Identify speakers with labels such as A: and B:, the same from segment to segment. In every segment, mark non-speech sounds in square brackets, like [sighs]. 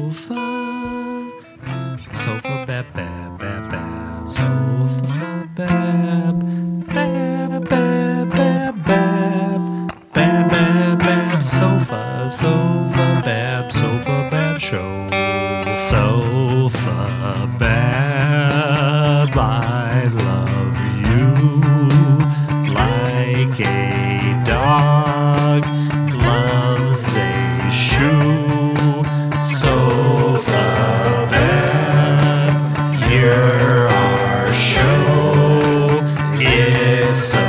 A: Sofa, sofa, bab, bab, bab, bab, sofa, bab, bab, bab, bab, bab, bab, bab, bab, sofa, sofa, bab, sofa, bab, show, sofa, bab, I love you like a dog loves a shoe. Sofa Bab, you're our show. It's so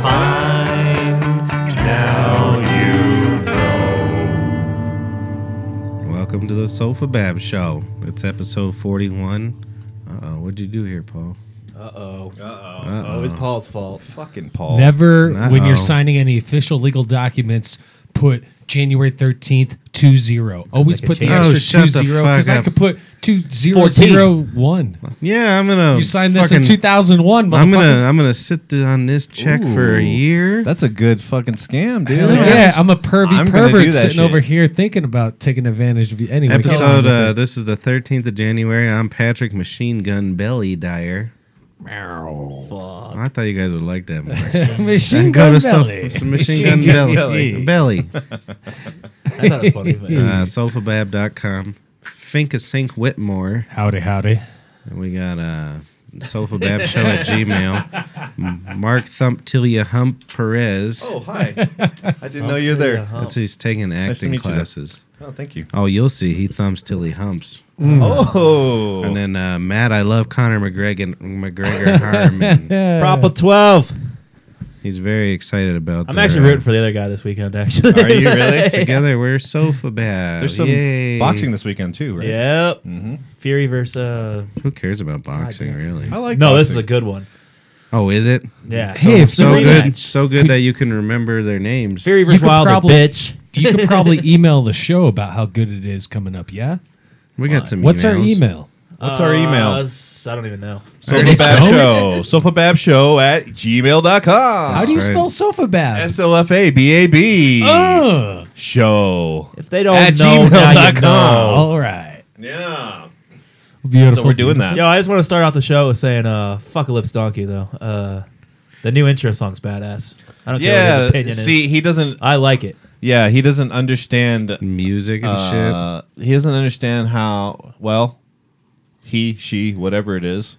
A: fine. Now you know.
B: Welcome to the Sofa Bab Show. It's episode 41. Uh oh, what'd you do here, Paul?
C: Uh-oh. Uh-oh. Always Paul's fault.
D: Fucking
B: Oh,
D: Paul.
E: Never, when
B: Uh-oh.
E: you're signing any official legal documents, put January 13th, 2 0. Always
C: could
E: put the
C: change.
B: Oh,
E: extra
B: shut
E: 2
B: the
E: 0
B: fuck
E: because I
B: up.
E: could put 2 0 0 1.
B: Yeah, I'm gonna.
E: You signed this in
B: fucking-
E: 2001,
B: I'm gonna.
E: motherfucker.
B: I'm gonna sit on this check for a
D: Ooh.
B: year.
D: That's a good fucking scam, dude.
E: Hell yeah, I'm a pervy
D: I'm gonna do
E: pervert
D: that
E: sitting
D: shit.
E: over here thinking about taking advantage of you. Anyway, go on.
B: Episode. Uh, this is the 13th of January. I'm Patrick Machine Gun Belly Dyer. I thought you guys would like that
E: [laughs]
B: more.
E: machine
B: Go
E: gun
B: to
E: belly.
B: some, some machine gun belly. belly.
C: I thought it was funny. but-
B: Uh, sofabab.com. Fink a Sink Whitmore.
E: Howdy, howdy.
B: And we got uh, sofababshow at gmail. M- Mark Thump till you hump Perez.
D: Oh, hi. I didn't know you were there.
B: That's he's taking acting
D: meet you.
B: classes.
D: Oh, thank you.
B: Oh, you'll see. He thumps till he humps.
D: Oh.
B: And then uh, Matt, I love Conor McGregor. McGregor
C: [laughs]
B: Harmon.
C: Prop of 12.
B: He's very excited about.
C: I'm
B: their,
C: actually
B: uh,
C: rooting for the other guy this weekend, actually.
D: Are you really?
B: together. We're sofa bad.
D: There's some
B: Yay.
D: boxing this weekend, too,
C: [laughs]
D: right?
C: Yep. Fury versus. Uh,
B: Who cares about boxing, really?
D: I like
C: no, this is a
D: boxing.
C: good one.
B: Oh, is it?
C: Yeah.
E: Hey, if
B: so
E: somebody-
B: good,
C: Rematch.
B: so good that you can remember their names.
C: Fury versus
E: could
C: Wilder,
E: probably-
C: bitch.
E: You could probably email the show about how good it is coming up, yeah?
B: We got some.
E: What's our
B: emails.
E: email?
D: What's our email?
C: Uh, s- I don't even know.
D: SofaBab Show. SofaBab Show at gmail.com.
E: How do you
B: right. E
E: spell sofa bath?
D: S O F A B A B.
E: Oh,
D: Show.
C: If they don't
D: At
C: know, now you
D: gmail.com.
C: know.
E: all right.
D: Yeah.
E: Beautiful.
D: So we're doing that.
C: Yo, I just want to start off the show with saying, uh, fuck a lips donkey though. Uh, the new intro song's badass. I don't care what his
D: Yeah.
C: opinion
D: See,
C: is.
D: he doesn't.
C: I like it.
D: Yeah, he doesn't understand
B: music and shit.
D: Uh, He doesn't understand how well he, she, whatever it is.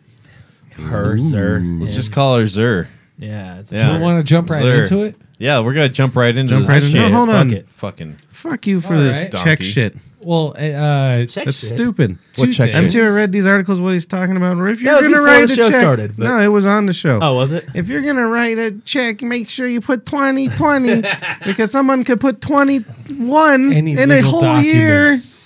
C: Her, sir.
D: Let's just call her Zer.
C: Yeah, it's
D: Yeah.
E: We want to jump right
D: Sure.
E: into it.
D: Yeah, we're gonna jump right into
B: Jump
D: this
B: right in.
D: shit.
B: No, hold
D: Fuck
B: on.
D: it. Fucking
B: Fuck you for
E: All
B: this
E: right.
B: check
D: Donkey.
B: shit.
E: Well, uh,
C: Check
B: That's
C: shit.
B: stupid.
D: What
E: two
D: check
E: things.
B: I'm
D: shit?
B: sure I read these articles. What he's talking about. Or if you're
C: That was
B: gonna
C: before
B: write
C: the
B: a
C: show
B: check,
C: started, but-
B: no, it was on the show.
C: Oh, was it?
B: If you're gonna write a check, make sure you put 20, 20, because someone could put twenty one
E: Any
B: in a
E: legal
B: whole year.
E: documents.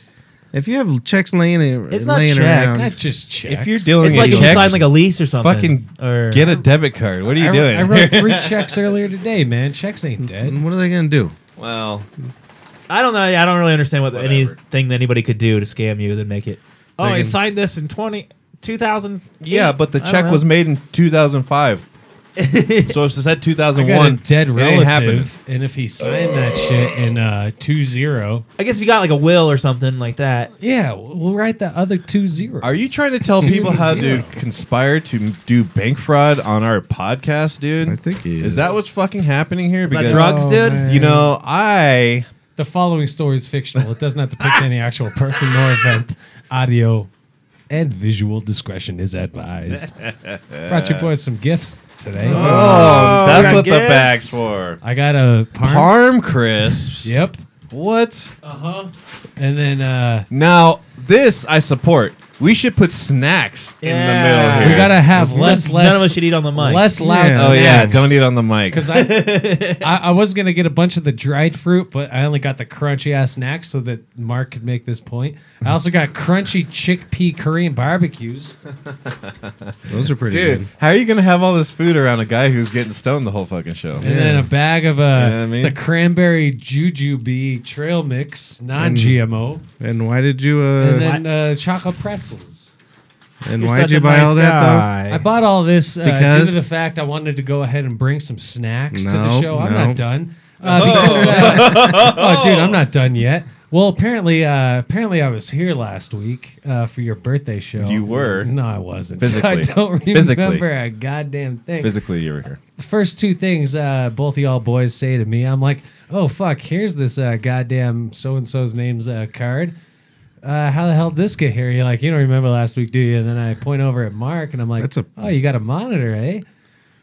B: If you have checks laying, uh,
C: It's not
B: laying
C: checks.
E: Not
B: around,
E: just checks.
D: If you're dealing-
C: It's like if you
D: Checks?
C: sign like a lease or something.
D: fucking
C: or
D: get [laughs] a debit card. What are you
E: I,
D: doing?
E: I wrote three checks earlier today, man. Checks ain't dead.
B: what are they gonna do?
D: well,
C: I don't know. I don't really understand what
D: Whatever.
C: anything that anybody could do to scam you that make it. Oh,
B: They
C: I
B: can-
C: signed this in 20, 2000.
D: [laughs] yeah, but the
C: I don't
D: check
C: know.
D: was made in [laughs] 2005. so if it said
E: I got
D: 2001,
E: a dead
D: it ain't happening.
E: relative, and if he signed that shit in uh, two zero,
C: I guess if you got like a will or something like that.
E: yeah, we'll we'll write the other two zero.
D: Are you trying to tell
E: Two
D: people how
E: zero.
D: to conspire to do bank fraud on our podcast, dude?
B: I think he
D: is. Oh,
B: is.
D: that what's fucking happening here?
C: that drugs, dude?
D: you know, I
E: The following story is fictional. It does not depict any actual person nor event. Audio and visual discretion
D: [laughs]
E: is advised. Brought you boys some gifts today.
D: Oh,
C: I
D: that's what
C: guess.
D: the bag's for.
E: I got a parm.
D: Parm crisps.
E: Yep.
D: What?
E: Uh huh. And then uh,
D: Now this I support. We should put snacks in the
C: Yeah.
D: middle here.
E: we gotta have
C: Since
E: less less
C: None of us should eat on the mic.
E: less loud.
B: Yeah.
D: Oh yeah,
B: snacks.
D: don't
E: [laughs]
D: eat on the mic.
E: Because I, I I was gonna get a bunch of the dried fruit, but I only got the crunchy ass snacks so that Mark could make this point. I also got crunchy chickpea Korean barbecues.
B: Those are pretty
D: Dude,
B: good.
D: how are you gonna have all this food around a guy who's getting stoned the whole fucking show?
E: And then a bag of uh,
D: what I mean?
E: the cranberry jujube trail mix, non-GMO,
B: And why did you?
D: Mm-hmm.
B: Uh,
E: and then uh, chocolate pretzels.
B: and
C: You're
B: why
C: such
B: did you
C: a
B: buy
C: nice
B: all that
C: guy.
E: I bought all this uh, due
B: Because-
E: to the fact I wanted to go ahead and bring some snacks to the
B: No,
E: show. I'm
B: no.
E: not done. Uh, because, uh, oh, dude, I'm not done yet. Well, apparently, uh, apparently, I was here last week uh, for your birthday show.
D: You were.
E: No, I wasn't. [laughs] I
D: Physically.
E: don't remember
D: Physically.
E: a goddamn thing.
D: Physically, you were here.
E: First two things uh, both of y'all boys say to me, I'm like, oh fuck, here's this uh, goddamn so and so's name's uh, card. Uh, how the hell did this get here? You're like, you don't remember last week, do you? And then I point over at Mark, and I'm like,
B: That's a-
E: oh, you got a monitor, eh?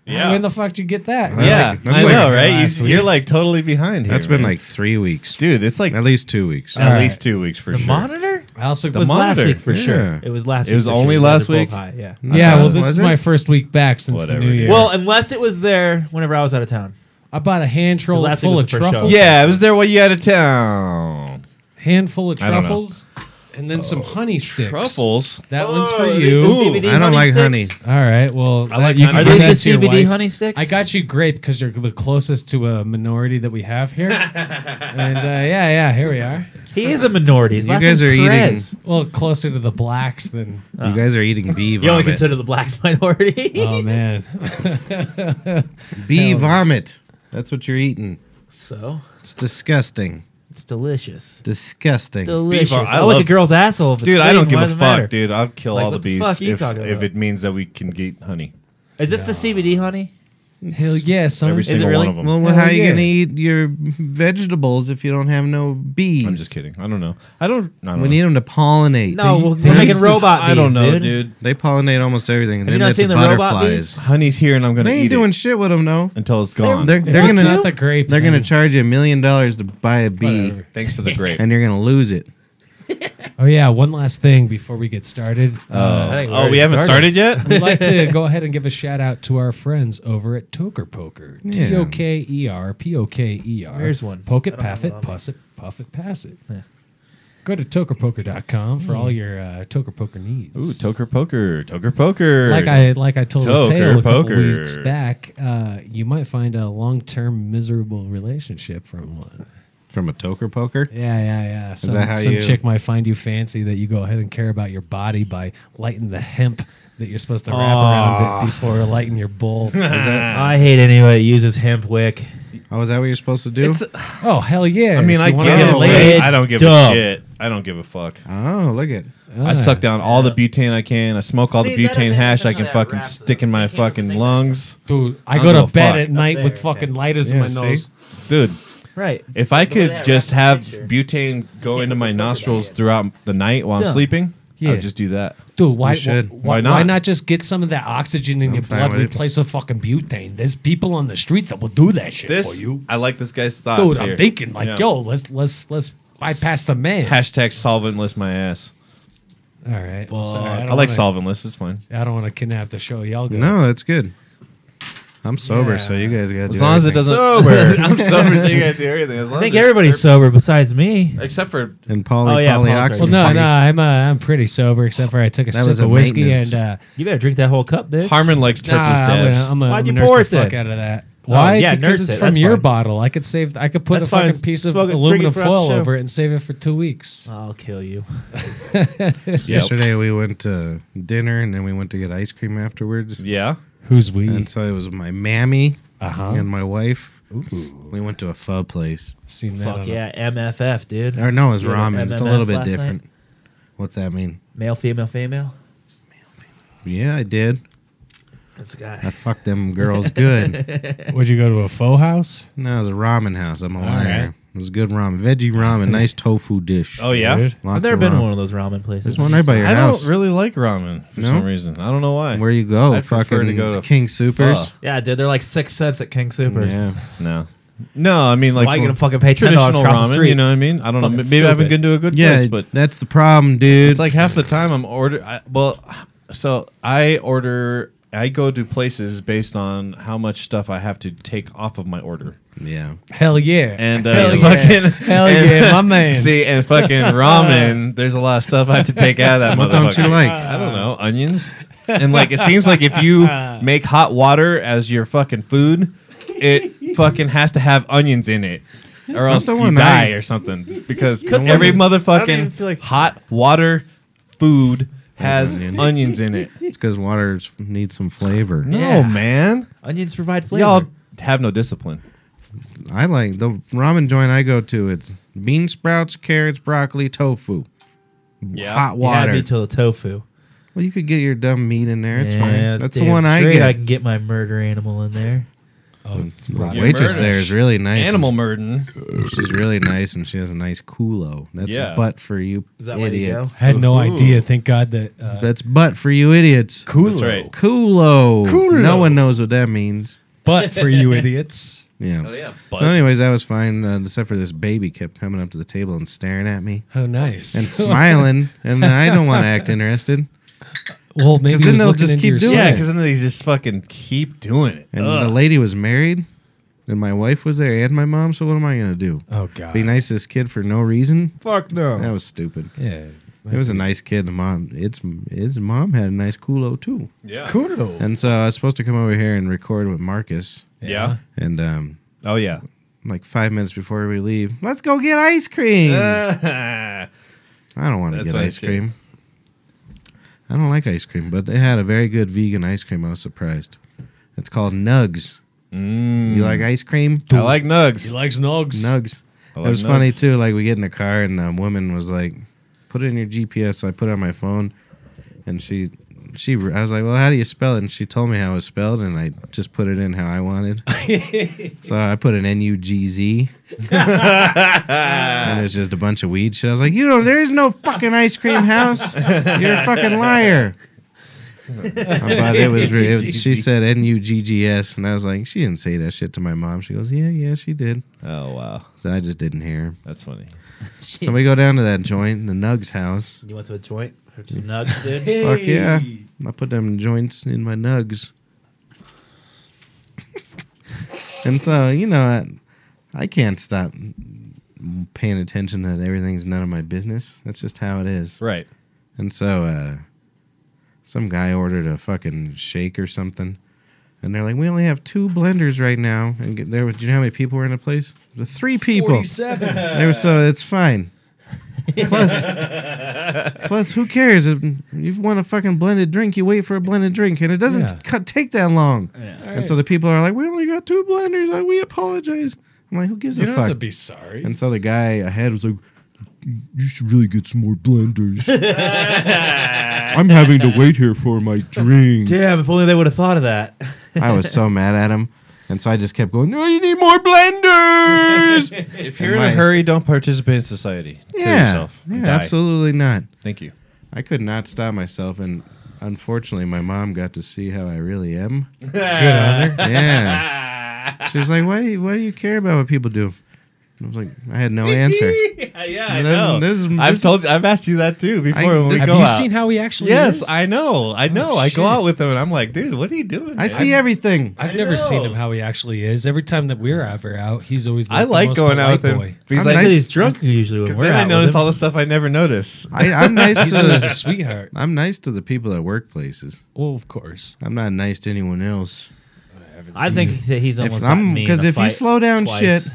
D: Yeah.
E: When the fuck did you get that?
B: That's
D: yeah,
B: like- that's
D: I
B: like
D: know, right?
E: last
D: You,
E: week.
D: you're like totally behind here.
B: That's been
D: man.
B: like three weeks,
D: dude, Uh, it's like
B: at least two weeks.
D: at
E: All
D: least
E: right.
D: two weeks for
C: The
D: sure.
C: monitor?
E: I also
C: It was last
D: monitor,
C: week for
B: yeah.
C: sure. It was last.
D: It
C: week
D: was
C: for
D: only
C: sure. You guys
D: last
C: are both
D: week?
C: high, Yeah.
E: Yeah, well,
B: Uh,
E: this
B: was
E: is
B: it?
E: my first week back since
D: Whatever,
E: the new
D: dude.
E: year.
C: Well, unless it was there whenever I was out of town.
E: I bought a hand troll
C: last week
E: full
C: was the
E: of
C: first show.
E: truffles.
D: Yeah, I was there while you out of town.
E: handful of
D: I don't know. Oh,
E: truffles, and then some honey sticks.
D: Truffles.
E: That one's for
C: Oh,
E: you.
C: these are CBD
B: I don't
C: honey
B: like
C: sticks?
B: honey.
E: All right. Well, I
D: like
E: you
D: honey.
E: can
C: Are
E: give
C: these
E: that to
C: the
E: your
C: CBD
E: wife.
C: honey sticks?
E: I got you grape because you're the closest to a minority that we
D: [laughs]
E: have here. and uh, yeah, yeah, here we are.
C: He is a minority. His
B: You
C: last
B: guys
C: name's
B: are eating-
C: Perez.
E: Well, closer to the blacks than.
B: You guys are eating bee
C: You only
B: vomit.
C: consider the blacks [laughs] minority.
E: Oh man.
B: bee vomit. That's what you're eating.
C: So
B: It's disgusting.
C: it's delicious.
B: Disgusting.
C: Delicious.
D: Beef, I
C: I, like a
D: love-
C: girl's asshole. If it's
D: Dude, I don't
C: clean,
D: give
C: why
D: a
C: does it
D: fuck,
C: matter?
D: dude. I'll kill
C: Like,
D: all the
C: what the
D: bees
C: fuck are you
D: if,
C: talking
D: if
C: about?
D: it means that we can get honey.
C: Is this the CBD honey?
E: Hell yeah, son.
D: Every single
C: really?
D: one of them.
B: Well,
E: Hell
B: how are you
E: yeah.
B: gonna eat your vegetables if you don't have no bees?
D: I'm just kidding. I don't know. I don't. I don't
B: We
D: know.
B: need them to pollinate.
C: No,
B: They-
C: we're,
B: they
C: we're making
B: used to-
C: robot.
D: I don't
C: bees,
D: know,
C: dude.
D: dude.
B: They pollinate almost everything, and
C: Have you
B: then
C: not
B: it's
C: seen the robot
B: butterflies.
D: Honey's here, and I'm gonna
B: They
D: eat
B: ain't doing
D: it
B: shit with them, though.
D: until it's gone.
B: They're, they're
E: That's
B: gonna
E: not the grape.
B: they're gonna
E: honey.
B: charge you a million dollars to buy a bee,
E: Whatever.
D: Thanks for the grape.
B: and you're gonna lose it.
E: Oh yeah, one last thing before we get started. Uh,
C: I think
D: oh, we haven't started yet.
E: [laughs] We'd like to go ahead and give a shout out to our friends over at Toker Poker.
B: Yeah.
E: T O K E R P O K E R.
C: There's one.
E: Poke
C: I
E: it,
C: don't
E: paff
C: have
E: it,
C: it on
E: puss it, puff it, pass it.
C: Yeah.
E: Go to tokerpoker.com for all your uh, Toker Poker needs.
D: Ooh, toker poker, toker poker.
E: Like I like I told
D: Toker
E: the tale a couple
D: Poker.
E: weeks back, uh, you might find a long term miserable relationship from one.
B: From a toker poker,
E: Yeah, yeah, yeah. Some,
B: that how
E: some
B: you-
E: chick might find you fancy that you go ahead and care about your body by lighting the hemp that you're supposed to wrap around it before lighting
D: [laughs]
E: your bowl.
C: I hate anyone that uses hemp wick.
B: oh, is that what you're supposed to do?
D: it's.
E: Oh hell yeah!
D: I mean, I
E: wanna
D: get
B: get
D: it. but
C: laid,
D: I don't
C: it's
D: give
C: dumb.
D: a shit. I don't give a fuck.
B: oh, look at
E: uh,
D: I suck down all the butane I can. I smoke all
C: See,
D: the
C: that
D: butane
C: doesn't-
D: hash I
C: that's
D: can
C: not
D: fucking
C: wrapped,
D: stick in
C: though, so
D: my
C: you can't
D: fucking
C: think
D: lungs.
E: dude. I
D: I
E: go
D: don't
E: to
D: give a
E: bed
D: fuck.
E: at night
C: Up
E: with
C: there,
E: fucking
C: yeah.
E: lighters
B: Yeah,
E: in my
B: see?
E: nose.
D: Dude,
C: Right.
D: if I
C: Look at
D: could
C: that,
D: just
C: right
D: have
C: in the
D: butane go into my
C: look at that
D: nostrils
C: yet.
D: throughout the night while
C: Dumb.
D: I'm sleeping, I
E: Yeah.
D: would just do that.
E: Dude, why,
B: You should.
E: why
D: Why not?
E: Why not just get some of that oxygen in your
B: fine
E: blood
B: with it.
E: replaced with fucking butane? There's people on the streets that will do that shit
D: This,
E: for you.
D: I like this guy's thoughts.
E: Dude, I'm
D: here.
E: thinking like,
D: Yeah.
E: yo, let's let's let's bypass the man.
D: Hashtag solventless my ass.
E: all right. Well, sorry,
D: I,
E: I, don't
D: like
E: wanna,
D: solventless. It's fine.
E: I don't want to kidnap the show. Y'all go.
B: it. No, that's good. I'm sober,
E: Yeah.
B: so you guys got to
D: As
B: do
D: long as it doesn't.
B: everything.
C: Sober.
D: I'm sober, so you gotta do everything. As long
C: I think
D: as it's-
C: everybody's sober besides me.
D: Except for
B: And poly
C: Oh, yeah, Paul's
B: polyoxy.
C: right.
E: Well, no, no, I'm uh, I'm pretty sober except for I took a
B: That was
E: sip
B: a
E: of whiskey
B: maintenance.
E: and uh,
C: You better drink that whole cup, bitch.
D: Harmon likes turtle
E: Nah, I'm
D: dabs.
E: gonna, I'm gonna,
C: Why'd
E: I'm
C: you
E: gonna
C: pour
E: nurse
C: it
E: the fuck
C: then?
E: out of that. Why?
C: Oh, yeah, nurse
E: because it's
C: it,
E: from
C: that's
E: your
C: fine.
E: bottle. I could save. I could put
C: That's
E: a fucking
C: fine.
E: piece of
C: Smoke it, drink it
E: aluminum
C: throughout the
E: foil
C: show.
E: over it and save it for two weeks.
C: I'll kill you.
B: Yesterday we went to dinner and then we went to get ice cream afterwards.
D: Yeah.
E: Who's we?
B: And so it was my mammy
E: Uh huh.
B: and my wife. We went to a pho place.
E: Seen that?
C: Fuck
E: on
C: yeah, MFF, dude.
B: Or no, it was
C: You had an
B: ramen. It's a
C: MMF
B: little bit
C: last night?
B: different. What's that mean?
C: Male, female, female.
B: Yeah, I did.
C: That's a
B: I
C: guy.
B: fucked them
D: [laughs]
B: girls good.
E: A, would you go to a faux house?
B: No, it was a ramen house. I'm a liar.
E: right.
B: It was good ramen, veggie
D: [laughs]
B: ramen, nice tofu dish.
D: Oh yeah.
E: Dude.
B: Lots
C: I've never
B: of
C: been to
B: ramen.
C: one of those ramen places.
B: There's one right by your
D: I
B: house.
D: don't really like ramen for
B: No?
D: some reason. I don't know why.
B: Where you go?
D: I prefer
B: Fucking
D: to go to
B: King Supers.
D: pho.
C: yeah, dude, they're like six cents at King Supers.
B: Yeah.
D: no. No, I mean like
C: Why you
D: tr-
C: gonna fucking pay $10
D: traditional
C: across the
D: ramen?
C: street?
D: You know what I mean? I don't know.
C: Fucking
D: Maybe I haven't
C: stupid.
D: been to a good
B: Yeah,
D: place, but
B: that's the problem, dude.
D: it's like half the time I'm order. I, well, so I order. I go to places based on how much stuff I have to take off of my order. [laughs]
B: yeah.
E: Hell yeah.
D: And uh,
E: Hell yeah.
D: fucking
E: Hell
D: and-
E: yeah, my
D: [laughs]
E: man.
D: See, and fucking ramen. There's a lot of stuff I have to take out of that
B: What
D: motherfucker.
B: don't you like?
D: I
C: Um,
D: don't know
C: [laughs]
D: onions. And like it seems like if you make hot water as your fucking food,
C: [laughs]
D: it fucking has to have onions in it, or else
B: the
D: you
B: one
D: die
B: I-
C: [laughs]
D: or something. Because
C: Cooked
D: every
C: onions. I don't even
D: motherfucking
C: feel like-
D: hot water food has
B: onion.
D: onions
C: [laughs]
D: in it.
B: It's because water needs some flavor.
D: No
C: Yeah.
D: man,
C: Onions provide flavor.
D: y'all have no discipline.
B: I like the ramen joint I go to. It's bean sprouts, carrots, broccoli, tofu,
D: Yeah.
B: hot
C: You had
B: water.
C: me till the tofu.
B: well, you could get your dumb meat in there. It's
C: Yeah,
B: fine.
C: it's
B: That's the
C: damn
B: one I
C: straight
B: get.
C: I can get my murder animal in there.
E: Oh, it's
B: The
E: rotten.
D: Wait.
B: waitress there is really nice. and
D: Animal murdering.
B: She's really nice, and she has a nice culo. That's
D: Yeah.
B: butt for you
C: Is that why you
B: idiots.
C: go?
E: I had no
D: Ooh.
E: idea. Thank God that uh,
B: That's butt for you idiots.
E: Kulo.
D: That's right.
B: Culo. No one knows what that means.
E: But for you idiots,
B: Yeah.
D: yeah.
B: So, anyways, I was fine, uh, except for this baby kept coming up to the table and staring at me
E: oh nice. [laughs]
B: and smiling, and I don't want to act interested.
E: well, maybe
B: 'Cause
E: he
B: then
E: was
B: they'll
E: looking
B: just
E: into
B: keep
E: your
B: doing
E: soul.
D: Yeah, because then they just fucking keep doing it.
B: And the lady was married, and my wife was there, and my mom. So what am I gonna do?
E: Oh God.
B: Be nice to this kid for no reason?
C: Fuck
B: That
C: no.
B: was stupid.
E: Yeah.
B: It was a nice kid. The mom, its its mom had a nice culo too.
D: Yeah.
E: Kulo.
B: And so I was supposed to come over here and record with Marcus.
D: Yeah.
B: And um,
D: Oh yeah.
C: [laughs]
B: like five minutes before we leave, let's go get ice cream. I don't want to
D: Uh, That's
B: get
D: what I
B: ice
D: said.
B: cream. I don't like ice cream, but they had a very good vegan ice cream. I was surprised. It's called Nugs.
D: Mm.
B: You like ice cream?
D: I like nugs.
E: He likes nugs.
B: Nugs.
D: I
B: it
D: like
B: was funny
D: nugs.
B: too. Like we get in the car and the woman was like, "Put it in your GPS." So I put it on my phone, and she, she, I was like, "Well, how do you spell it?" And she told me how it was spelled, and I just put it in how I wanted. so I put an N U G Z, and it's just a bunch of weed shit. I was like, "You know, there's no fucking ice cream house. You're a fucking liar." but it was, re- it was- she said N U G G S, and I was like, she didn't say that shit to my mom. She goes, yeah, yeah, she did.
D: Oh wow,
B: So I just didn't hear.
D: that's funny.
B: So we go down to that joint, the Nugs house.
C: You went to a joint for some nugs, dude.
B: Mm. [laughs] Fuck yeah. I put them joints in my Nugs. [laughs] and so, you know, I, I can't stop paying attention that everything's none of my business. That's just how it is.
D: Right.
B: And so, uh, some guy ordered a fucking shake or something. And they're like, we only have two blenders right now. And get- there was, do you know how many people were in the place? The three people.
E: Forty-seven.
B: [laughs] They were so it's fine. plus, plus, who cares? If you want a fucking blended drink, you wait for a blended drink, and it doesn't
E: Yeah.
B: cut, take that long. And so the people are like, "We only got two blenders. uh, We apologize." I'm like, "Who gives
E: you
B: a
E: don't
B: fuck?"
E: have to be sorry.
B: and so the guy ahead was like, "You should really get some more blenders." I'm having to wait here for my drink.
C: Damn, if only they would have thought of that.
B: I was
E: [laughs]
B: so mad at him, and so I just kept going. No, you need
E: [laughs]
B: more blenders.
D: If you're
B: And
D: in a
B: my-
D: hurry, don't participate in society. Kill
B: yeah,
D: yourself.
B: yeah,
D: Die.
B: absolutely not.
D: Thank [laughs] you.
B: I could not stop myself, and unfortunately, my mom got to see how I really am. Yeah,
E: [laughs]
B: she was like, "Why do you, why do you care about what people do?" And I was like, "I had
E: [laughs]
B: no answer." [laughs]
D: yeah, yeah, I
B: This-
D: know.
B: this is-
D: I've
B: this-
D: told you. I've asked you that too before. when we
B: this-
E: have
D: go
E: you
D: out.
E: seen how he actually
D: Yes,
E: is?
D: I know. I know. I go out with him, and I'm like, dude, what are you doing?
B: Oh, I
D: man?
B: see everything.
E: I've
D: I
E: never seen
D: know.
E: him how he actually is. Every time that we're ever out, he's always. The,
D: I
E: the
D: like
E: most
D: going out
E: polite
D: with him.
E: Boy.
D: But He's
B: I'm
D: like,
B: nice-
C: He's drunk usually when
D: because
C: we're
D: then I
C: out.
D: notice
C: with
D: all
C: him.
D: the stuff I never notice.
E: [laughs]
B: I, I'm nice
E: He's always a
B: to
E: sweetheart.
B: I'm nice to the people at workplaces.
E: Well, of course.
B: I'm not nice to anyone else.
C: I think that he's
B: If
C: almost
B: I'm
C: because
B: because if you slow down shit,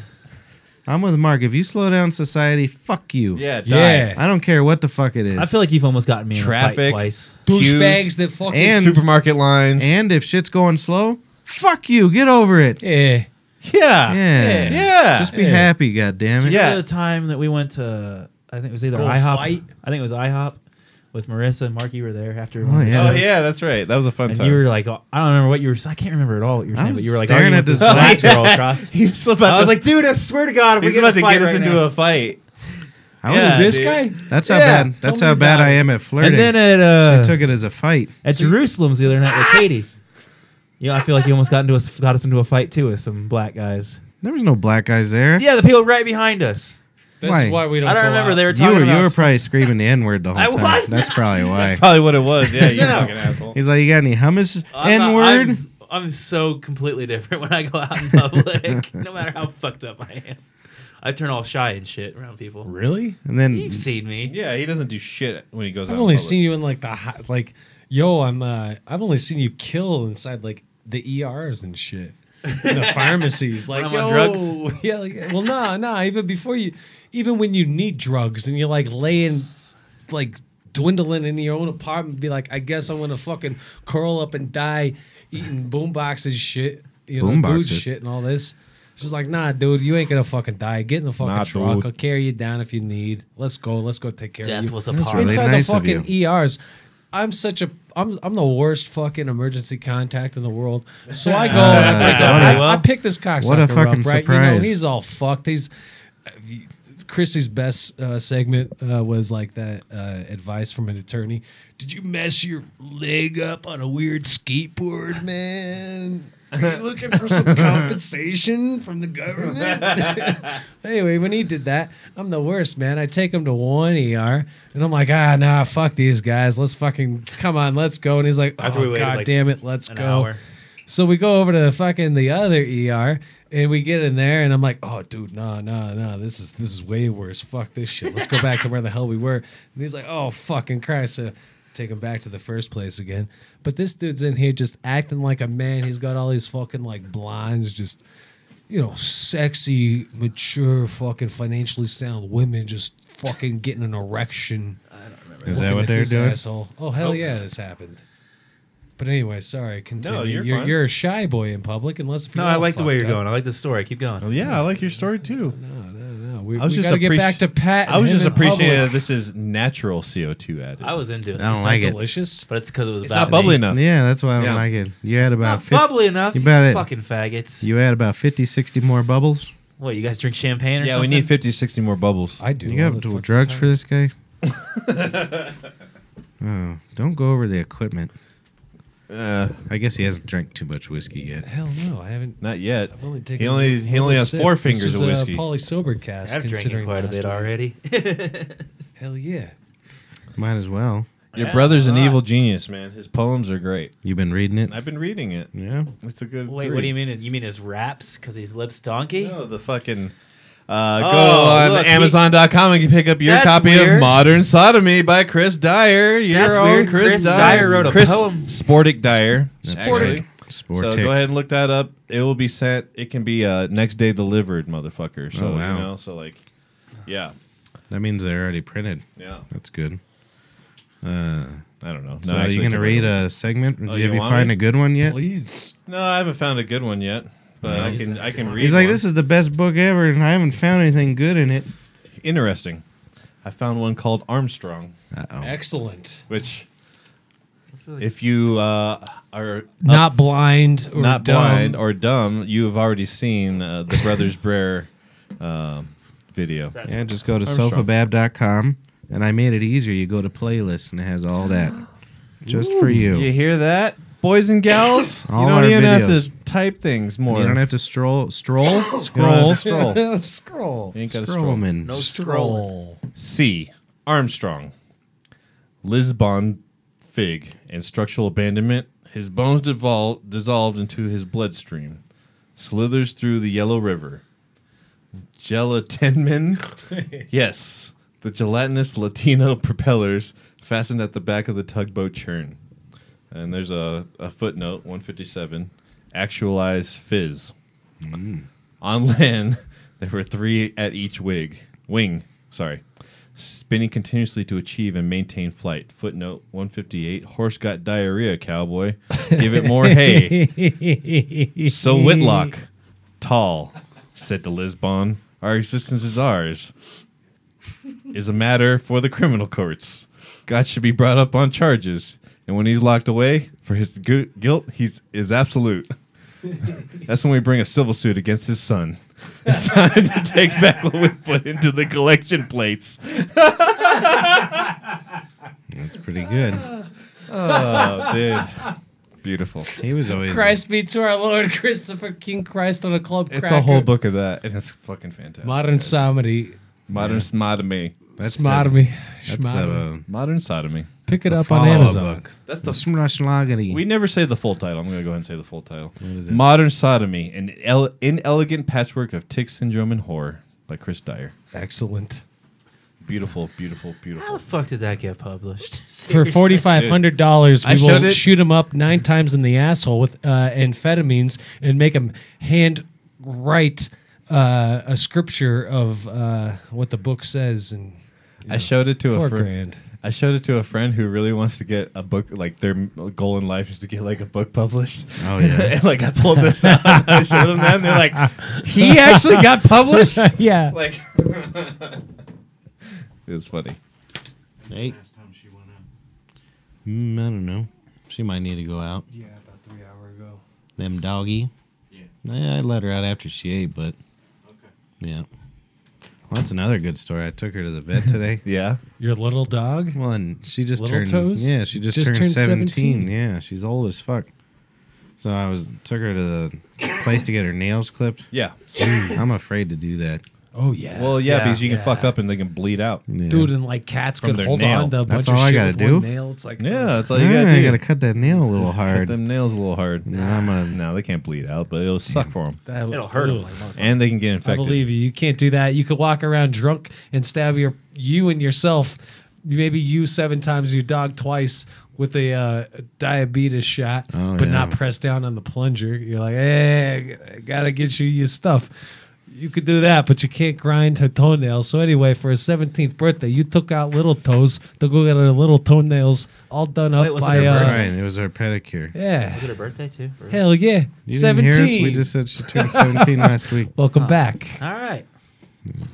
B: I'm with Mark. If you slow down society, fuck you.
D: Yeah, die.
E: Yeah.
B: I don't care what the fuck it is.
C: I feel like you've almost gotten me in a
D: Traffic.
C: fight twice.
D: Queues,
E: Douchebags that fucking.
B: And-
D: supermarket lines.
B: and if shit's going slow, fuck you. Get over it.
E: yeah.
D: yeah,
B: Yeah.
D: yeah.
B: Just be happy, goddammit.
D: Yeah.
C: Remember the time that we went to, I think it was either
E: Go
C: IHOP.
E: fight?
C: I think it was IHOP with Marissa and Mark. You were there after. one
B: Oh,
C: of the
B: yeah.
D: Oh
C: shows.
D: yeah, that's right. That was a fun
C: And
D: time.
C: you were like, oh, I don't remember what you were. I can't remember at all what you were
B: I
C: saying, but
B: was
C: you were like,
B: staring
C: oh, you
B: at
C: went
B: this
C: to black
B: black [laughs]
C: girl across.
D: [laughs] he was about
C: I
D: to,
C: was like, dude, I swear to God, if
D: he's
C: we
D: about to
C: fight
D: get us
C: right
D: into
C: now.
D: a fight.
B: I was
D: Yeah,
E: this
D: dude.
E: guy.
B: That's how
D: Yeah,
B: bad. That's
E: tell
B: how
E: me
B: bad
E: about
B: I
E: it.
B: am at flirting.
C: And then at uh,
B: she took it as a fight.
C: at Jerusalem's the other night with Katie. You know, I feel like you almost got into us, got us into a fight too with some black guys.
B: There was no black guys there.
C: Yeah, the people right behind us.
E: That's
B: Why?
E: why, we don't.
C: I don't
E: go
C: remember
E: out.
C: they were
B: You
C: talking
B: were
C: about.
B: you were probably screaming the n word the
C: [laughs]
B: whole
C: I
B: time.
C: was
B: That's
C: not. [laughs]
B: probably why.
D: Probably what it was. Yeah,
E: [laughs]
D: you
C: Yeah.
D: fucking asshole.
B: He's like, you got any hummus
C: I'm
B: n
C: not-
B: word?
C: I'm, I'm so completely [laughs] different when I go out in public, [laughs] no matter how fucked up I am. I turn all shy and shit around people.
E: Really?
B: And then
C: You've seen me.
D: Yeah, he doesn't do shit when he goes out.
E: I've
D: in
E: only
D: public.
E: seen you in like the hi- like. Yo, I'm. uh I've only seen you kill inside like the ERs and shit. In
D: [laughs]
E: the pharmacies, like
C: I'm
E: yo,
C: on drugs?
E: [laughs] yeah, like, well, nah, nah. Even before you, even when you need drugs and you're like laying, like dwindling in your own apartment, be like, I guess I'm gonna fucking curl up and die, eating boom boxes, shit, you know,
B: Boom
E: booze
B: boxes?
E: shit, and all this. She's like, nah, dude, you ain't gonna fucking die. Get in the fucking
D: Nah,
E: truck.
D: dude.
E: I'll carry you down if you need. Let's go. Let's go take care of you.
C: Death was a
B: That's
C: part.
B: really-
E: Inside
B: nice
E: the
B: of
E: fucking ERs, I'm such a I'm I'm the worst fucking emergency contact in the world. So I go, and I, pick
C: Ah,
E: up, I-
C: well.
E: I pick this cocksucker
B: What a fucking
E: up, right? You know,
B: surprise.
E: he's all fucked. He's Christy's best uh, segment uh, was like that uh, advice from an attorney. Did you mess your leg up on a weird skateboard, man? Are you looking for
B: [laughs]
E: some compensation from the government? anyway, when he did that, I'm the worst, man. I take him to one ER, and I'm like, ah, nah, fuck these guys. Let's fucking come on, let's go. And he's like,
C: After we
E: oh,
C: waited,
E: god
C: like,
E: damn it, let's
C: an
E: go.
C: hour.
E: So we go over to the fucking the other ER and we get in there and I'm like, oh dude, no, no, no, this is this is way worse. Fuck this shit. Let's go back to where the hell we were. And he's like, oh fucking Christ. So take him back to the first place again. But this dude's in here just acting like a man. He's got all these fucking like blinds just you know, sexy, mature, fucking financially sound women just fucking getting an erection.
B: Is
E: Looking
B: that
E: at
B: what they're
E: this
B: doing?
E: Asshole. Oh hell
C: Oh.
E: yeah, this happened. But anyway, sorry. Continue.
D: you're
E: you're you're,
D: fine.
E: a shy boy in public, unless if
C: No,
E: you're
C: I
E: all
C: like the way
E: fucked
C: you're
E: up.
C: going. I like the story. Keep going.
D: Well, yeah, I like your story too.
E: No, no, no. We,
D: I was
E: we
D: just
E: gotta get
D: appreci-
E: back to Pat.
D: I was
E: and
D: just
E: him in public.
D: appreciating that this is natural CO2 added.
C: I was into it,
B: I don't
E: It's
B: like
E: not
B: it.
E: delicious.
C: but it's because it was
D: it's
C: about
D: not bubbly
C: me.
D: enough.
B: Yeah, that's why I don't
D: Yeah.
B: like it. You had about
C: Not
B: 50,
C: bubbly enough.
B: You
C: You
B: bet it.
C: fucking faggots.
B: you had about 50, 60 more bubbles.
C: What? You guys drink champagne or
D: Yeah, we
C: something?
D: need 50, 60 more bubbles.
E: I do.
B: You
E: all
B: got
E: the fucking
B: drugs
E: time.
B: for this guy?
D: [laughs]
B: oh, don't go over the equipment.
D: Uh,
B: I guess he hasn't drank too much whiskey yet.
E: Hell no, I haven't.
D: not yet.
E: I've only taken.
D: He only he only
E: one
D: has
E: sip.
D: four
E: This uh,
D: fingers
E: was
D: of
E: a
D: whiskey.
E: poly sober cast.
C: I've drank
E: considering
C: quite a
E: last
C: bit
E: week.
C: already.
E: Hell yeah.
B: Might as well.
D: Your
C: Yeah,
D: brother's an
C: a lot.
D: evil genius, man. His poems are great.
B: You've been reading it?
D: I've been reading it.
B: Yeah.
D: It's a good.
C: Wait, what do you mean? You mean his raps? Because he's lips donkey?
D: No, Oh, the fucking. Uh, go
C: Oh,
D: on
C: look, he-
D: Amazon.com and you pick up your
C: That's
D: copy of
C: weird.
D: Modern Sodomy by Chris Dyer. Your
C: That's
D: own
C: weird.
D: Chris,
C: Chris
D: Dyer.
C: Dyer wrote a
D: Chris
C: poem.
D: Sportic Dyer.
B: That's
D: actually.
B: right. Sportic.
D: So go ahead and look that up. It will be sent. It can be uh, next day delivered, motherfucker. So
B: Oh, wow.
D: you know, so like, yeah,
B: That means they're already printed.
D: yeah.
B: That's good. Uh,
D: I don't know.
B: so
D: No,
B: are you
D: actually,
B: going
D: I
B: to
D: don't
B: read
D: know.
B: a segment? Did
D: Oh,
B: you,
D: you
B: have you
D: want
B: find
D: me?
B: a good one yet?
E: Please.
D: No, I haven't found a good one yet, but I can I can read.
B: He's like,
D: one.
B: this is the best book ever, and I haven't found anything good in it.
D: interesting. I found one called Armstrong,
B: Uh-oh.
E: Excellent.
D: which if you uh, are
E: Not blind or
D: not
E: dumb.
D: blind
E: [laughs]
D: or dumb, you have already seen uh, the Brothers Brer um video.
C: That's
B: Yeah, just go to
D: Armstrong.
B: sofabab.com, and I made it easier. You go to playlists, and it has all [gasps] that just for you.
D: You hear that, boys and gals? you
B: All
D: don't
B: our
D: even have to
B: videos.
D: type things more.
B: You don't have to stroll, stroll,
D: scroll,
B: [coughs] scroll,
D: scroll.
B: [laughs]
D: You
E: Scroll.
D: ain't got to scroll.
B: scrollman.
C: No
E: Scroll.
D: C. Armstrong, Lisbon fig and structural abandonment. His bones devol- dissolved into his bloodstream, slithers through the Yellow River. Gelatinman, yes, the gelatinous Latino propellers fastened at the back of the tugboat churn. And there's a, a footnote 157 actualized fizz. On land, [laughs] there were three at each wig wing. Sorry, spinning continuously to achieve and maintain flight. Footnote one fifty eight. Horse got diarrhea. Cowboy, give it more hay. So Whitlock, tall, said to Lisbon, our existence is ours, is a matter for the criminal courts. God should be brought up on charges, and when he's locked away for his gu- guilt, he's is absolute. That's when we bring a civil suit against his son. It's time to take back what we put into the collection plates.
B: That's pretty good.
D: Oh, dude. Beautiful.
B: He was always
E: Christ be to our Lord Christopher King Christ on a club.
D: It's
E: cracker.
D: a whole book of that, and it's fucking fantastic.
E: Modern
D: guys.
E: sodomy.
D: Modern sodomy.
B: That's the-
E: Smarmy.
B: That's
E: Schmodomy.
B: the, uh,
D: Modern sodomy.
E: Pick it
B: the
E: up on
B: follow-up
E: Amazon.
B: book.
D: That's
B: the Smrashlagari.
D: We never say the full title. I'm going to go ahead and say the full title.
B: is it?
D: Modern Sodomy, an ele- inelegant patchwork of tick syndrome and horror by Chris Dyer.
E: Excellent.
D: Beautiful, beautiful,
C: How the
D: beautiful.
C: fuck did that get published? [laughs]
E: For
C: Seriously.
E: forty five hundred dollars,
D: I
E: we
D: showed
E: will
D: it-
E: shoot him up nine times in the asshole with uh, amphetamines and make him hand write uh, a scripture of uh, what the book says. And
D: I showed it to
E: four
D: a friend.
B: [laughs]
E: grand.
D: I showed it to a friend who really wants to get a book. Like their m- goal in life is to get like a book
E: [laughs]
D: published.
B: Oh, yeah.
D: [laughs] and like I pulled this out, and I showed them that, and they're like, "He actually got published."
E: [laughs] yeah.
D: like, it was funny.
B: Hey,
C: Last time she went out.
B: mm, I don't know. She might need to go out.
E: Yeah, about three hours ago.
B: Them doggy.
C: Yeah.
B: Yeah, I let her out after she ate, but
C: Okay.
B: yeah. Well, that's another good story. I took her to the vet today.
D: Yeah.
E: Your little dog?
B: Well, and she just
E: Little
B: turned.
E: toes?
B: Yeah, she just,
E: Just
B: turned,
E: turned
B: 17.
E: 17.
B: Yeah, she's old as fuck. So I was took her to the place to get her nails clipped.
D: Yeah.
B: Dude, I'm afraid to do that.
E: Oh yeah.
D: Well, yeah,
C: Yeah.
D: because you can
E: Yeah.
D: fuck up and they can bleed out.
B: Yeah.
E: dude, and like cats
D: From
E: could
D: their
E: hold
D: nail.
E: on to a
B: That's
E: bunch of
B: all I
E: shit
B: gotta
E: with one
B: do?
E: nail. It's like
D: Yeah, that's all
B: Ah,
D: you gotta do.
B: I gotta cut that nail a little
D: Cut
B: hard.
D: them nails a little hard.
B: No, I'm a-
D: no, they can't bleed out, but it'll suck for 'em. for them.
E: that-
C: It'll hurt him
E: Ugh.
C: like motherfucker.
D: And they can get
E: I
D: infected.
E: believe you. You can't do that. You could walk around drunk and stab your you and yourself, maybe you seven times, your dog twice with a uh, diabetes shot,
B: Oh,
E: but
B: yeah.
E: not press down on the plunger. You're like, hey, I gotta get you your stuff. You could do that, but you can't grind her toenails. So anyway, for her seventeenth birthday, you took out little toes to go get her little toenails all done up
C: Wait, Oh, wasn't
E: by
C: her
B: That's
E: uh,
B: right. It was her pedicure.
E: yeah,
C: Was it her birthday too? Or-
E: hell yeah,
B: You didn't hear us?
E: seventeen.
B: We just said she turned 17 last week.
E: Welcome back.
C: All right.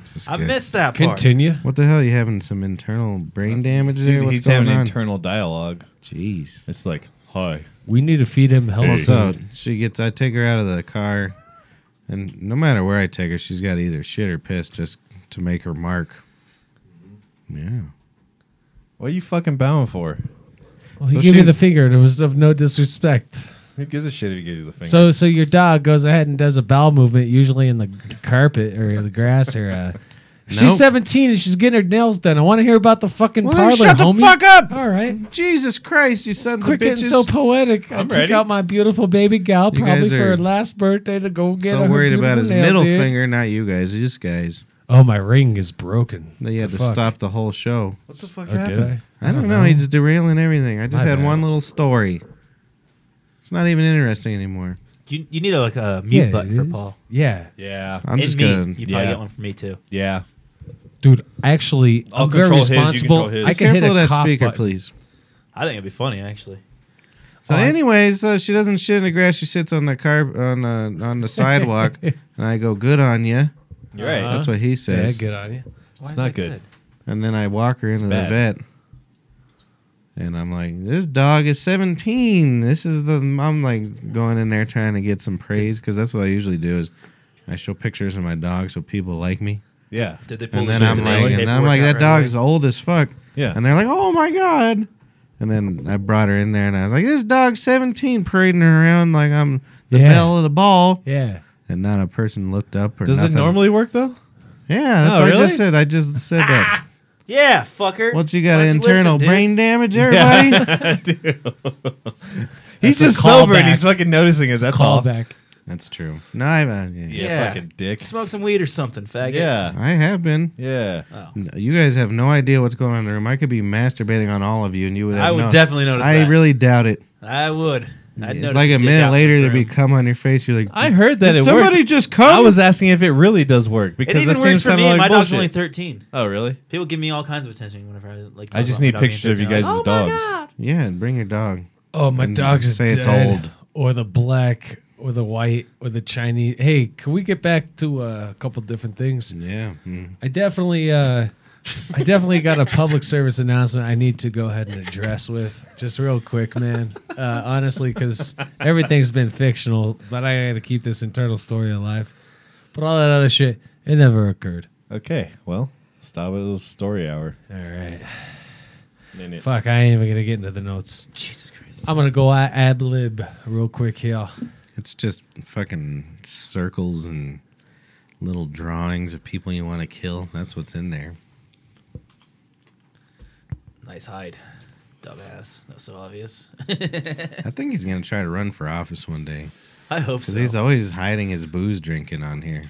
B: It's just
C: I
B: good.
C: missed that part.
E: Continue.
B: What the hell? You having some internal brain damage there?
D: Dude,
B: What's
D: he's
B: going
D: having
B: on?
D: internal dialogue.
B: Jeez.
D: It's like, hi.
E: We need to feed him healthy.
B: Well, so she gets. I take her out of the car, and no matter where I take her, she's got to either shit or piss just to make her mark. Yeah.
D: What are you fucking bowing for?
E: Well, he
B: So
E: gave
B: she-
E: me the finger. and It was of no disrespect.
D: Who gives a shit if you give you the finger?
E: So, so your dog goes ahead and does a bowel movement, usually in the carpet or the grass or.
B: [laughs]
E: Uh,
B: Nope.
E: She's 17 and she's getting her nails done. I want to hear about the fucking
B: Well, then
E: parlor,
B: shut the
E: homie.
B: fuck up!
E: All right.
B: Jesus Christ, you sons
E: Quit
B: of
E: getting
B: bitches!
E: so poetic. i
D: I'm
E: took
D: ready.
E: out my beautiful baby gal
B: You
E: probably
B: guys
E: for
B: are
E: her last birthday to go get
B: So
E: her
B: worried about
E: beautiful
B: his
E: nail,
B: middle
E: dude.
B: finger, not you guys. These guys.
E: Oh, my ring is broken.
B: They had
E: The
B: to
E: fuck?
B: stop the whole show.
D: what the fuck
E: Or did I?
B: I don't know. He's derailing everything. I just
E: My
B: had
E: bad.
B: one little story. It's not even interesting anymore.
C: You, you need a, like a mute
E: it
C: button for
E: is.
C: Paul.
E: Yeah.
D: Yeah.
B: I'm
C: And
B: just
C: me.
B: gonna.
C: You probably
D: Yeah.
C: get one for me too.
D: Yeah.
E: Dude, actually, i
D: I'll
E: am very
D: control his, you
E: responsible.
D: control his.
E: I
D: Be
E: can hit
B: Careful
E: a
B: of that
E: cough
B: speaker,
E: button.
B: please.
C: I think it'd be funny actually.
B: So,
E: Oh, I-
B: anyways, so she doesn't shit in the grass. She sits on the car on
E: [laughs]
B: uh, on the sidewalk, and I go, "Good on you."
D: You're right.
E: Uh-huh.
B: That's what he
E: Yeah,
B: says.
E: good on you.
C: Why
D: is not that good. good?
B: And then I walk her into the
D: bad.
B: vet, and I'm like, "This dog is 17. This is the." I'm like going in there trying to get some praise because that's what I usually do is I show pictures of my dog so people like me,
D: Yeah.
C: Did they pull
B: and
C: the
B: then
C: shit
B: I'm
C: today?
B: like, and then I'm
C: Paperwork
B: like,
C: out
B: "That
C: right
B: dog's
C: away?
B: old as fuck."
D: Yeah.
B: And they're like, "Oh my god!" And then I brought her in there, and I was like, "This dog's 17, parading her around like I'm the
E: Yeah.
B: belle of the ball."
E: Yeah.
B: and not a person looked up or
D: Does
B: nothing.
D: it normally work though?
B: Yeah, that's
D: Oh,
B: what I
D: really?
B: just said. I just said
C: [laughs]
B: that.
C: Yeah, fucker.
B: Once you got
C: Why don't you
B: internal
C: listen, dude?
B: brain damage, everybody.
C: [laughs]
D: [laughs] Dude. he's
E: a
D: just sober
E: callback.
D: and he's fucking noticing it. That's all.
E: Callback.
B: That's true. No, I've uh, yeah.
D: Yeah,
C: Yeah.
D: Fucking dick.
C: Smoke some weed or something, faggot.
D: Yeah.
B: I have been.
D: Yeah.
C: Oh.
B: No, You guys have no idea what's going on in the room. I could be masturbating on all of you, and you would. Have
C: I would
B: no-
C: definitely notice
B: I
C: that.
B: really doubt it.
C: I would. I'd notice
B: like
C: you
B: a
C: dick
B: minute
C: out
B: later,
C: this
B: to be [laughs]
C: room.
B: cum on your face. You're like,
D: I heard that
B: "Did
D: it
B: somebody
D: worked.
B: just
D: I
B: cum.
D: was asking if it really does work
C: It
D: because
C: even
D: that
C: works
D: seems
C: for
D: kind
C: me.
D: of like
C: my dog's
D: bullshit.
C: only 13.
D: oh really?
C: People give me all kinds of attention whenever I like.
D: I
C: talk about
D: just
C: my
D: need
C: dog being
D: pictures of you
C: 13.
D: guys'
C: Like,
D: dogs.
B: yeah, and bring your dog.
E: Oh, my
D: Mm,
B: And
E: dog is
B: say it's
E: dead.
B: old.
E: Or the black, or the white, or the Chinese. Hey, can we get back to uh, a couple different things?
B: Yeah, mm.
E: I definitely, uh, I definitely got a public [laughs] service announcement I need to go ahead and address with just real quick, man. Uh, honestly, because everything's been fictional, but I got to keep this internal story alive. But all that other shit, it never occurred.
D: Okay. Well, stop with the story hour.
E: All right,
D: Minute.
E: fuck, I ain't even gonna get into the notes.
C: Oh, Jesus Christ.
E: I'm gonna go ad lib real quick here.
B: it's just fucking circles and little drawings of people you want to kill. That's what's in [laughs] there.
C: Nice hide. Dumbass. That was so obvious. [laughs]
B: I think he's gonna try to run for office one day
C: I hope so.
B: because he's always hiding his booze drinking on here.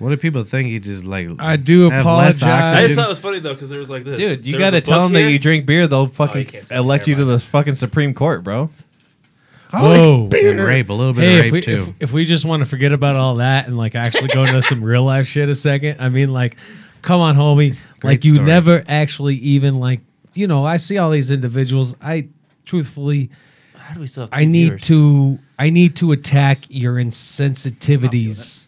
B: What do people think? He just like
E: I do
B: Have
E: apologize.
B: less oxygen.
C: I just
B: just-
C: thought it was funny though because there was like this.
D: Dude, you
C: There was
D: gotta
C: a
D: tell
C: book
D: them
C: here. Oh,
D: that you drink beer. They'll
C: you
D: fucking
C: can't say
D: elect
C: beer,
D: you to
C: my
D: the fucking Supreme
C: [laughs]
D: Court, bro.
E: Whoa.
B: and rape a little bit
E: Hey,
B: of
E: if
B: rape
E: we,
B: too.
E: if, if we just want to forget about all that and like actually go into some real life shit a second, I mean, like, come on, homie. like
B: Great
E: you
B: story.
E: never actually even like you know. I see all these individuals. I truthfully,
C: How do we still have
E: I need to I need to attack your insensitivities.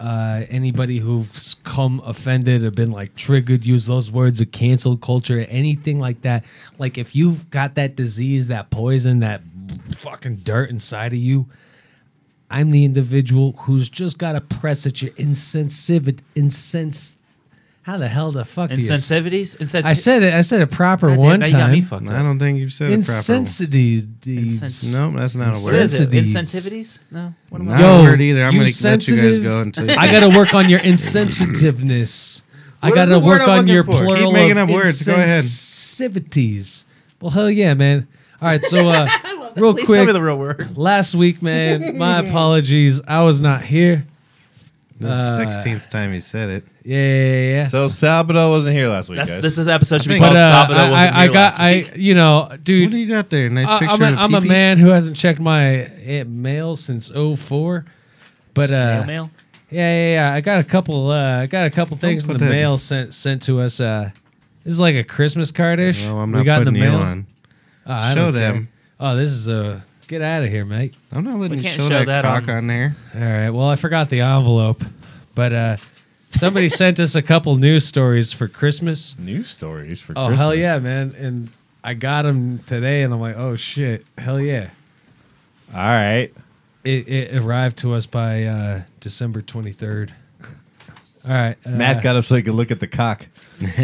E: Uh, anybody who's come offended or been like triggered, use those words of cancel culture, anything like that. Like if you've got that disease, that poison, that fucking dirt inside of you, I'm the individual who's just got to press at your insensitivity. Insens- how the hell the fuck do you? s-
C: Insensitivities? Incenti-
E: I said it. I said it proper
C: God damn,
E: one
C: now you got me
E: time.
C: fucked
B: I
C: up.
B: don't think you've said it properly.
E: Insensitivity.
B: No, that's not a
C: What
B: word.
C: is it?
E: Sensitives.
C: Insentivities? No. What am I?
B: Not
E: Yo,
B: a word either. I'm
E: you
B: going to let you guys
E: sensitive- [laughs]
B: go until
E: I gotta work on your insensitiveness.
C: What
E: I
C: is
E: gotta
C: the word
E: work
C: I'm
E: on
C: looking
E: your
C: for? Keep
E: plural
B: making
E: of
B: up words. Go ahead.
E: insensitivities. Well, hell yeah, man. All right,
C: [laughs]
E: so uh, real
C: Please
E: quick,
C: tell me the real word.
E: last week, man.
C: [laughs]
E: My apologies, I was not here.
B: This
E: Uh,
B: is the 16th time he said it.
E: Yeah, yeah, yeah, yeah.
D: So Salvador wasn't here last week,
C: That's,
D: guys.
C: this is episode should be
B: I
E: but
C: called
E: uh,
C: Sabado wasn't
E: I, I, I
C: here
E: got,
C: last
E: I,
C: week.
E: you know,
B: What do
E: dude,
B: you got there? Nice
E: I,
B: picture
E: am a,
B: of
E: I'm a
B: pee-pee?
E: man who hasn't checked my uh, mail since '04, But uh,
C: Snail mail.
E: Yeah, yeah, yeah. I got a couple. Uh, I got a couple things in
B: put
E: the
B: that-
E: mail sent sent to us. Uh, this is like a Christmas card ish.
B: No, I'm
E: we
B: not
E: got in
B: putting
E: the
B: you
E: mail.
B: on.
E: Oh, I
B: Show
E: don't care.
B: them.
E: Oh, this is a get out of here, mate.
B: I'm not letting
C: We
B: you
C: can't
B: show,
C: show
B: that,
C: that
B: cock
C: on-
B: on there.
E: All right. Well, I forgot the envelope, but uh,
B: [laughs]
E: somebody sent us a couple news stories for Christmas.
D: News stories for
E: Oh
D: Christmas.
E: hell yeah, man! And I got them today, and I'm like, oh shit, hell yeah!
D: All right.
E: It, it arrived to us by uh, December 23rd. All right, uh,
D: Matt got up so he could look at the
E: [laughs]
D: cock. [laughs] He's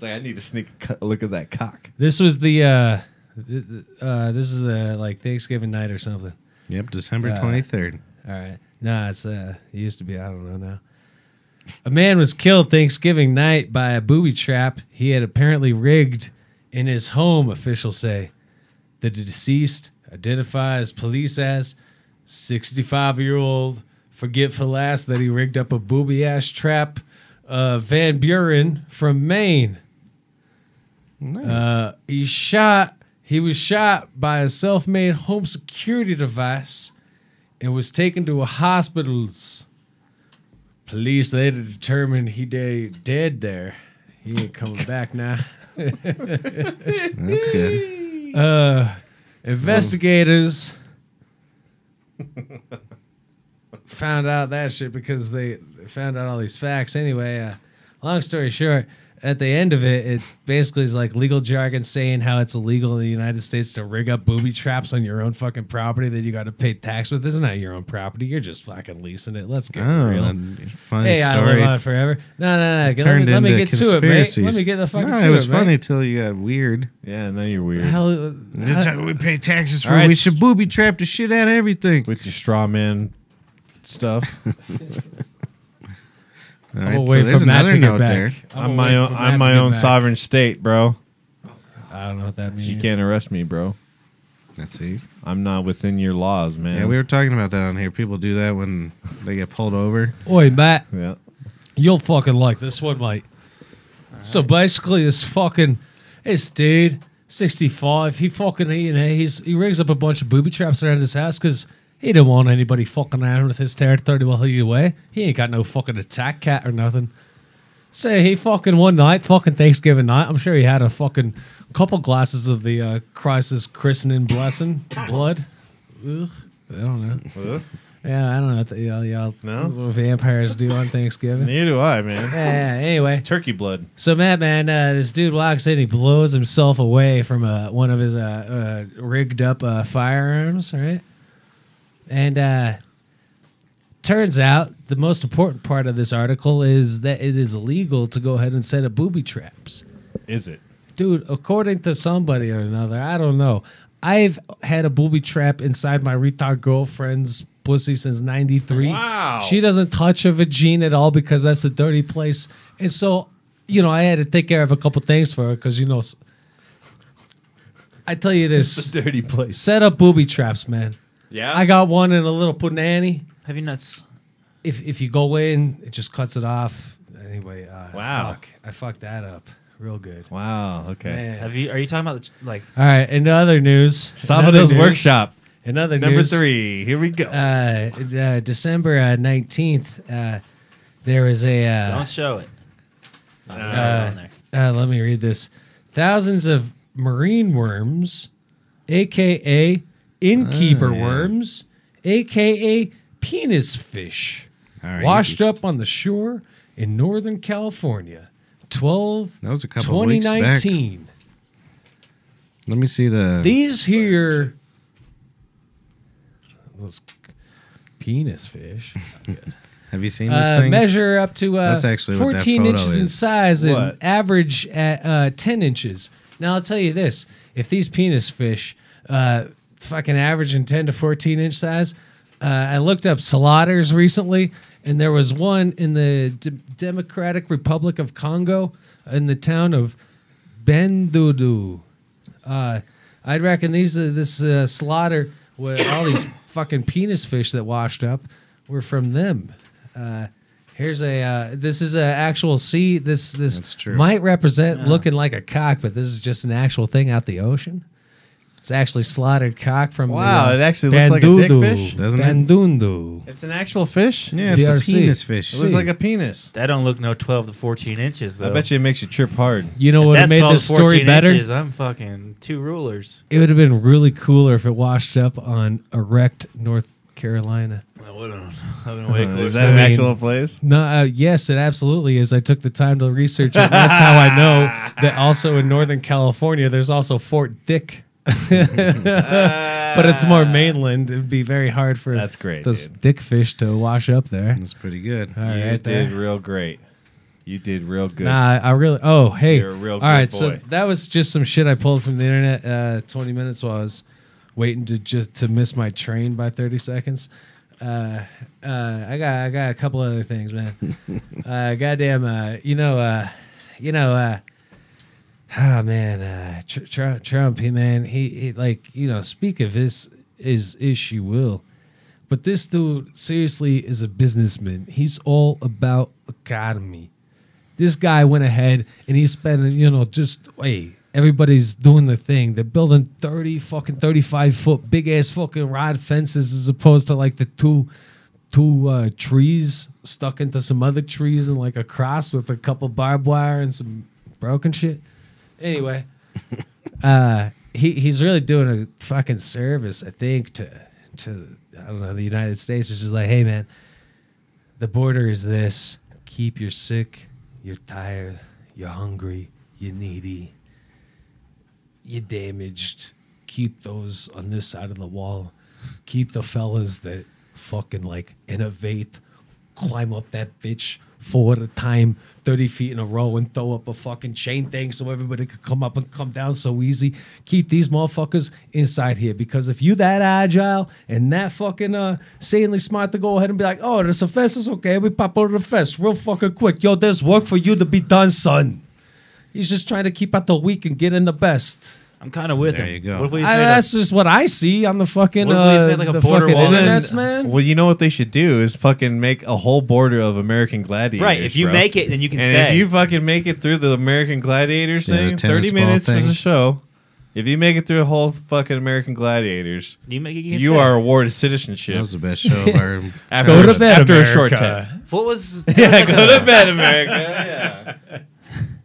D: like, I need to sneak a co- look at that cock.
E: This was the uh, th- th- uh this is the like Thanksgiving night or something.
B: Yep, December
E: Uh,
B: 23rd.
E: All right. Nah, it's uh it used to be, I don't know now. A man was killed Thanksgiving night by a booby trap he had apparently rigged in his home, officials say. The deceased identifies police as 65 year old forgetful ass that he rigged up a booby ass trap uh, Van Buren from Maine.
B: Nice.
E: Uh, he shot. He was shot by a self-made home security device, and was taken to a hospital's. Police later determined he de- dead there. He ain't coming back now.
B: That's
C: [laughs]
B: good.
E: Uh, investigators found out that shit because they they found out all these facts. Anyway, uh, long story short, at the end of it, it basically is like legal jargon saying how it's illegal in the United States to rig up booby traps on your own fucking property that you got to pay tax with. This is not your own property. You're just fucking leasing it. Let's get
B: Oh,
E: real.
B: a funny
E: Hey, I live
B: story.
E: on forever. No, no, no. Let
B: Turned
E: me, let me
B: into
E: get to it, mate.
B: conspiracies.
E: Let me get the fucking
B: no,
E: to
B: it was
E: it, mate.
B: funny till you got weird.
D: Yeah, now you're weird.
E: Hell, uh,
B: [laughs] That's how we pay taxes for.
D: All right.
B: We should booby trap the shit out of everything.
D: With your straw man stuff.
B: All
E: I'm
B: right,
E: gonna
B: so
E: wait
B: there's
E: for Matt
B: another
E: to get
B: note
E: back.
B: there.
D: [laughs] I'm
E: gonna
D: my
E: wait
D: own
E: for Matt
D: I'm
E: to
D: my
E: get
D: own
E: back.
D: sovereign state, bro.
E: I don't know what that means.
D: You can't arrest me, bro.
B: Let's see.
D: I'm not within your laws, man.
B: Yeah, we were talking about that on here. People do that when they get pulled over.
E: Oi, Matt,
D: Yeah.
E: you'll fucking like this one, mate. So basically, this fucking this dude, sixty five, he fucking you know he's he rigs up a bunch of booby traps around his house because he don't want anybody fucking around with his territory while he's away. He ain't got no fucking attack cat or nothing. So he fucking one night, fucking Thanksgiving night, I'm sure he had a fucking couple glasses of the uh, crisis christening blessing [coughs] blood. Ugh, I don't know. Yeah, I don't know what the, y'all, y'all
D: No?
E: what vampires do on Thanksgiving.
D: Neither do I, man.
E: Yeah, anyway.
D: Turkey blood.
E: So, Matt, man, uh, this dude walks in, he blows himself away from uh, one of his uh, uh, rigged up uh, firearms, right? And uh, turns out the most important part of this article is that it is illegal to go ahead and set up booby traps.
D: Is it?
E: Dude, according to somebody or another, I don't know. I've had a booby trap inside my retard girlfriend's pussy since 93.
D: Wow.
E: She doesn't touch her vagina at all because that's the dirty place. And so, you know, I had to take care of a couple things for her because, you know, s- I tell you
D: It's a
E: this
D: dirty place.
E: set up booby traps, man.
D: yeah.
E: I got one in a little punani.
C: Have you not? s-
E: If, if you go in, it just cuts it off. Anyway, uh,
D: Wow.
E: fuck. I fucked that up real good.
D: Wow, okay.
E: Man.
C: Have you? Are you talking about the, like?
E: All right, in other news, another
D: Salvador's
E: news-
D: workshop.
E: In other
D: Number
E: news,
D: Uh, three. Here we go.
E: uh, uh, December nineteenth, uh, There was a. Uh,
C: Don't show it. Not really on there.
E: uh, let me read this. Thousands of marine worms, aka innkeeper
B: Oh, yeah.
E: worms, aka penis fish,
B: All right,
E: washed up on the shore in Northern California. 12
B: That was a couple of weeks back.
E: 2019.
B: Let me see the.
E: These here. Those penis fish.
B: have you seen this
E: uh,
B: thing?
E: measure up to uh,
B: That's actually what that
E: 14
B: photo
E: inches in
B: is.
E: size
D: What?
E: and average at uh, 10 inches. Now, I'll tell you this if these penis fish uh, fucking average in 10 to 14 inch size, uh, I looked up salaters recently, and there was one in the D- Democratic Republic of Congo in the town of Bendudu. Uh, I'd reckon these uh, this uh, slaughter with all these fucking penis fish that washed up were from them. Uh, here's a uh, this is an actual sea. This
B: That's
E: this
B: true.
E: might represent looking like a cock, but this is just an actual thing out the ocean. It's actually slaughtered cock from
D: Wow,
E: The, uh,
D: it actually looks like a dick fish.
B: Doesn't it?
E: Bandundu.
D: It's an actual fish.
B: yeah, it's
E: DRC.
B: a penis fish.
D: It looks like a penis.
C: That don't look no 12 to 14 inches though.
D: I bet you it makes you trip hard.
E: You know
C: If
E: what
C: that's
E: made
C: 12 to
E: this story
C: 14
E: better?
C: Inches, I'm fucking two rulers.
E: It would have been really cooler if it washed up on erect North Carolina.
C: I've been [laughs]
D: Uh,
C: way
D: is
C: closer.
D: that an
E: mean-
D: actual place?
E: No, uh, yes, it absolutely is. I took the time to research it. That's how I know that also in Northern California, there's also Fort Dick. [laughs] but it's more mainland. It'd be very hard for
D: That's great,
E: those
D: dude. Mm,
E: dick fish to wash up there.
B: That's pretty good.
E: All
D: you
E: right,
D: did
E: there.
D: real great. You did real good.
E: Nah, I really. Oh, hey.
D: You're a real
E: All
D: good
E: right,
D: boy.
E: so that was just some shit I pulled from the internet. Uh, Twenty minutes while I was waiting to just to miss my train by thirty seconds. Uh, uh, I got I got a couple other
D: [laughs]
E: things, man. uh, goddamn, uh, you know, uh, you know, uh, oh man, uh, Tr- Tr- Trump, he man, he, he like you know, speak of his is issue will. But this dude seriously is a businessman. He's all about economy this guy went ahead and he's spending, you know, just hey, everybody's doing the thing. They're building 30 fucking 35 foot big ass fucking rod fences as opposed to like the two two uh, trees stuck into some other trees and like a cross with a couple barbed wire and some broken shit. Anyway, uh, he he's really doing a fucking service, I think, to to I don't know the United States. It's just like, hey, man, the border is this. Keep your sick, you're tired, you're hungry, you're needy, you're damaged. Keep those on this side of the wall. Keep the fellas that fucking like innovate, climb up that bitch four at a time, 30 feet in a row, and throw up a fucking chain thing so everybody could come up and come down so easy. Keep these motherfuckers inside here because if you that agile and that fucking uh sanely smart to go ahead and be like, oh, there's a fence, it's okay, we pop over the fence real fucking quick. Yo, there's work for you to be done, son. He's just trying to keep out the weak and get in the best.
C: I'm kind of with
B: There
C: him.
B: you go.
C: What if we just
E: I,
C: made a-
E: that's just what I see on the fucking
C: What if we
E: uh,
C: just made, like, a
E: the
C: border
E: fucking
C: wall?
D: Then-
E: internets, man.
D: Well, you know what they should do is fucking make a whole border of American gladiators.
C: right? If you
D: bro.
C: make it, then you can
D: and
C: stay.
D: if you fucking make it through the American Gladiators
B: Yeah, the
D: thing,
B: tennis
D: thirty
B: ball
D: minutes
B: thing.
D: is a show. If you make it through a whole fucking American Gladiators,
C: you make it. You,
D: you,
C: can stay.
D: are awarded
B: That
D: citizenship
B: was the best show
D: [laughs]
B: of our.
D: after,
E: Go to bed,
D: after a short
E: America.
D: time.
C: What
D: [laughs]
C: was?
D: Yeah, go to bed, America. Yeah.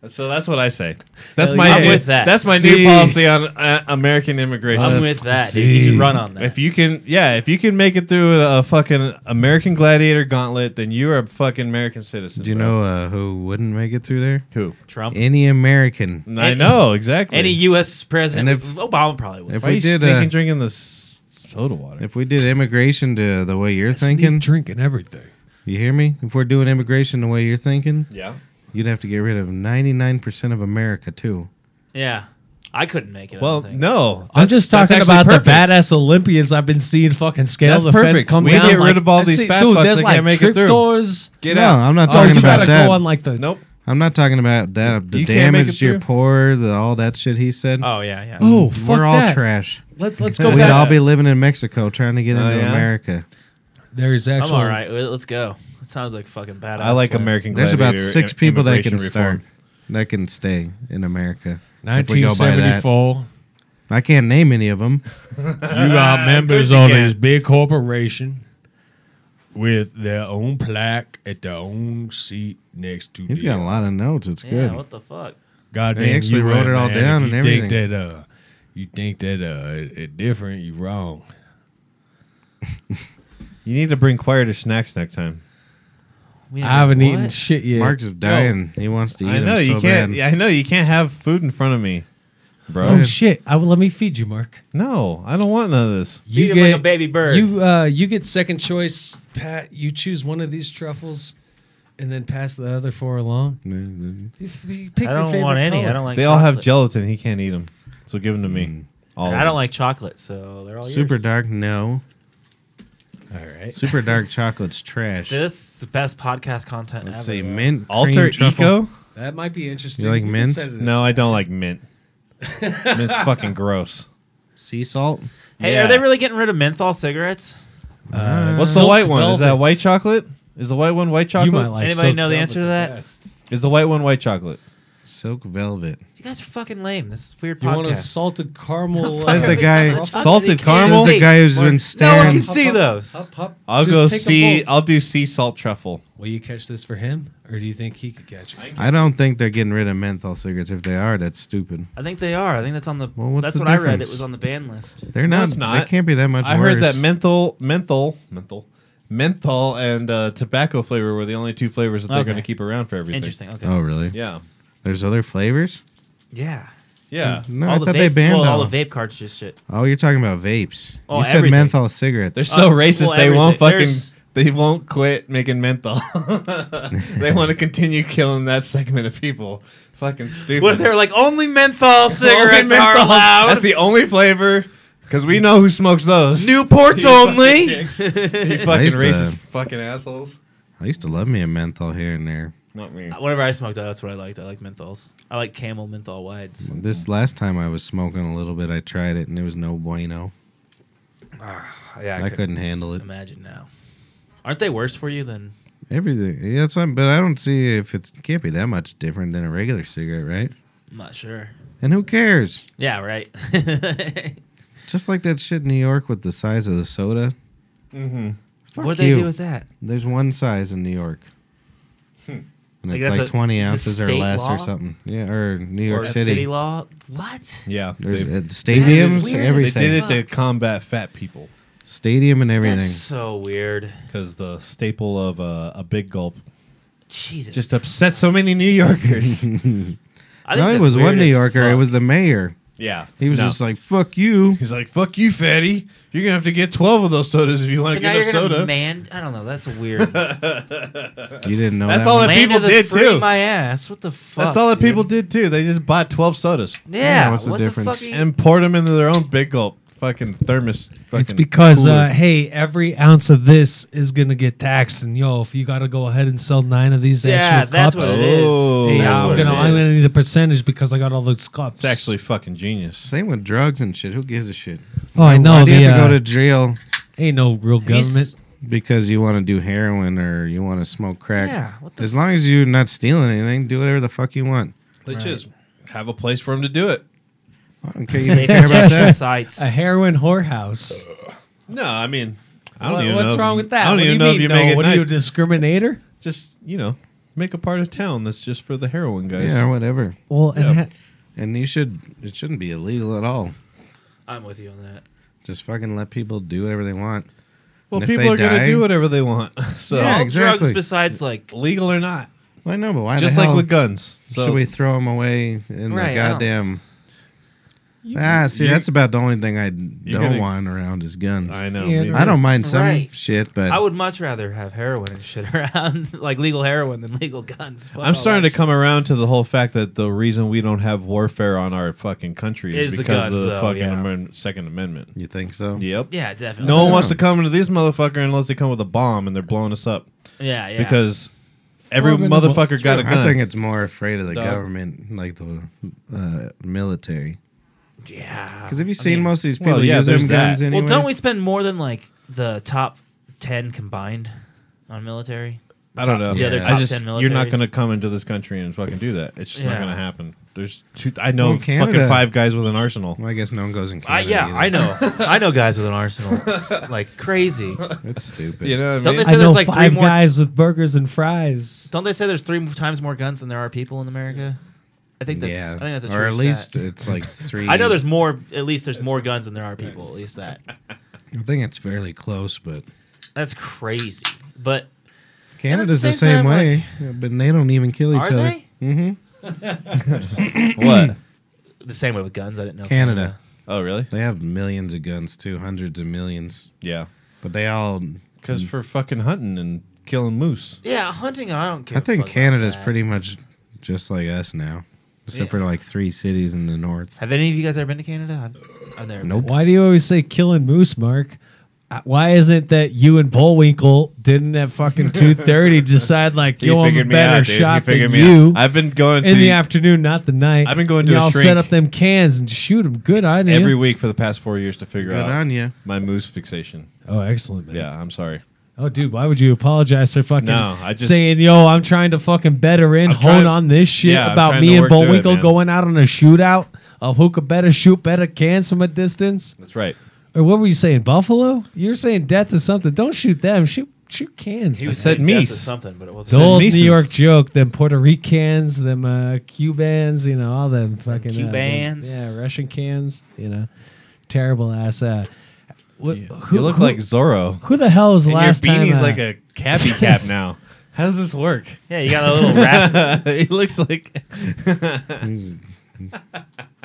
D: So that's what I say. That's
C: Hell
D: my
C: yeah. I'm
D: new,
C: with that.
D: That's my
E: See.
D: new policy on uh, American immigration.
C: I'm with that. Dude. You should run on that.
D: If you can, yeah, if you can make it through a, a fucking American Gladiator gauntlet, then you are a fucking American citizen.
B: Do you
D: bro.
B: know uh, who wouldn't make it through there?
D: who?
C: Trump,
B: Any American.
D: I
C: Any-
D: know exactly.
C: any U.S. president,
B: And if-
C: Obama probably would.
B: If
D: Why are
B: we
D: you
B: did,
D: sneaking
B: uh,
D: drinking this soda water?
B: if we did immigration to the way you're thinking,
E: drinking everything.
B: you hear me? If we're doing immigration the way you're thinking,
D: yeah,
B: you'd have to get rid of 99% of America too.
C: yeah, I couldn't make it. I
D: well,
C: don't think.
D: no,
E: I'm
D: that's-
E: just
D: that's
E: talking
D: actually
E: about
D: perfect.
E: the badass Olympians I've been seeing fucking scale
D: That's
E: the fence
D: perfect.
E: come
D: We
E: down.
D: get rid
E: like-
D: of all
E: I
D: these
E: see-
D: fat
E: dude,
D: fucks
E: there's
D: that
E: like
D: can't make it through.
E: doors.
D: Get
B: no,
D: out.
B: I'm not
E: Oh,
B: talking
E: you
B: about
E: gotta
B: that.
E: go on like the.
D: Nope.
B: I'm not talking about that. The
D: You can't make it
B: damage to your
D: through?
B: poor, the, all that shit he said.
C: Oh yeah, yeah.
E: Oh, fuck
B: We're all
E: that.
B: trash.
E: Let, let's go
B: We'd
E: back.
B: all be living in Mexico trying to get
D: Oh,
B: into
D: yeah?
B: America.
E: There's
C: I'm
E: actual.
C: all right. Well, Let's go. That sounds like fucking badass.
D: I like
C: plan.
D: American.
B: There's about
D: Gladiator
B: six
D: im-
B: people that can
D: immigration reform.
B: start, that can stay in America. if we go by that.
E: 1974.
B: I can't name any of them.
C: [laughs]
E: You got members
D: you
E: of
D: can.
E: this big corporation
F: with their own plaque at their own seat next to
B: He's
F: them.
B: got a lot of notes. It's
G: Yeah,
B: good.
G: what the fuck?
F: God
B: They
F: damn,
B: actually
F: you
B: wrote
F: right,
B: it all
F: man.
B: down
F: If you
B: and
F: think
B: everything.
F: that uh, you think that uh, it, it different, you wrong.
D: You need to bring choir to snacks next time.
G: We
E: I haven't
G: what?
E: eaten shit yet.
B: Mark is dying. he wants to eat.
D: I know
B: him
D: you
B: so
D: can't.
B: bad.
D: I know you can't have food in front of me, bro.
E: Oh shit! I will let me feed you, Mark.
D: No, I don't want none of this.
G: Feed him like a baby bird.
E: You uh, you get second choice, Pat. You choose one of these truffles, and then pass the other four along. You f- you pick
G: I
E: your
G: don't
E: favorite
G: want any.
E: color.
G: I don't like.
D: they all have
G: chocolate.
D: gelatin. He can't eat them, so give them to me.
B: Mm.
D: All
G: I
D: of
G: don't
D: 'em.
G: like chocolate, so
D: Oh,
G: they're all
B: Super
G: yours.
B: dark, no.
E: All right.
B: Super dark chocolate's trash.
G: This is the best podcast content
B: Let's
G: ever.
B: see,
G: though.
B: mint
D: Alter
B: cream truffle.
D: Eco.
E: That might be interesting.
B: You like
E: can
B: mint?
E: set it
D: No, I
E: aside.
D: don't like mint. Mint's fucking gross.
B: sea salt.
G: Hey,
D: Yeah.
G: are they really getting rid of menthol cigarettes?
E: Uh,
D: What's the
E: Silk
D: white one? Is that
E: Velvet.
D: white chocolate? Is the white one white
E: You
D: chocolate?
E: might like
G: Anybody
E: Silk
G: know the
E: Velvet
G: answer to
E: the
G: that?
E: best.
D: Is the white one white chocolate?
B: Silk velvet.
G: You guys are fucking lame. This is weird
E: You want a
G: podcast.
E: salted caramel? uh,
B: Says the guy-
D: Salted
B: This
D: caramel?
B: is the guy who's been
G: No one
B: staring.
G: can see those.
E: Hop, hop.
D: I'll
E: Just
D: go
E: take 'em
D: see.
E: both.
D: I'll do sea salt truffle.
E: Will you catch this for him, or do you think he could catch it?
B: I don't think they're getting rid of menthol cigarettes. If they are, that's stupid.
G: I think they are. I think that's on the.
B: Well, what's
G: that's
B: the
G: what I read. It
B: difference?
G: was on the ban list.
B: They're
D: No,
B: not.
D: it's not.
B: They can't be that much.
D: I
B: worse.
D: heard that menthol, menthol, menthol, menthol, and uh, tobacco flavor were the only two flavors that they're
G: Okay.
D: going to keep around for everything.
G: Interesting. Okay.
B: Oh really?
D: Yeah.
B: There's other flavors.
G: Yeah.
D: Yeah.
B: No, I
G: all
B: thought
G: the vape,
B: they banned
G: well, all
B: them.
G: the vape cartridges shit.
B: oh, you're talking about vapes.
G: Oh,
B: you said
G: everything.
B: menthol cigarettes.
D: They're so
G: Uh,
D: racist.
G: well,
D: they won't fucking.
G: everything- there's-
D: They won't quit making menthol. [laughs] they want to continue killing that segment of people. Fucking stupid.
G: [laughs] What if they're like only menthol cigarettes
D: Only
G: are
D: menthols.
G: allowed?
D: That's the only flavor. Because we know who smokes those.
B: [laughs]
G: [laughs] Newports
D: You fucking
G: only.
D: dicks. [laughs] you
G: [laughs]
D: fucking
B: used to-
D: racist fucking assholes.
B: I used to love me a menthol here and there.
D: Not me.
G: Whenever I smoked, that's what I liked. I liked menthols. I like Camel menthol wides.
D: Mm.
B: This last time I was smoking a little bit, I tried it and it was no bueno.
G: Yeah,
D: Ah,
B: I, couldn't handle it.
G: imagine now. Aren't they worse for you than?
B: Everything. Yeah, that's what. But I don't see if it can't be that much different than a regular cigarette, right?
G: I'm not sure.
B: And who cares? [laughs]
G: Yeah, right.
B: Just like that shit in New York with the size of the soda.
D: Mm-hmm.
B: Fuck
G: what do
B: you.
G: they do with that?
B: There's one size in New York.
D: Hmm.
B: And
G: Like
B: it's
G: that's
B: like,
G: a-
B: 20
G: it's a
B: ounces or
G: state
B: less or
G: law?
B: something. Yeah, or New York
G: Or a
B: City.
G: law. What?
D: Yeah.
B: There's
D: they-
B: uh, stadiums,
G: weird as
D: they
B: everything.
D: did it to combat fat people.
B: Stadium and everything.
G: That's so weird.
D: Because the staple of uh, a big gulp
G: Jesus.
D: just upset so many New
B: [laughs]
D: Yorkers.
G: I
B: no, it
G: that's
B: was
G: weird
B: one New
G: as
B: Yorker. It
G: fuck.
B: was the mayor.
D: yeah.
B: He was
D: No.
B: just like,
D: [laughs]
B: fuck you.
D: He's like, fuck you, fatty. You're going to have to get 12 of those sodas if you want
G: So
D: to
G: now
D: get
G: you're
D: a
G: gonna
D: soda.
G: man. I don't know.
B: [laughs]
G: That's weird.
B: You didn't know
D: That's
B: that
D: all
B: one?
D: it-
G: Land
D: people
G: of the
D: did,
G: free,
D: too.
G: My ass. What the fuck?
D: That's all that
G: dude?
D: people did, too. They just bought 12 sodas
G: Yeah.
B: Yeah, what's
G: what's
B: the
G: what the,
B: difference?
G: fuck? are you-
D: and poured them into their own big gulp fucking thermos. Fucking
E: It's because
D: cooler.
E: uh, hey, every ounce of this is gonna get taxed, and yo, if you gotta go ahead and sell nine of these
G: yeah,
E: actual
G: that's
E: cups,
G: what it is.
D: Oh.
E: hey,
D: Yeah,
G: that's
E: I'm
G: what
E: gonna
G: it
E: I'm gonna
G: is.
E: need a percentage because I got all those cups.
D: it's actually fucking genius.
B: Same with drugs and shit. Who gives a shit?
E: oh, I know
B: Why do you
E: the
B: have to
E: uh,
B: go to jail
E: ain't no real
G: He's-
E: government.
B: because you want to do heroin or you want to smoke crack?
G: Yeah, what the
B: as long as you're not stealing anything, do whatever the fuck you want.
D: They just have a place for them to do it.
B: I don't
G: [laughs]
B: care. You
G: They
B: don't care about
G: detention
B: that.
G: sites.
E: A heroin whorehouse.
D: No, I mean, I don't
E: What-
D: even know.
E: what's
D: if-
E: wrong with that?
D: I don't
E: what
D: even
E: do
D: know
E: you
D: if
E: mean?
D: you
E: no,
D: make it
E: what
D: nice.
E: are you a discriminator?
D: just you know make a part of town that's just for the heroin guys.
B: Yeah, or whatever.
E: Well, and
D: Yeah.
E: ha-
B: And you should. It shouldn't be illegal at all.
G: I'm with you on that.
B: Just fucking let people do whatever they want.
D: well,
B: And if
D: people
B: they
D: are gonna
B: die-
D: do whatever they want. [laughs] So
B: Yeah,
G: all drugs
B: exactly.
G: besides like
D: legal or not,
B: Well, I know, but why?
D: just
B: the
D: like
B: hell
D: with guns. So
B: should we throw them away in
G: Right, I
B: the
G: don't-
B: goddamn? Ah, see,
D: you-
B: that's about the only thing I don't
D: You're gonna-
B: want around is guns.
D: I know.
E: Yeah,
D: me
E: no.
B: I don't mind some
G: Right.
B: shit, but
G: I would much rather have heroin
C: [laughs]
G: and shit around, like legal heroin than legal guns. Fuck all
D: I'm starting
G: that
D: to come around to the whole fact that the reason we don't have warfare on our fucking country is,
G: Is the
D: because
G: guns,
D: of the
G: though,
D: fucking
G: yeah.
D: amend- Second Amendment.
B: you think so?
D: Yep.
G: shit. Yeah, definitely.
D: No one
C: [laughs]
D: wants to come into this motherfucker unless they come with a bomb and they're blowing us up
G: Yeah, yeah.
D: because every
E: Well, I mean, that's
D: motherfucker got a
B: I
D: gun.
B: think it's more afraid of the
D: Dog.
B: government, like the uh, military.
G: yeah.
B: Because have you seen
G: mean-
B: most of these
D: Well,
B: people
D: yeah,
B: use
D: there's
B: them guns
D: that.
B: anyways?
G: Well, don't we spend more than like the top ten combined on military?
D: I don't know.
B: the other
D: I
G: top
D: just
G: 10
D: you're not
G: militaries.
D: going to come into this country and fucking do that. It's just not
G: Yeah.
D: going to happen. There's two. I know
B: Well, Canada-
D: fucking five guys with an arsenal.
B: Well, I guess no one goes in
C: I,
B: Canada.
C: yeah,
B: either.
C: I know.
D: [laughs]
C: I know guys with an arsenal, like crazy.
B: It's stupid.
D: You know what I
C: Don't
D: mean?
C: they- So
E: I
C: there's
E: know
C: like three
E: five
C: more-
E: guys with burgers and fries.
C: Don't they say there's three times more guns than there are people in America? I think that's. I
B: yeah.
C: think that's a true
B: or at least
C: stat. [laughs]
B: it's like three.
C: I know there's more. At least there's more guns than there are people. At least that.
B: I think it's fairly close, but
C: That's crazy. But
B: Canada's the
C: the same
B: same
C: time,
B: way. yeah, but they don't even kill each
C: Are
B: other.
C: they?
B: Mm-hmm.
G: [clears throat]
D: what?
C: the same way with guns. I didn't know.
B: Canada.
D: Oh, really?
B: They have millions of guns too, hundreds of millions.
D: Yeah. Mm.
B: But they all.
D: Because for fucking hunting and killing moose.
C: Yeah, hunting. I don't care.
B: I think Canada's pretty much just like us now, except
C: Yeah.
B: for like three cities in the
G: [laughs]
B: north.
C: Have any of you guys ever been to Canada? I've, I've never. been.
E: Why do you always say killing moose, Mark? Uh, Why isn't that you and Bullwinkle didn't
D: [laughs]
E: at fucking two thirty decide like yo I'm a better shot than you
D: I've been going to
E: in the afternoon, not the night.
D: I've been going
E: and
D: to a
E: y'all set
D: shrink.
E: up them cans and shoot them. Good on you.
D: every week for the past four years to figure
B: Good
D: out
B: on you.
D: my moose fixation.
E: oh, excellent, man.
D: Yeah, I'm sorry.
E: Oh, dude, why would you apologize for fucking
D: No, I just-
E: saying, "Yo, I'm trying to fucking better in,
D: I'm
E: hone
D: trying-
E: on this shit
D: Yeah, I'm
E: about
D: trying
E: me
D: to
E: and
D: work through it,
E: Bullwinkle
D: man."
E: going out on a shootout of who could better shoot better cans from a distance."
D: That's right.
E: Or what were you saying, Buffalo? You were saying death is something. Don't shoot them. Shoot, shoot cans.
C: He
E: man.
C: was
D: said
C: saying death
D: meese.
C: is something, but it wasn't.
E: the old
D: Mises.
E: New York joke, them Puerto Ricans, them uh, Cubans, you know, all them fucking uh,
C: Cubans.
E: yeah, Russian cans, you know, terrible ass. Uh, what, who,
D: you look
E: who-
D: like Zorro.
E: who the hell was
D: And
E: last
D: your beanie's
E: time? uh,
D: like a [laughs] cabbie cap now. How does this work? [laughs]
C: Yeah, you got a
B: [laughs]
C: little rasp.
D: it looks like
B: He's, [laughs]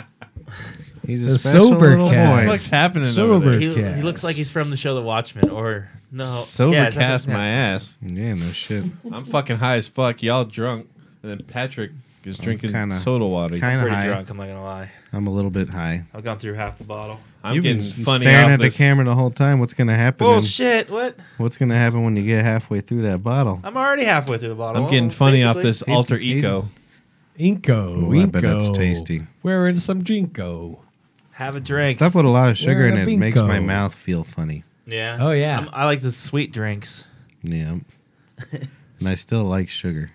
B: he's a
E: The
B: special
E: sober
B: little
E: cat.
B: boy.
D: what's happening
E: Sober.
D: over there.
C: He,
E: Cats.
C: he looks like he's from the show The Watchmen, or
G: Oh,
C: no?
D: Sober
C: yeah, it's not-
D: cast
C: yeah,
D: my ass.
B: Yeah, no shit.
D: I'm fucking high as fuck. Y'all drunk, and then Patrick is drinking
B: kinda-
D: soda water.
B: Kind of
C: Pretty
B: high.
C: drunk. I'm not gonna lie.
B: I'm a little bit high.
C: I've gone through half the bottle.
D: I'm
B: You've been
D: getting
B: s-
D: funny
B: staring
D: off
B: at the
D: this.
B: camera the whole time. What's gonna happen? when-
C: Bullshit! What?
B: what's gonna happen when you get halfway through that bottle?
C: I'm already halfway through the bottle.
D: I'm
G: Oh,
D: getting
C: Well,
D: funny off
C: basically-
D: this alter
B: Hayden-
D: ego.
E: Inco.
B: Ooh,
E: Inco.
B: I bet that's tasty.
E: Wearing some Jinko.
C: Have a drink.
B: Stuff with a lot of sugar
E: Where
B: in
E: the
B: it makes my
E: bingo?
B: mouth feel funny.
C: Yeah.
E: Oh, yeah.
C: I'm- I like the sweet drinks.
E: [laughs]
B: Yeah. and I still like sugar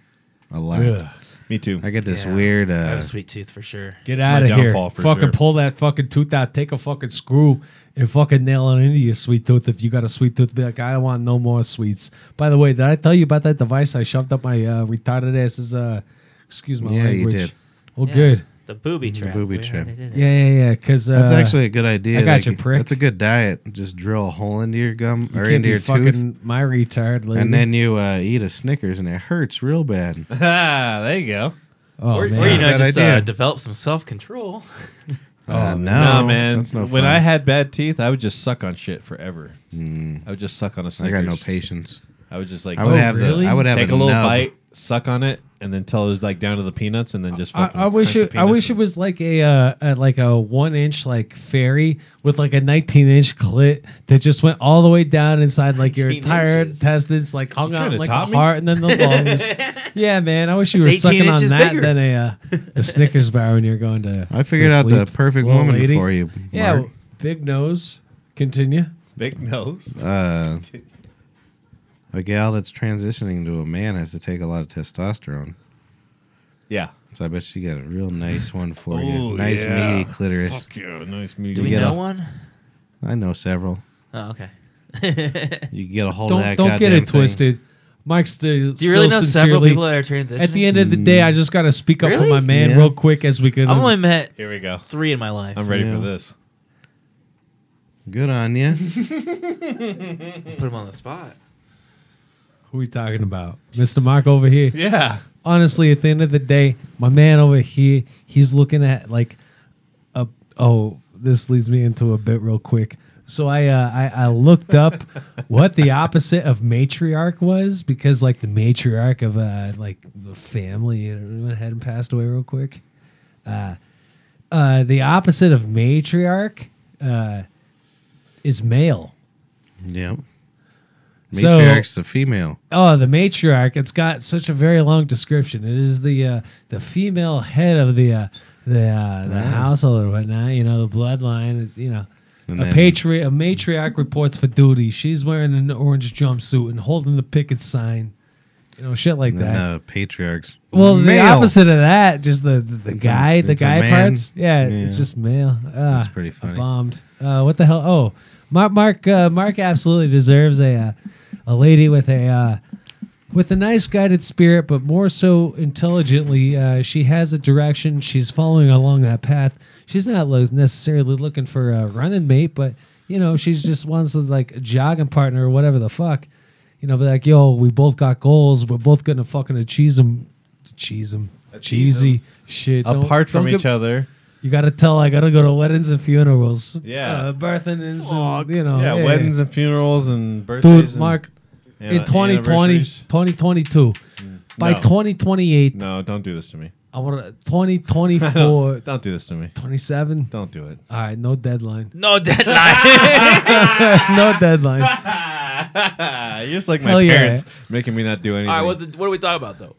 B: a lot.
E: Ugh.
D: Me too.
B: I get this
C: Yeah.
B: weird.
C: I have
B: Uh,
C: a sweet tooth for sure.
E: Get
D: my
E: out of here.
D: downfall for
E: Fucking
D: sure.
E: pull that fucking tooth out. Take a fucking screw and fucking nail it into your sweet tooth. If you got a sweet tooth, be like, I don't want no more sweets. By the way, did I tell you about that device I shoved up my uh, retarded ass's, uh, excuse my
B: Yeah, you
E: language?
B: did.
E: Oh,
C: Yeah.
E: good.
C: The booby trap.
B: booby
C: We
B: trap.
C: already did it.
E: Yeah, yeah, yeah. Because
B: that's
E: uh,
B: actually a good idea.
E: I got
B: Like,
E: you, prick.
B: That's a good diet. Just drill a hole into your gum
E: you
B: or
E: can't
B: into
E: be
B: your
E: fucking
B: tooth,
E: my retard. Lady.
B: and then you uh, eat a Snickers, and it hurts real bad.
D: [laughs] ah, there you go.
E: oh,
C: or,
E: man.
C: or you know,
B: Bad
C: just uh,
B: idea.
C: develop some self control.
B: Uh,
D: Oh, No,
B: no,
D: man.
B: That's no
D: when
B: fun. Hmm.
D: I had bad teeth, I would just suck on shit forever. I would just suck on a
B: Mm, I
D: Snickers.
B: got no patience.
D: I would just like
B: I would
E: Oh,
B: have
E: really?
B: the. I would have
D: take
B: a,
D: a little
B: nub.
D: bite, suck on it, and then tell it was like down to the peanuts, and then just.
E: I,
D: Fucking
E: I wish
D: crunch the
E: it. I
D: peanuts
E: wish it
D: and-
E: was like a, uh, a like a one inch like fairy with like a nineteen inch clit that just went all the way down inside like your
C: 19
E: entire
C: inches.
E: intestines, like hung
D: trying
E: out
D: to
E: like
D: top
E: a
D: me?
E: heart and
C: [laughs]
E: then the lungs. yeah, man. I wish you
C: That's
E: were
C: 18
E: sucking on
C: inches
E: that
C: bigger.
E: than a uh, a Snickers bar when you're going to.
B: I figured
E: to
B: out the
E: sleep.
B: perfect
E: Little
B: woman
E: lady.
B: for you.
E: Yeah,
B: Mark.
E: big nose. Continue.
D: [laughs] big nose.
B: uh, a gal that's transitioning to a man has to take a lot of testosterone.
D: Yeah.
B: So I bet she got a real nice one for
D: Oh,
B: you. Nice
D: yeah.
B: meaty clitoris.
D: Fuck yeah, nice meat.
C: Do we
B: get
C: know
B: a-
C: one?
B: I know several.
C: Oh, [laughs] okay.
B: You can get a hold of
E: don't
B: that.
E: don't get
B: goddamn
E: it
B: thing.
E: twisted. Mike's still,
C: Do you really know
E: still
C: several
E: sincerely-
C: people that are transitioning?
E: At the end of the day, I just gotta speak up for
C: Really?
E: my man
B: Mm. Yeah.
E: real quick as we could.
C: I've only met
D: Here we go.
C: three in my life.
D: I'm ready
B: Yeah.
D: for this.
B: Good
E: [laughs]
B: on you.
C: Put him on the spot.
E: Who we talking about? Mr. Mark over here.
D: Yeah.
E: Honestly, at the end of the day, my man over here, he's looking at like a oh, this leads me into a bit real quick. So I uh, I, I looked up what the opposite of matriarch was because like the matriarch of uh like the family everyone had passed away real quick. Uh, uh, the opposite of matriarch uh, is male.
B: yep.
E: So-
B: Matriarch's the female.
E: Oh, the matriarch! It's got such a very long description. It is the uh, the female head of the uh, the uh, the household or whatnot. You know, the bloodline. You know,
B: And
E: a
B: then-
E: patri- a matriarch reports for duty. She's wearing an orange jumpsuit and holding the picket sign. you know, shit like
B: And then
E: that.
B: uh, patriarchs.
E: Well,
B: Male.
E: the opposite of that, just the the, the
B: It's a-
E: guy, the
B: it's a
E: guy
B: man.
E: parts. Yeah,
B: Yeah.
E: it's just male. Uh, That's
B: pretty funny.
E: Bombed. Uh, what the hell? Oh, Mark Mark uh, Mark absolutely deserves a uh, a lady with a uh, with a nice guided spirit, but more so intelligently. Uh, she has a direction. She's following along that path. She's not lo- necessarily looking for a running mate, but you know, she's just wants a, like a jogging partner or whatever the fuck. You know, be like, yo, we both got goals. We're both gonna fucking achieve them. Achieve them. Cheesy shit. Don't-
D: Apart from
E: don't
D: each
E: give-
D: other.
E: you gotta tell. I gotta go to weddings and funerals.
D: Yeah.
E: uh, birthings. And, you know,
D: yeah, weddings and funerals and birthdays.
E: Dude,
D: and,
E: Mark,
D: you know,
E: in 2020,
D: anniversaries.
E: 2022, by
D: No.
E: 2028,
D: No, don't do this to me.
E: I want to
D: [laughs]
E: 2024,
D: Don't do this to me.
E: 27.
D: Don't do
E: [laughs]
D: it.
E: All right, no deadline.
C: [laughs]
E: [laughs]
C: No deadline.
E: no deadline.
D: You're just like my
E: Hell yeah.
D: parents making me not do anything.
C: All right, what's it, what are we talking about though?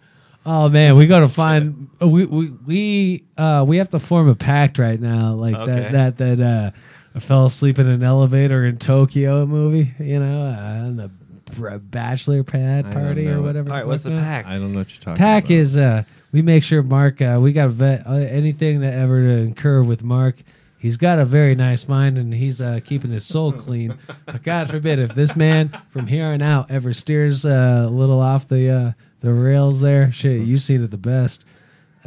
E: Oh man, we gotta find. We we we uh we have to form a pact right now. Like
C: Okay.
E: that that that uh, I fell asleep in an elevator in Tokyo movie. You know, uh, on the br- bachelor pad
D: don't
E: party
D: know
E: or
D: it.
E: whatever.
C: All right, what's the
E: fuck that-
C: pact?
D: I don't know what you're talking
E: Pack
D: about.
E: is uh, we make sure Mark. Uh, we got vet uh, anything that ever to incur with Mark. He's got a very nice mind, and he's uh, keeping his soul clean. but God forbid if this man from here on out ever steers uh, a little off the uh, the rails. There, shit, you've seen it the best.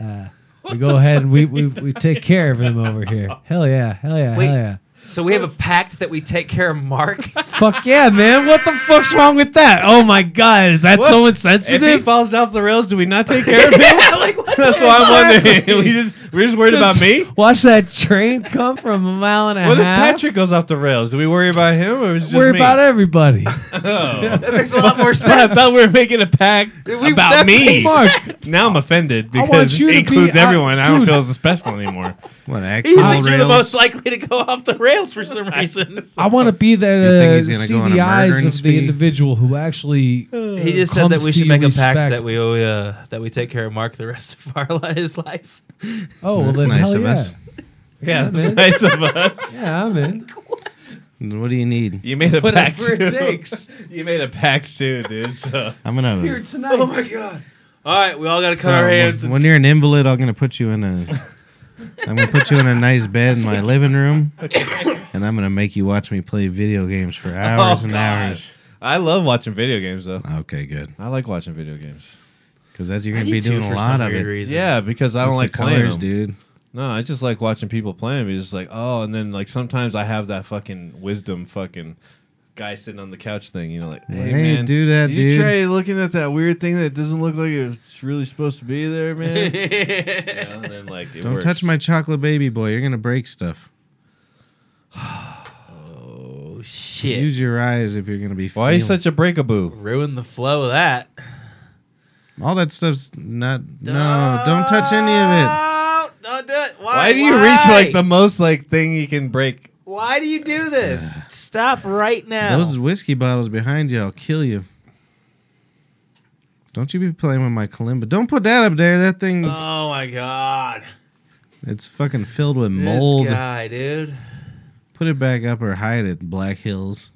E: Uh, we go ahead and we, we we take care of him over here. Hell yeah, hell yeah,
C: Wait.
E: hell yeah.
C: So we have a pact that we take care of [laughs] Mark.
E: Fuck yeah, man! What the fuck's wrong with that? Oh my god, is that
D: What?
E: so
D: If he
E: insensitive?
D: falls off the rails, do we not
E: [laughs]
D: take care of him?
C: like what?
D: That's why I'm wondering. [laughs] we just, we're just worried
E: Just
D: about me.
E: Watch that train come from a mile and a
D: What if
E: half.
D: Patrick goes off the rails? Do we worry about him, or is it just
E: worry
D: me?
E: about
B: [laughs]
E: everybody.
C: That makes a lot more
D: [laughs] I
C: sense.
D: thought we were making a
E: [laughs]
D: pact
C: We-
D: about
C: that's
D: me.
E: Mark,
D: [laughs] Now I'm offended
E: want
D: because
E: you
D: it
E: to
D: includes
E: be- I-
D: everyone. I, don't
E: dude.
D: feel as special
E: [laughs]
D: anymore.
B: What
C: He's
B: actual
C: like, you're the
B: rails?
C: most likely to go off the rails for [laughs] some reason.
E: I want to be there
B: You think
E: to
B: he's gonna
E: see
B: go on
E: the
B: a
E: eyes
B: murdering
E: of the
B: spree?
E: individual who actually.
D: Uh,
C: He just said
E: comes
C: that we
E: to
C: should
E: you
C: make a
E: respect.
C: pact that we owe, uh, that we take care of Mark the rest of our [laughs] li- his life.
E: Oh, well,
B: That's
E: then
B: nice
E: hell
B: of
E: yeah.
B: us.
D: [laughs] Yeah,
E: man.
D: that's nice of us.
E: Yeah, I'm
C: [laughs]
E: in.
B: What do you need?
D: You made a
E: Whatever
D: pact.
E: it
D: too.
E: takes.
D: [laughs] You made a pact too, dude. [laughs] So
B: I'm gonna.
E: tonight. Oh my
C: god! All right, we all got to cut
B: So
C: our
B: when-
C: hands.
B: When,
C: and-
B: you're an invalid, I'm gonna put you
D: [laughs]
B: in a. I'm gonna put you in a nice bed in my living room, and I'm gonna make you watch me play video games for hours
D: Oh,
B: and
D: God.
B: hours.
D: I love watching video games though.
B: Okay, good,
D: I like watching video games.
B: because that's you're
C: I
B: gonna
C: need
B: be
C: to
B: doing
C: for
B: a
C: some
B: lot of
C: weird
B: it.
C: reason.
D: Yeah, because I
B: It's
D: don't
B: the
D: like playing
B: colors,
D: them.
B: dude.
D: No, I just like watching people play them. It's just like, oh, and then like sometimes I have that fucking wisdom fucking guy sitting on the couch thing, you know, like, hey,
B: Hey,
D: man,
B: do that,
D: you
B: dude.
D: try looking at that weird thing that doesn't look like it's really supposed to be there,
B: [laughs]
D: man. you know, and then like, it
B: Don't
D: works.
B: touch my chocolate baby boy. You're gonna break stuff.
C: [laughs] Oh shit!
B: Use your eyes if you're gonna be.
D: Why are you
B: feeling-
D: such a breakaboo?
C: Ruin the flow of that.
B: All that stuff's not. No, don't touch any of
C: Don't,
B: it.
C: don't do it. Why,
D: Why do you reach for like the most like thing you can break?
C: Why do you do this? Stop right now.
B: Those whiskey bottles behind you, I'll kill you. Don't you be playing with my kalimba. Don't put that up there. That thing,
C: oh my god!
B: it's fucking filled with mold.
C: This guy, dude.
B: Put it back up or hide it, Black Hills.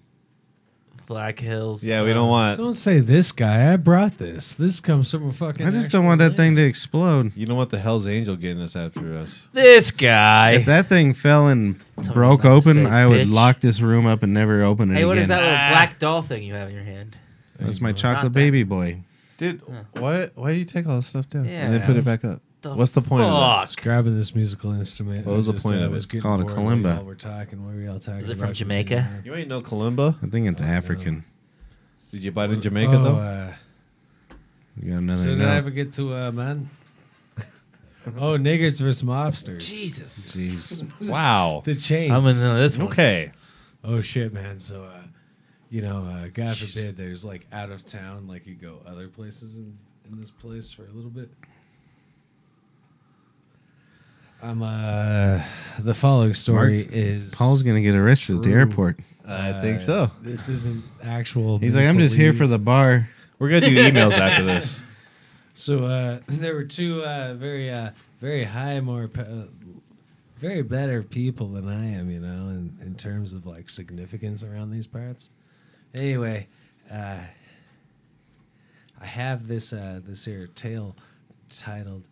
C: Black Hills.
D: Yeah, we don't want
E: Don't say this guy. I brought this. This comes from a fucking.
B: I just don't want that thing to explode.
D: you don't want the Hell's Angel getting us after us.
C: This guy.
B: If that thing fell and
C: Tell me
B: broke
C: not to
B: open,
C: say
B: I would
C: bitch.
B: lock this room up and never open it
C: hey, what
B: again.
C: is that little black doll thing you have in your hand?
B: That's my
C: Not
B: chocolate
C: that.
B: baby boy.
D: Dude, why why do you take all this stuff down and then
C: Yeah.
D: put it back up? What's the point
C: Fuck.
D: of that?
E: [laughs] Grabbing this musical instrument.
D: What was
E: I uh,
D: the point of it?
E: getting
B: Called a
E: bored while
B: kalimba.
E: y'all We're talking. What were y'all talking
C: Is it from
E: about?
C: Jamaica?
D: You ain't no Kalimba.
B: I think it's
C: Oh,
B: African.
D: Did you buy it in
E: Jamaica
D: Jamaica
E: oh,
D: though?
E: Uh,
B: You got another
E: so did
B: note.
E: I ever get to uh,
B: [laughs]
E: man? oh, niggers versus mobsters.
C: Jesus.
B: Jeez.
D: Wow.
E: The change.
C: I'm into this one.
D: Okay.
E: Oh shit, man. So, uh, you know, uh, God forbid, there's like out of town, like you go other places in, in this place for a little bit. I'm uh, the following story is
B: Paul's gonna get arrested at the
E: True.
B: airport.
D: I
E: uh,
D: think so.
E: This isn't actual.
B: He's like, I'm just here for
E: make-believe."
B: the bar.
D: We're gonna do emails after this.
E: So uh, [laughs] there were two uh, very, uh, very high, more, pe- uh, very better people than I am, you know, in, in terms of like significance around these parts. Anyway, uh, I have this uh, this here tale titled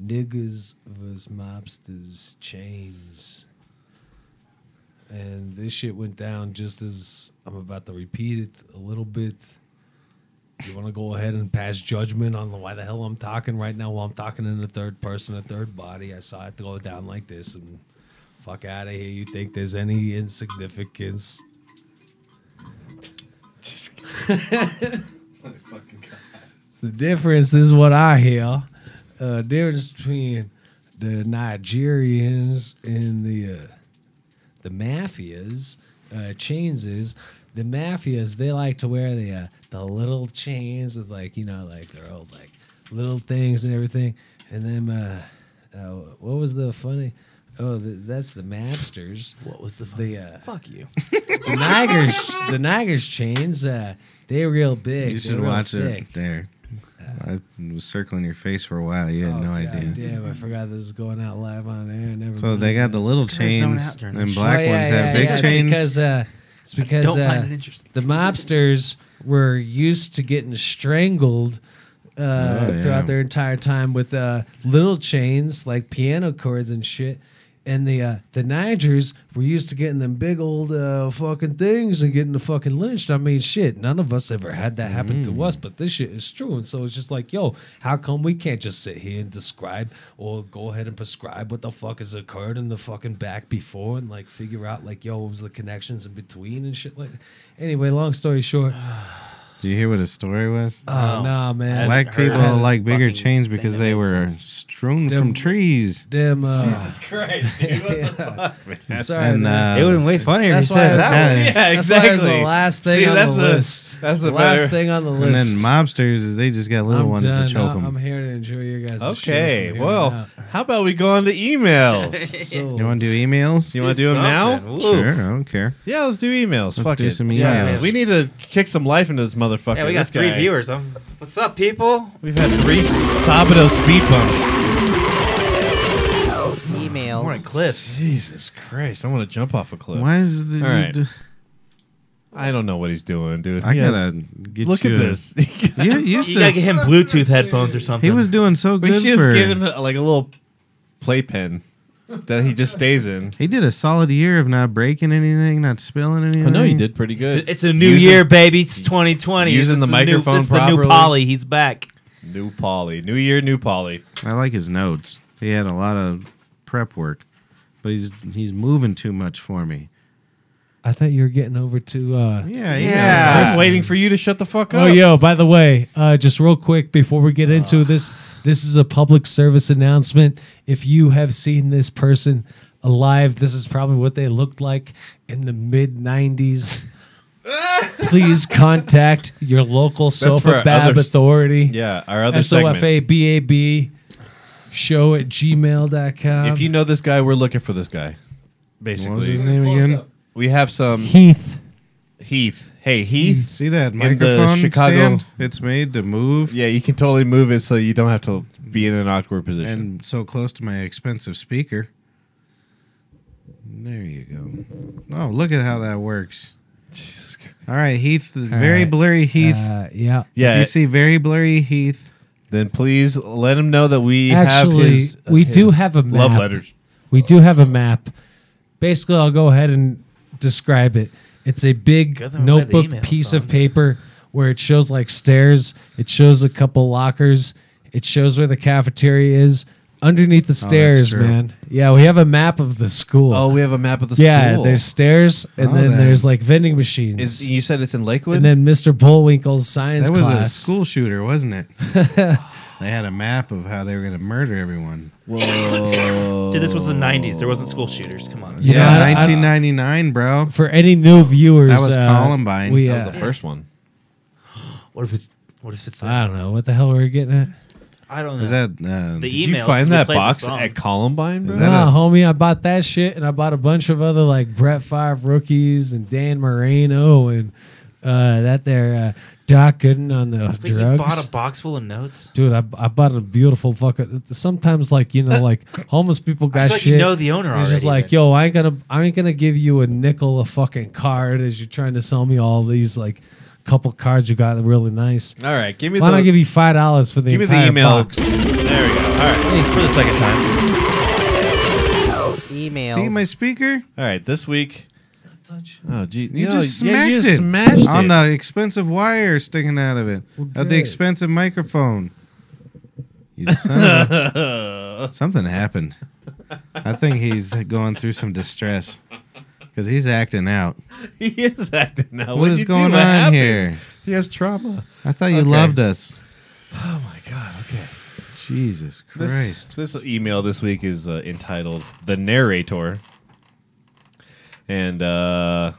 E: "Niggas Was Mobsters Chains," and this shit went down just as I'm about to repeat it a little bit. You want to go ahead and pass judgment on why the hell I'm talking right now? While I'm talking in the third person, a third body. I saw it go down like this, and fuck out of here. You think there's any insignificance? The difference is what I hear. Uh, difference between the Nigerians and the uh, the mafias uh, chains is the mafias they like to wear the uh, the little chains with like you know like their old like little things and everything. And then uh, uh, what was the funny? Oh, the, that's the Mapsters.
C: What was the fuck?
E: The uh,
C: fuck you?
E: the Niger's the Niger's chains. Uh, they're real big.
B: You
E: They're
B: should
E: real
B: watch
E: thick.
B: it there. I was circling your face for a while. You had
E: Oh,
B: no
E: God
B: idea.
E: Damn, I forgot this is going out live on air. Never
B: So
E: mind.
B: they got the little
C: kinda zone
B: chains,
C: out during
B: and
C: the
B: black
E: Oh, yeah,
B: ones
E: yeah,
B: have big
E: yeah, it's
B: chains.
E: because uh, it's because
C: Don't
E: uh,
C: find it interesting.
E: the mobsters were used to getting strangled uh,
B: Oh, yeah.
E: throughout their entire time with uh, little chains like piano cords and shit. And the uh, the Nigers were used to getting them big old uh, fucking things and getting the fucking lynched. I mean, shit, none of us ever had that happen to
B: Mm.
E: us, but this shit is true. And so it's just like, yo, how come we can't just sit here and describe or go ahead and prescribe what the fuck has occurred in the fucking back before and like figure out like, yo, what was the connections in between and shit like. Anyway, long story short,
B: Do you hear what his story was?
E: Oh, no, man.
C: I
B: Black
C: haven't heard
B: people
C: of
B: like bigger
C: fucking
B: chains
C: thing
B: because
C: that
B: they
C: made
B: were
C: sense.
B: strewn
E: Them-
B: from trees.
E: Damn. Uh, [laughs]
D: Christ, dude.
B: [laughs]
D: What the fuck?
E: Sorry.
B: And,
E: man.
B: uh,
G: it would have been way funnier if
E: That's
G: he
E: why I
G: said
E: was-
G: that.
D: Yeah,
B: Yeah.
E: That's why it
D: exactly.
E: was the last thing
D: See,
E: on
D: that's
E: the
D: a-
E: list.
D: That's the
E: the last
D: better-
E: thing on
G: [laughs]
E: the
B: and then
E: list.
B: mobsters is they just got little
E: I'm
B: ones
E: done.
B: to choke
E: I- I'm
B: them.
E: here to enjoy your guys. show
D: Okay,
E: from here
D: well,
E: on out.
D: how about we go on to emails?
E: [laughs] so,
B: You want to do emails?
D: You want to do them now?
B: Sure, I don't care.
D: Yeah, let's do emails.
B: Let's
D: Fuck
B: do
D: it.
B: some
D: Yeah,
B: emails.
D: we need to kick some life into this motherfucker.
G: Yeah, we got
D: This
G: three
D: guy-
G: viewers. I'm, what's up, people?
D: We've had three s- Sabado speed bumps.
C: More
G: Emails.
C: like cliffs.
D: Jesus Christ, I want to jump off a cliff.
B: Why is the,
D: All right.
B: you d-
D: I don't know what he's doing, dude.
B: I
D: He has-
B: gotta get
D: look
B: you
D: at
B: a-
D: this. [laughs]
E: [laughs]
B: You used
C: You gotta
B: to.
C: get him Bluetooth headphones or something.
B: He was doing so
D: we
B: good
D: should just
B: for.
D: give him like a little playpen that he just stays
B: [laughs]
D: in.
B: He did a solid year of not breaking anything, not spilling anything.
D: pretty
C: It's
D: good.
C: a, it's a new
D: Using-
C: year, baby. It's 2020.
D: using
C: This
D: the
C: is
D: microphone
C: New, this is the new
D: properly.
C: Polly. He's back.
D: New Polly, new year, new Polly.
B: I like his notes. He had a lot of prep work, but he's he's moving too much for me.
E: I thought you were getting over to. Uh,
B: Yeah,
G: Yeah.
D: I'm waiting for you to shut the fuck up.
E: Ah. Oh, yo! By the way, uh, just real quick before we get into
D: [sighs]
E: this, this is a public service announcement. If you have seen this person alive, this is probably what they looked like in the
D: [laughs]
E: mid '90s. Please contact your local
D: for
E: sofa
D: our
E: bab
D: others-
E: authority.
D: Yeah, our other segment.
E: SOFABAB show at gmail.com.
D: If you know this guy, we're looking for this guy.
B: What was his
D: Basically,
B: name again?
D: we have some
E: Heath.
D: Heath. Hey, Heath.
B: See that
D: the
B: microphone
D: Chicago-
B: stand? It's made to move
D: Yeah, you can totally move it so you don't have to be in an awkward position.
B: and so close to my expensive speaker. There you go. Oh, look at how that works.
D: Jesus Christ.
B: All right, Heath, very
E: right.
B: blurry Heath.
E: Uh, yeah.
B: if
D: Yeah.
B: you see very blurry Heath,
D: then please let him know that we
E: Actually,
D: have his.
E: we
D: his
E: do have a map.
D: love letters.
E: We do have a map. Basically, I'll go ahead and describe it. It's a big
C: Good thing we read the
E: notebook
C: email,
E: piece
C: so-
E: of paper where it shows like stairs, it shows a couple lockers, it shows where the cafeteria is. Underneath the stairs,
B: true.
E: man. Yeah, we have a map of the school.
D: Oh, we have a map of the
E: yeah,
D: school.
E: there's stairs, and
B: Oh,
E: then
B: then.
E: there's like vending machines.
D: Is, you said it's in Lakewood.
E: and then Mr. Bullwinkle's science
B: that was a
E: class.
B: school shooter, wasn't it? [laughs] they had a map of how they were going to murder everyone.
D: Whoa.
C: Dude, this was the 90s. There wasn't school shooters. Come on.
E: You know,
B: Yeah,
E: I- I-
B: 1999, bro.
E: for any new viewers,
B: That was
E: uh,
B: Columbine.
E: We,
D: that
E: uh,
D: was the first one.
C: What if it's? What if it's?
E: I don't know what the hell we're we getting at.
D: Ah.
C: I don't know.
B: Is that
C: the emails?
B: uh, did
D: Did you
C: 'cause
D: find
C: we
D: that
C: played the
D: box
C: song.
D: at Columbine? Bro?
B: Is that
E: nah,
B: a-
E: homie, I bought that shit, and I bought a bunch of other like Brett Favre rookies and Dan Moreno and uh, that there uh, Doc Gooden on the
C: Wait, you
E: drugs.
C: bought a box full of notes.
E: Dude, I, I bought a beautiful fucking. Sometimes, like you know, like homeless people
C: I
E: got
C: feel like
E: shit.
C: you know the owner
E: He's
C: already.
E: just like,
C: then.
E: yo, I ain't gonna, I ain't gonna give you a nickel a fucking card as you're trying to sell me all these like couple cards you got that were really nice.
D: All right, give me
E: Why
D: the
E: don't I give you five dollars for the
D: give me the
E: entire
D: email.
E: box?
D: There we go. All right,
C: for the second time.
H: Emails.
B: See my speaker?
D: all right. This week. Oh, gee,
B: You
D: no,
B: just
D: yeah,
B: smacked
D: you
B: it
D: smashed
B: on
D: it.
B: the expensive wire sticking out of it. at the
E: good.
B: expensive microphone. You son of a- Something happened. I think he's going through some distress because he's acting out.
D: [laughs] he is acting now.
B: what
D: What'd
B: is
D: you do?
B: going on
D: What happened?
B: here?
D: He has trauma.
B: I thought you
D: Okay.
B: loved us.
D: Oh my god. Okay.
B: Jesus Christ.
D: This, this email this week is uh, entitled "The Narrator," and uh,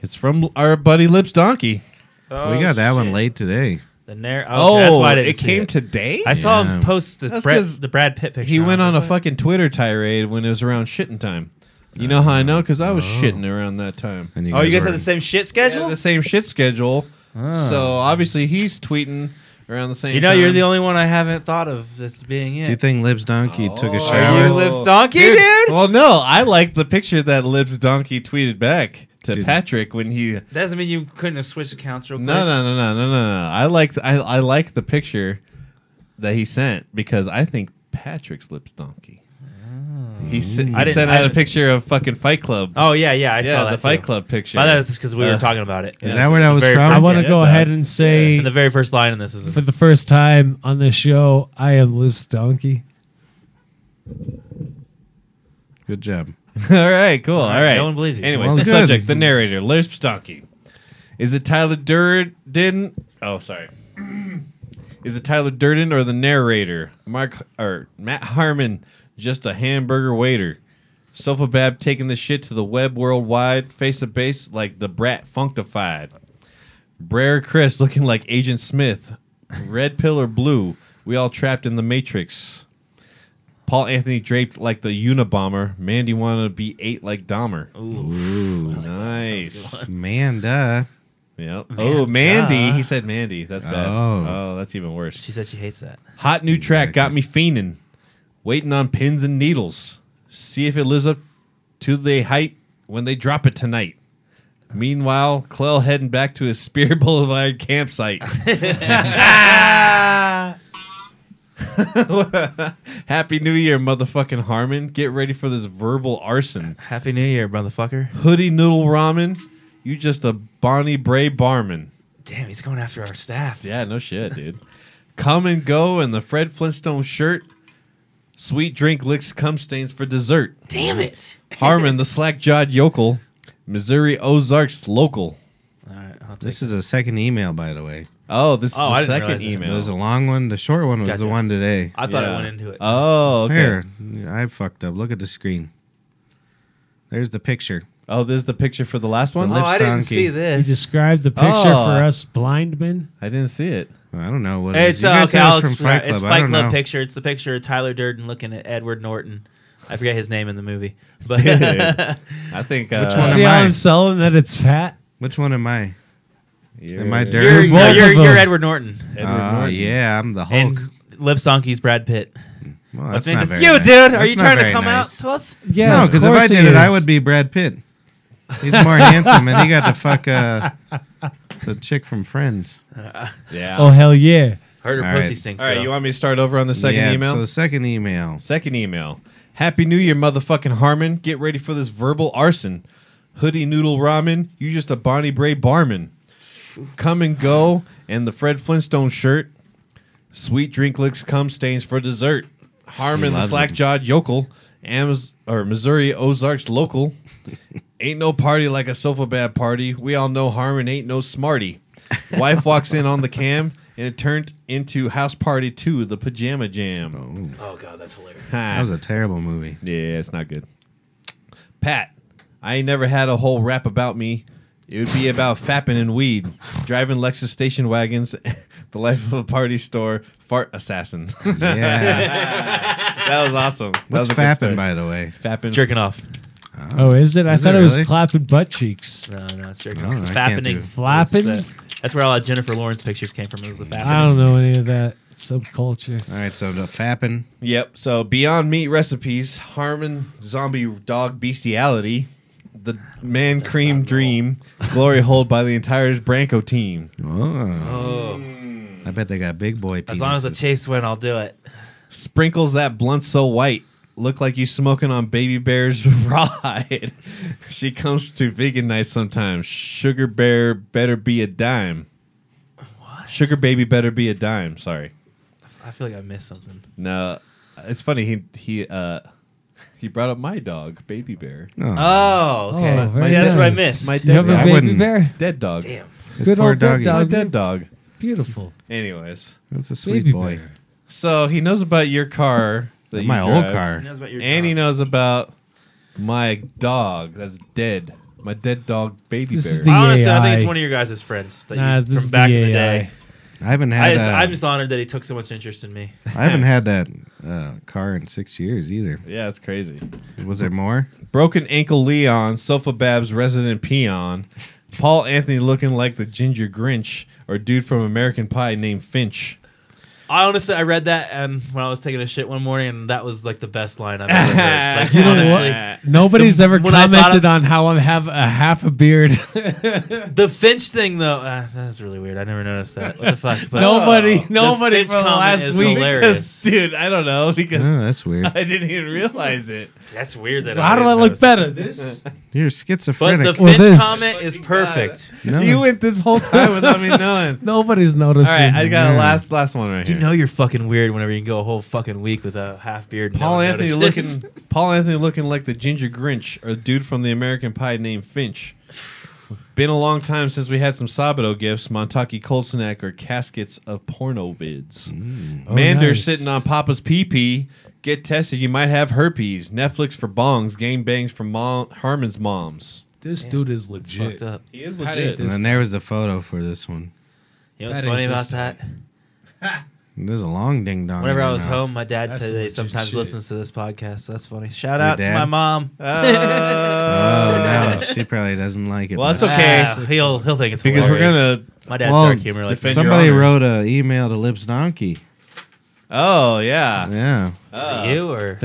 D: it's from our buddy Lips Donkey.
G: Oh,
B: we got that one
G: shit.
B: late today.
G: The narr- oh, that's why I didn't
D: it
G: see
D: came
G: it.
D: today.
G: I saw him
B: Yeah.
G: post the
D: That's
G: Brad,
D: 'cause
G: the Brad Pitt picture.
D: he went
G: it. Oh,
D: on a fucking Twitter tirade when it was around shitting time. You know how I know? Because
B: Oh.
D: I was shitting around that time.
B: And
G: Oh, you guys
B: were-
G: had the same shit
D: I had
G: schedule.
D: the same shit schedule. So obviously he's tweeting around the same.
G: you know, you're
D: time.
G: the only one I haven't thought of this being it.
B: Do you think Libs Donkey took a
D: Oh.
B: shower?
G: Are you Lips Donkey, dude?
D: Well, no, I like the picture that Lips Donkey tweeted back to
B: Dude.
D: Patrick when he
G: That doesn't mean you couldn't have switched accounts real quick.
D: No, no, no, no, no, no, no. I like I, I like the picture that he sent because I think Patrick's lips donkey. He, se- Ah. he
G: I didn't-
D: sent
G: I
D: out a
G: didn't-
D: picture of fucking Fight Club.
G: Oh yeah, yeah, I
D: yeah,
G: saw that.
D: the Fight
G: too.
D: Club picture.
G: I thought this is because we
D: Uh,
G: were talking about it.
B: Is that where that was
G: Very
B: from?
E: I want to
D: Yeah,
E: go
D: that-
E: ahead and say
G: And the very first line in this is
E: for the first time on this show, I am Liv's donkey.
B: Good job.
D: [laughs] All right, cool. All right.
G: No one believes you.
D: Anyways,
B: Well,
D: the
B: good.
D: subject, the narrator, lips donkey. Is it Tyler Durden? Oh, sorry. [clears throat] Is it Tyler Durden or the narrator? Mark or Matt Harmon, just a hamburger waiter. Sofabab taking the shit to the web worldwide, face to base like the brat functified. Brer Chris looking like Agent Smith. Red pill or blue, we all trapped in the matrix. Paul Anthony draped like the Unabomber. Mandy wanted to be eight like Dahmer. Ooh, nice.
B: Man, duh.
D: Yep. Oh, Mandy. He said Mandy. That's bad.
B: Oh.
D: Oh, that's even worse.
G: She said she hates that.
D: Hot new track got me fiending. Waiting on pins and needles. See if it lives up to the hype when they drop it tonight. Meanwhile, Clell heading back to his [laughs] Spear Boulevard campsite. [laughs] Happy New Year, motherfucking Harmon. Get ready for this verbal arson.
G: Happy New Year, motherfucker.
D: Hoodie Noodle Ramen, you just a Bonnie Bray barman.
G: Damn, he's going after our staff.
D: Yeah, no shit, dude. Come and go and the Fred Flintstone shirt. Sweet drink licks cum stains for dessert.
G: Damn it.
D: Harmon, the slack jawed yokel. Missouri Ozarks local.
G: All right, I'll take
B: This is a second email, by the way.
D: Oh, this is
G: Oh,
D: the
G: I didn't
D: second
G: realize that.
B: There
D: email.
B: was a long one. The short one was
G: Gotcha.
B: the one today.
G: I thought
D: Yeah.
G: I went into it.
B: Uh,
D: Oh, okay.
B: Here, I fucked up. Look at the screen. There's the picture.
D: Oh, this is the picture for the last one?
G: oh,
B: lips
G: I didn't
B: donkey.
G: see
E: He
G: this.
E: described the picture
D: Oh.
E: for us blind men.
D: I didn't see it.
B: [laughs] I don't know what it is.
G: it's
B: You
G: uh,
B: guys
G: okay,
B: said it was
G: I'll explain- It's
B: I
G: Fight
B: don't
G: Club
B: know.
G: picture. It's the picture of Tyler Durden looking at Edward Norton. I forget his name in
B: [laughs]
G: the movie, but [laughs]
D: Dude, [laughs] I think. Uh,
B: one
E: See
B: am
E: how
B: I?
E: I'm selling that it's fat?
B: Which one am I?
D: you're-
B: am I dirty?
G: you're,
E: both
G: no,
E: of
G: you're, you're
E: them.
G: Edward Norton
D: Edward
B: Ah,
D: Norton.
B: yeah, I'm the Hulk.
G: and Lips Donkey's Brad Pitt.
B: well,
G: That's
B: that's not
G: it's
B: very
G: you,
B: nice.
G: dude. Are
B: That's
G: you
B: not
G: trying to
B: very
G: come
B: nice.
G: out to us?
E: Yeah.
B: no, because if I did it, I would be Brad Pitt. He's more [laughs] handsome, and he got to fuck uh, the chick from Friends.
D: Yeah.
E: Oh hell yeah!
G: Heard her
B: All
G: pussy
B: right.
G: stinks.
D: All right,
G: so.
D: you want me to start over on the second
B: Oh, yeah,
D: email?
B: So second email.
D: Second email. Happy New Year, motherfucking Harmon. Get ready for this verbal arson. Hoodie noodle ramen. You just a Bonnie Bray barman. Come and go and the Fred Flintstone shirt. Sweet drink licks cum stains for dessert. Harmon the
B: loves
D: slack jawed yokel. Amaz- or Missouri Ozarks local. ain't no party like a sofa bad party. We all know Harmon ain't no smarty. Wife walks in on the cam and it turned into house party two, the pajama jam.
G: oh god, that's hilarious.
D: Ha.
B: That was a terrible movie.
D: Yeah, it's not good. Pat, I ain't never had a whole rap about me. It would be about fapping and weed, driving Lexus station wagons, [laughs] the life of a party store, fart assassin. [laughs] that
B: Yeah.
D: was awesome. That was
B: What's
D: a good
B: fapping,
D: story.
B: by the way?
D: Fapping.
G: Jerking off.
E: Oh, is it? I
B: Is
E: thought
B: it
E: it,
B: really?
E: was clapping butt cheeks.
G: No, no, it's jerking
B: No,
G: off. It's
B: I can't do
G: fappening.
B: it.
E: Flapping?
G: It's the- that's where all the Jennifer Lawrence pictures came from. Is the fapping.
E: I don't know any of that subculture.
B: All right, so the fapping.
D: Yep. So Beyond Meat recipes, Harmon zombie dog bestiality, the man cream dream glory hold by the entire Branco team.
B: Oh,
G: Oh,
B: I bet they got big boy. Penises.
G: as long as the Chase win, I'll do it.
D: Sprinkles that blunt so white. Look like you smoking on Baby Bear's [laughs] ride. she comes to vegan night sometimes. Sugar Bear better be a dime. Sugar Baby better be a dime. Sorry.
G: I feel like I missed something.
D: No, it's funny. He he uh he brought up my dog, Baby Bear,
B: oh,
G: Oh, okay.
E: Oh, very
G: See, that's what I
E: nice.
G: missed.
D: My
E: You have a
B: I
E: baby
B: wouldn't-
E: bear?
D: dead dog.
G: Damn.
B: this
E: good
B: poor
E: old dead
B: doggy.
D: My
E: dog.
D: dead dog.
E: Beautiful.
D: Anyways,
B: That's a sweet
E: Baby
B: boy.
E: bear.
D: so he knows about your car. That
B: My
D: you
B: old
D: drive,
B: car.
D: and he knows about my dog that's dead. My dead dog, Baby
E: This is
D: Bear.
E: the-
G: Honestly, I think it's
E: AI.
G: one of your guys' friends that
E: Nah,
G: you,
E: this
G: from
E: is
G: back
E: the
G: in the
E: AI.
G: day.
B: I haven't
G: I
B: had.
G: just, I'm
B: uh,
G: just honored that he took so much interest in me.
B: I haven't had that uh, car in six years either.
D: yeah, it's crazy.
B: Was there more?
D: Broken ankle Leon, Sofa Bab's resident peon, Paul Anthony looking like the ginger Grinch or dude from American Pie named Finch.
G: I honestly, I read that and when I was taking a shit one morning, and that was like the best line I've ever
D: [laughs]
G: heard. [laughs] Like,
D: You know
G: honestly,
E: Nobody's ever
G: when I thought
E: commented
G: of-
E: on how I'm have a half a beard.
G: the Finch thing though, uh, that's really weird. I never noticed that. What
E: [laughs]
G: the fuck? But
E: nobody, nobody
G: Finch
E: from
G: Oh, comment
E: last
G: is
E: week.
G: hilarious.
D: dude, I don't know because
B: Oh, that's weird.
D: I didn't even realize it.
G: That's weird. That
E: How do
G: didn't
E: I look
G: notice that.
E: better? This
B: You're
G: But
B: schizophrenic.
G: the
E: Well,
G: Finch
E: this-
G: comment is perfect.
B: no.
D: You went this whole time without me
E: [laughs]
D: knowing.
E: [laughs] nobody's
D: All
E: noticing.
D: right, I got a
B: Yeah.
D: last last one right here.
G: You know you're fucking weird whenever you can go a whole fucking week with a half beard. And no
D: Paul
G: one
D: Anthony
G: notices. [laughs]
D: looking Paul Anthony looking like the ginger Grinch or dude from the American Pie named Finch. Been a long time since we had some Sabado gifts, Montaki Kolsenak or caskets of porno vids.
E: Oh,
D: Mander
E: nice.
D: sitting on Papa's pee pee. Get tested, you might have herpes. Netflix for bongs, game bangs for mom, Harmon's moms.
E: This dude is
G: fucked
E: legit.
G: up.
D: He is
E: How did
D: legit.
E: this-
B: and then there was the photo for this one.
G: You know what's
E: That ain't
G: funny about
E: this
G: that?
B: There's a long ding dong.
G: Whenever
B: in
G: I
B: your
G: was
B: mouth.
G: home, my dad
E: That's
G: said
E: some
G: that he
E: legit
G: sometimes
E: shit.
G: listens to this podcast. So that's funny. Shout
B: Your
G: out to
B: dad?
G: my mom.
B: Oh
D: Uh, [laughs]
B: no, she probably doesn't like it.
D: Well, that's
B: much.
D: okay.
G: Ah, he'll he'll think it's
D: because we're
G: hilarious.
D: gonna.
G: My dad's
B: Well,
G: dark humor like
D: defend-
G: that.
D: your
B: Somebody
D: honor.
B: wrote an email to Lips Donkey.
D: [laughs] Oh yeah,
B: Yeah,
D: Uh,
G: you or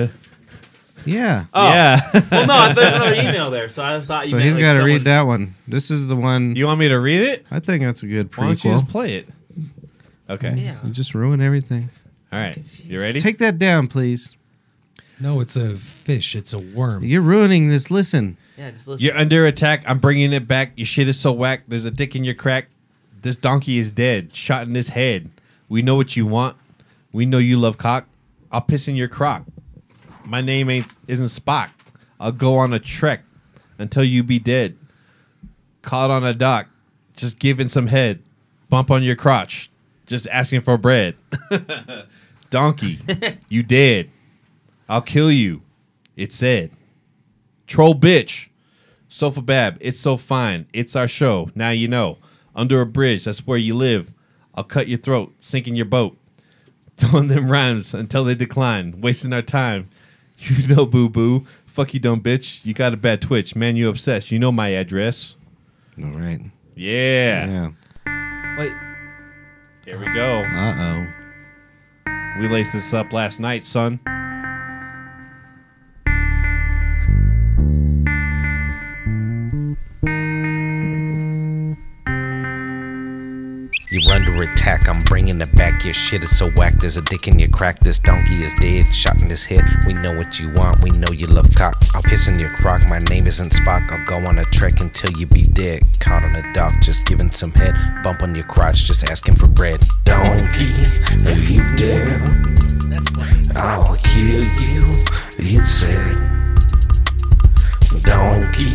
B: yeah.
G: oh
D: yeah. [laughs]
G: well no there's another email there so I thought you
B: so
G: meant,
B: he's
G: like,
B: got to
G: someone-
B: read that one. This is the one.
D: you want me to read it?
B: I think that's a good
D: Why don't you
B: prequel.
D: just play it? Okay.
G: yeah
B: You just ruin everything.
D: All right. You ready?
B: Take that down, please.
E: No, it's a fish. It's a worm.
B: You're ruining this. Listen,
G: yeah just listen
D: You're under attack. I'm bringing it back. Your shit is so whack. There's a dick in your crack. This donkey is dead. Shot in his head. We know what you want. We know you love cock. I'll piss in your crock. My name ain't isn't Spock. I'll go on a trek until you be dead. Caught on a dock, just giving some head. Bump on your crotch, just asking for bread. Donkey, you dead. I'll kill you. It said. Troll bitch. Sofa Bab, it's so fine. It's our show. Now you know. Under a bridge, that's where you live. I'll cut your throat, sink in your boat. [laughs] Throwing them rhymes until they decline, wasting our time. [laughs] You know, boo boo. Fuck you, dumb bitch. You got a bad twitch. Man, you obsessed. You know my address.
B: all right.
D: Yeah.
B: Yeah.
G: wait [laughs]
D: Here we go.
B: Uh
D: We laced this up last night, son.
H: You're under attack, I'm bringing it back. Your shit is so whack, there's a dick in your crack. This donkey is dead, shot in his head. We know what you want, we know you love cock. I'll piss in your crock, my name isn't Spock. I'll go on a trek until you be dead. Caught on a dock, just giving some head. Bump on your crotch, just asking for bread. Donkey, if you dare, I'll kill you, it said. Donkey,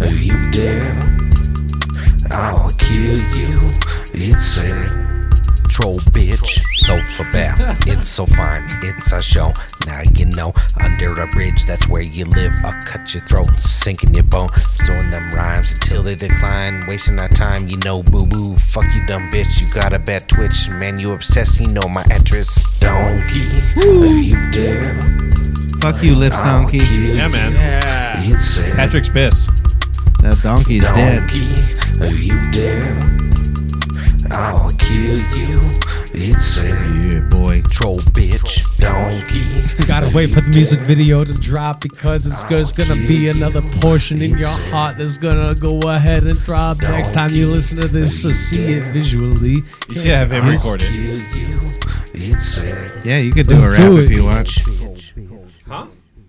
H: if you dare. I'll kill you. It's a troll bitch. So for bad, it's so fine. It's a show. Now you know. Under a bridge, that's where you live. I'll cut your throat, sink in your bone. Throwing them rhymes till they decline. Wasting our time, you know, boo boo. Fuck you, dumb bitch. You got a bad twitch. Man, you obsessed. You know my address. Donkey, are you dare?
B: oh. Fuck you, Lips
H: I'll
B: Donkey.
H: kill
D: Yeah, man.
G: yeah
H: you. It's a
D: Patrick's pissed.
B: That donkey's dead.
H: Donkey, are you dead? I'll kill you. It's a
B: Yeah, boy.
H: troll bitch donkey.
E: Gotta wait for the music video to drop because it's, there's gonna be another portion in your heart that's gonna go ahead and drop next time you listen to this. So see it visually.
D: You should have him
H: I'll
D: record
H: kill
D: it.
H: you. It's a
B: Yeah, you could do
E: Let's
B: a rap
E: do
B: if
E: it.
B: you want.
D: Huh?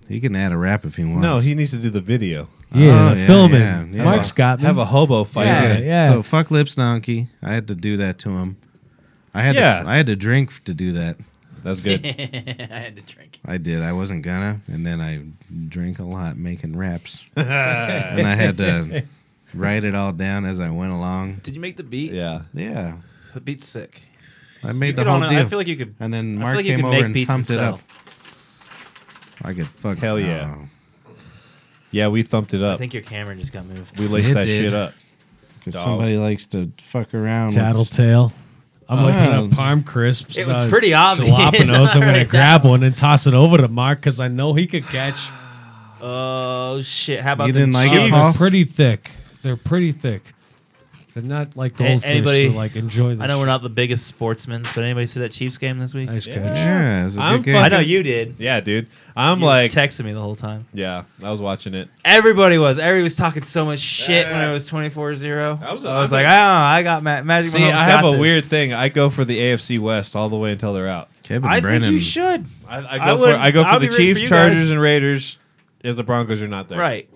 B: You can add a rap if he wants.
D: No, he needs to do the video.
E: Yeah,
B: Oh, yeah,
E: film
B: yeah,
E: it.
B: yeah.
E: Mike's got me.
D: Have a hobo fight.
E: Yeah.
D: it.
B: So fuck lips, donkey. I had to do that to him. I had
D: Yeah.
B: to, I had to drink to do that.
D: That's
G: [laughs]
D: good.
C: I had to drink.
B: I did. I wasn't gonna, and then I drink a lot making
G: [laughs]
B: raps, and I had to write it all down as I went along.
G: Did you make the beat?
D: yeah.
B: Yeah,
G: The beat's sick.
B: I made
G: Get
B: the whole
G: on it.
B: deal.
G: I feel like you could.
B: and then
G: I
B: Mark
G: feel like you
B: came
G: could
B: over
G: make
B: and
G: beats and
B: thumped it
G: sell.
B: up. I could fuck.
D: Hell yeah.
B: oh.
D: Yeah, we thumped it
G: I
D: up.
G: think your camera just got moved.
D: We laced
B: It
D: that
B: did.
D: shit up.
B: 'Cause
D: Dog.
B: somebody likes to fuck around. with-
E: Tattletale. I'm
B: Oh.
E: looking at palm crisps.
G: It was
E: uh,
G: pretty obvious.
E: Jalapenos. I'm
G: [laughs]
E: gonna
G: Alright.
E: grab one and toss it over to Mark because I know he could catch.
G: Oh shit! How about
B: You
G: them
B: didn't like
E: Oh,
B: it,
G: Chiefs?
E: they're
B: Paul?
E: pretty thick. They're pretty thick. They're not like goldfish.
G: anybody-
E: Anybody so, like enjoy this.
G: I know we're
E: shit.
G: not the biggest sportsmen, but anybody see that Chiefs game this week?
E: Nice catch.
B: Yeah, it was a
D: I'm
B: good game.
G: I
D: fucking-
G: know you did.
D: Yeah, dude. I'm
G: You
D: like,
G: texted me the whole time.
D: yeah, I was watching it.
G: Everybody was. Everybody was talking so much shit when it was 24-0.
D: I was-
G: I was like, I don't know. I got ma- Magic
D: See,
G: Mahomes
D: I have
G: got
D: a
G: this.
D: weird thing. I go for the AFC West all the way until they're out.
B: Kevin
G: I
B: Brennan.
G: think you should.
D: I, I
G: I
D: go for
G: would-
D: I go for
G: I'll
D: the
G: be rooting for
D: Chiefs,
G: you guys.
D: Chargers, and Raiders if the Broncos are not there.
G: Right.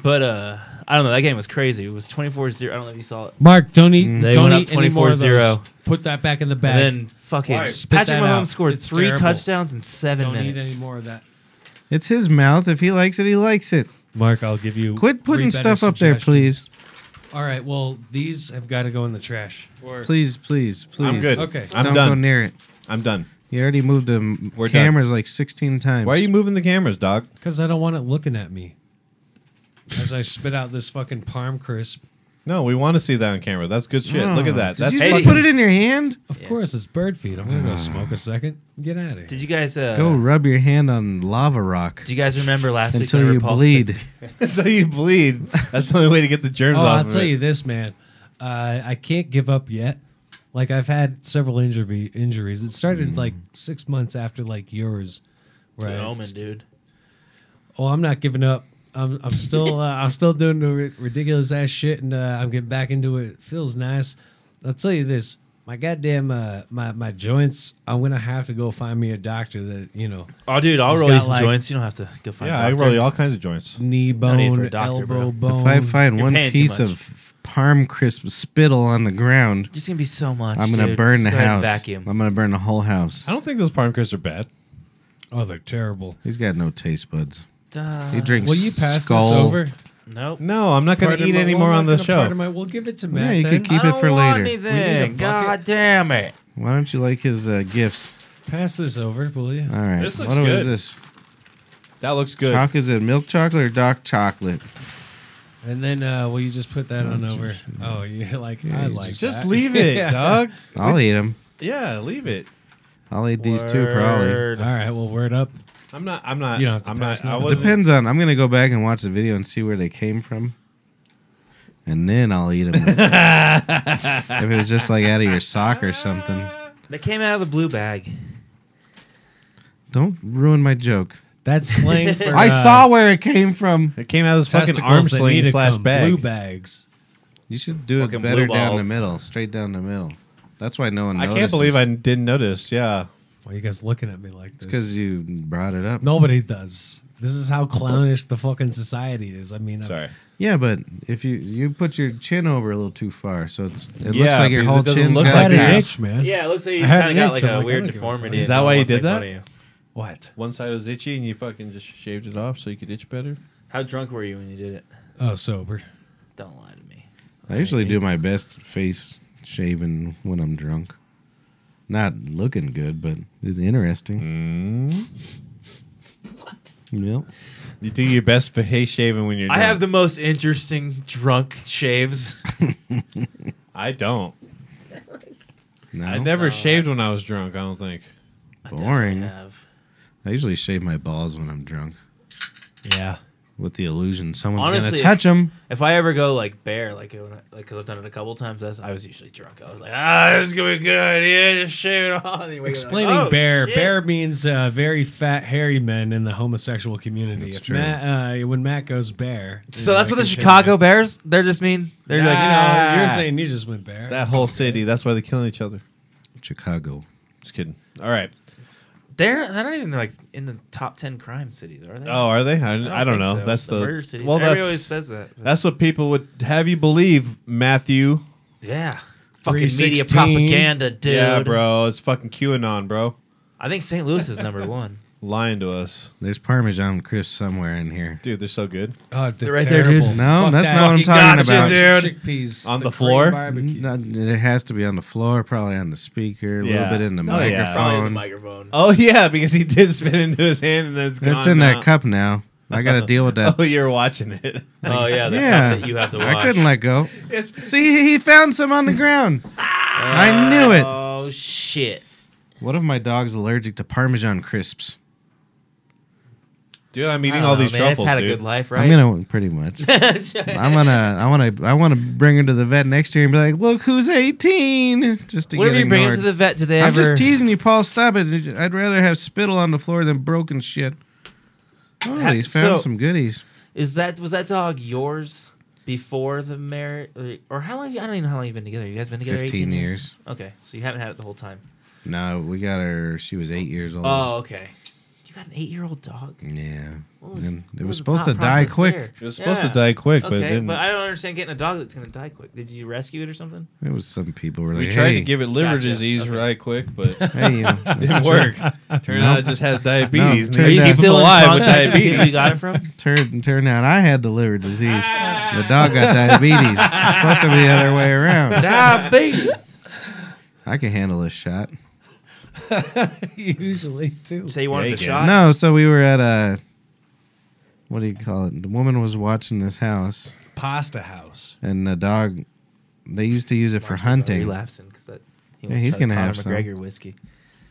G: But uh I don't know. That game was crazy. It was 24-0. I don't know if you saw it.
E: Mark, don't eat.
G: Mm, They
E: don't
G: went up
E: eat any more of those.
G: 24-0.
E: Put that back in the bag.
G: And then fucking
D: Why?
G: Patrick
E: Spit that
G: Mahomes
E: out.
G: scored
E: It's
G: three
E: terrible.
G: touchdowns in 7
E: don't eat
G: minutes.
E: any more of that.
B: It's his mouth. If he likes it, he likes it.
E: Mark, I'll give you. three
B: Quit putting
E: better
B: stuff up there,
E: suggestions.
B: please.
E: All right. Well, these have got to go in the trash. Or
B: Please, please, please.
D: I'm good.
E: Okay.
D: I'm
B: Don't go
D: done.
B: near it.
D: I'm done.
B: You already moved the m-
D: We're done.
B: cameras like 16 times.
D: Why are you moving the cameras, dog?
E: because I don't want it looking at me as I spit out this fucking parm crisp.
D: No, we want to see that on camera. That's good shit. Look at that.
B: Did
D: That's
B: you just
D: fucking- [laughs]
B: put it in your hand?
E: Of course, it's bird feed. I'm gonna
G: Ah.
E: go smoke a second. Get out of here.
G: Did you guys uh
B: Go rub your hand on lava rock
G: Do you guys remember last week
B: until
G: when
B: you
G: RuPaul said- [laughs]
B: bleed.
D: until you bleed. That's the only way to get the germs
E: Oh,
D: off.
E: I'll
D: of
E: tell
D: it.
E: you this, man. Uh, I can't give up yet. Like I've had several injury injuries. It
G: Hmm.
E: started like six months after like yours.
G: It's
E: Right.
G: an omen, dude.
E: Oh, I'm not giving up. I'm I'm
G: [laughs]
E: still uh, I'm still doing the ri- ridiculous ass shit, and uh, I'm getting back into it. Feels nice. I'll tell you this. My goddamn uh, my my joints. I'm gonna have to go find me a doctor that you know
G: Oh, dude, I'll
E: He's
G: roll you
E: got,
G: some
E: like-
G: joints. You don't have to go find.
D: Yeah, I
G: doctor.
D: roll all kinds of joints.
E: knee
G: need for
E: bone,
G: a doctor,
E: elbow
G: bro.
E: bone.
B: If I find
G: You're
B: one
G: paying too
B: piece
G: much.
B: of parm crisp spittle on the ground,
G: Just gonna be so much.
B: I'm going to
G: dude.
B: burn
G: Just
B: the
G: go ahead and
B: house.
G: Vacuum.
B: I'm going to burn the whole house.
D: I don't think those parm crisps are bad.
E: oh, they're terrible.
B: He's got no taste buds.
G: Duh.
B: He drinks
E: Will you pass
B: skull.
E: this over?
G: Nope.
D: No, I'm not going to
E: Pardon
D: eat
E: my-
D: any
E: well,
D: more
E: I'm
D: on
E: not
D: the
E: gonna pardon
D: show.
E: My, we'll give it to
B: Yeah,
E: Matt.
B: you
E: then.
B: could keep
G: I
B: it
G: don't
B: for
G: want
B: later.
E: We need a
G: Anything. God
E: bucket.
G: damn it.
B: Why don't you like his uh, gifts?
E: Pass this over, will you?
B: All right.
D: This looks
B: what was
D: good.
B: this?
D: That looks good.
B: Choc- is it milk chocolate or dark chocolate?
E: And then uh, will you just put that on over? Oh, you [laughs] like? I like.
D: Just
E: that.
D: leave it,
E: [laughs] Yeah.
D: dog.
B: I'll eat them.
D: Yeah, leave it.
B: I'll eat these two probably.
E: All right. Well, word up.
D: I'm not. I'm not.
E: You don't have to
D: I'm
E: pass
D: not. I
E: nothing.
D: wasn't,
B: Depends on. I'm gonna go back and watch the video and see where they came from, and then
D: [laughs]
B: I'll eat them. if it was just like out of your sock or something,
G: They came out of the blue bag.
B: don't ruin my joke.
D: [laughs]
E: That's slang for.
B: I
E: uh,
B: saw where it came from.
D: It came out of his fucking
E: testicles
D: arm
E: that need
D: sling
E: to
D: slash
E: come.
D: bag.
E: Blue bags.
B: You should do
G: Fucking
B: it better
G: blue
B: down the
G: balls.
B: middle, straight down the middle. That's why no one.
D: I
B: Notices.
D: can't believe I didn't notice. Yeah.
E: Why you guys looking at me like
B: It's
E: this?
B: because you brought it up.
E: nobody does. This is how clownish the fucking society is. I mean, I'm-
D: Sorry.
B: Yeah, but if you you put your chin over a little too far, so it's it
D: Yeah,
B: looks like your
D: because it
B: whole
D: doesn't
B: chin's
D: look
E: I had
B: got
D: like
E: an
D: Yeah.
E: itch, man.
G: Yeah, it looks like you
E: I
G: just
E: had
G: kind of
E: an
G: got
E: itch,
G: like
E: I'm
G: a
E: like, I
G: weird
E: don't give a fuck.
G: deformity.
D: Is
G: and
D: that
G: no
D: why
G: one
D: you
G: wants to
D: did
G: make
D: that?
G: fun of you.
E: What?
D: One side was itchy and you fucking just shaved it off so you could itch better.
G: How drunk were you when you did it?
E: Oh, sober.
G: Don't lie to me.
B: I usually do my best face shaving when I'm drunk. Not looking good, but it's interesting.
D: Mm.
B: Yep.
D: Mm-hmm. You do your best for hay shaving when you're.
G: I
D: drunk.
G: have the most interesting drunk shaves.
D: I don't.
B: No,
D: I never shaved when I was drunk. I don't think.
B: boring.
G: I have.
B: I usually shave my balls when I'm drunk.
E: Yeah.
B: with the illusion someone's
G: Honestly,
B: gonna touch them.
G: If I ever go like bear, like when I, like i I've done it a couple times, that's, I was usually drunk. I was like, ah, this is gonna be good. Yeah, just shave it off. And you wake up like,
E: Explaining
G: "Oh,
E: bear.
G: shit."
E: Bear means uh, very fat, hairy men in the homosexual community. If
B: true.
E: Matt, uh, when Matt goes bear,
G: So that's what the
E: continue.
G: Chicago Bears. They're just mean. They're
E: You're
G: like, you know,
E: like, you know, you're
D: Ah.
E: saying you just went bear.
D: That whole city. That's why they're killing each other.
B: Chicago.
D: Just kidding. All right.
G: they're they're not even like in the top ten crime cities, are they?
D: Oh, are they? I, I don't,
G: I think
D: know.
G: so.
D: That's the,
G: murder city.
D: Well,
G: Everybody
D: that's
G: always says that. but-
D: that's what people would have you believe, Matthew.
G: yeah, fucking media
E: 316.
G: propaganda, dude.
D: Yeah, bro. It's fucking QAnon, bro.
G: I think St. Louis is number one.
D: Lying to us,
B: There's Parmesan crisp somewhere in here.
D: dude. They're so good.
E: Oh, they're
G: right there, dude.
B: No, that's
E: that.
B: not what I'm talking
E: Fucking
B: about.
E: Chickpeas
D: On the
E: Korean
D: floor?
E: barbecue.
B: No, it has to be on the floor, probably on the speaker, a
D: Yeah.
B: little bit in the
D: Oh, yeah.
G: [laughs] Probably the
B: microphone.
G: microphone.
D: Oh yeah, because he did spin into his hand and then it's gone.
B: It's in
D: now.
B: that cup now. I
G: [laughs]
B: got to deal with that.
D: [laughs] Oh, you're watching it. [laughs]
G: Oh yeah, the
B: Yeah.
G: cup that you have to watch.
B: I couldn't let go.
D: It's-
B: See, he found some on the ground. I knew it.
G: Oh shit!
B: What if my dog's allergic to Parmesan crisps?
D: dude, I'm eating
G: I
D: all
G: don't
D: these
G: know, man.
D: truffles.
G: It's had
D: dude.
G: a good life,
B: I'm
G: right?
B: gonna pretty much.
G: [laughs]
B: I'm gonna. I want to. I want to bring her to the vet next year and be like, "Look who's 18." Just to
G: What if
B: get
G: you bring him
B: ignored.
G: to the vet? Do they
B: I'm
G: ever?
B: just teasing you, Paul. Stop it. I'd rather have spittle on the floor than broken shit. Oh,
G: Ha-
B: he's found
G: so-
B: some goodies.
G: Is that was that dog yours before the marriage, or, or how long? Have you, I don't even know how long you've been together. You guys been together
B: 15
G: 18
B: years.
G: Okay, so you haven't had it the whole time.
B: No, we got her. She was eight years old.
G: Oh, okay. You got an eight-year-old dog.
B: Yeah.
G: What was-
B: And
G: what
B: it was
G: the
B: supposed
G: thought
B: to die
G: process
B: quick.
G: there?
D: It was supposed
G: Yeah.
D: to die quick, but it
G: okay,
D: didn't.
G: but I don't understand getting a dog that's gonna die quick. Did you rescue it or something?
B: It was some people were
D: we
B: like,
D: tried
B: hey,
D: to give it liver
G: Gotcha.
D: disease
G: Okay.
D: right quick,
G: [laughs]
D: but it [laughs]
B: hey, you
D: didn't work. Turned out it just has diabetes.
B: turned
D: and they
B: out-
D: keep
B: Still
D: him alive with
G: the people [laughs]
D: diabetes.
G: you got
D: [laughs]
G: it from?
B: Turn, turn out I had the liver
G: [laughs]
B: disease. the dog got diabetes. It's supposed to be the other way
G: [laughs]
B: around.
G: Diabetes.
B: I can handle this shot.
E: [laughs] Usually too.
G: So you wanted
D: Yeah,
G: the
D: you
G: shot?
B: No, so we were at a. What do you call it? The woman was watching this house,
E: Pasta house.
B: and the dog. They used to use it for hunting.
G: Relapsing because that. He
B: Yeah,
G: wants
B: he's
G: to
B: gonna
G: Conor
B: have some.
G: McGregor whiskey.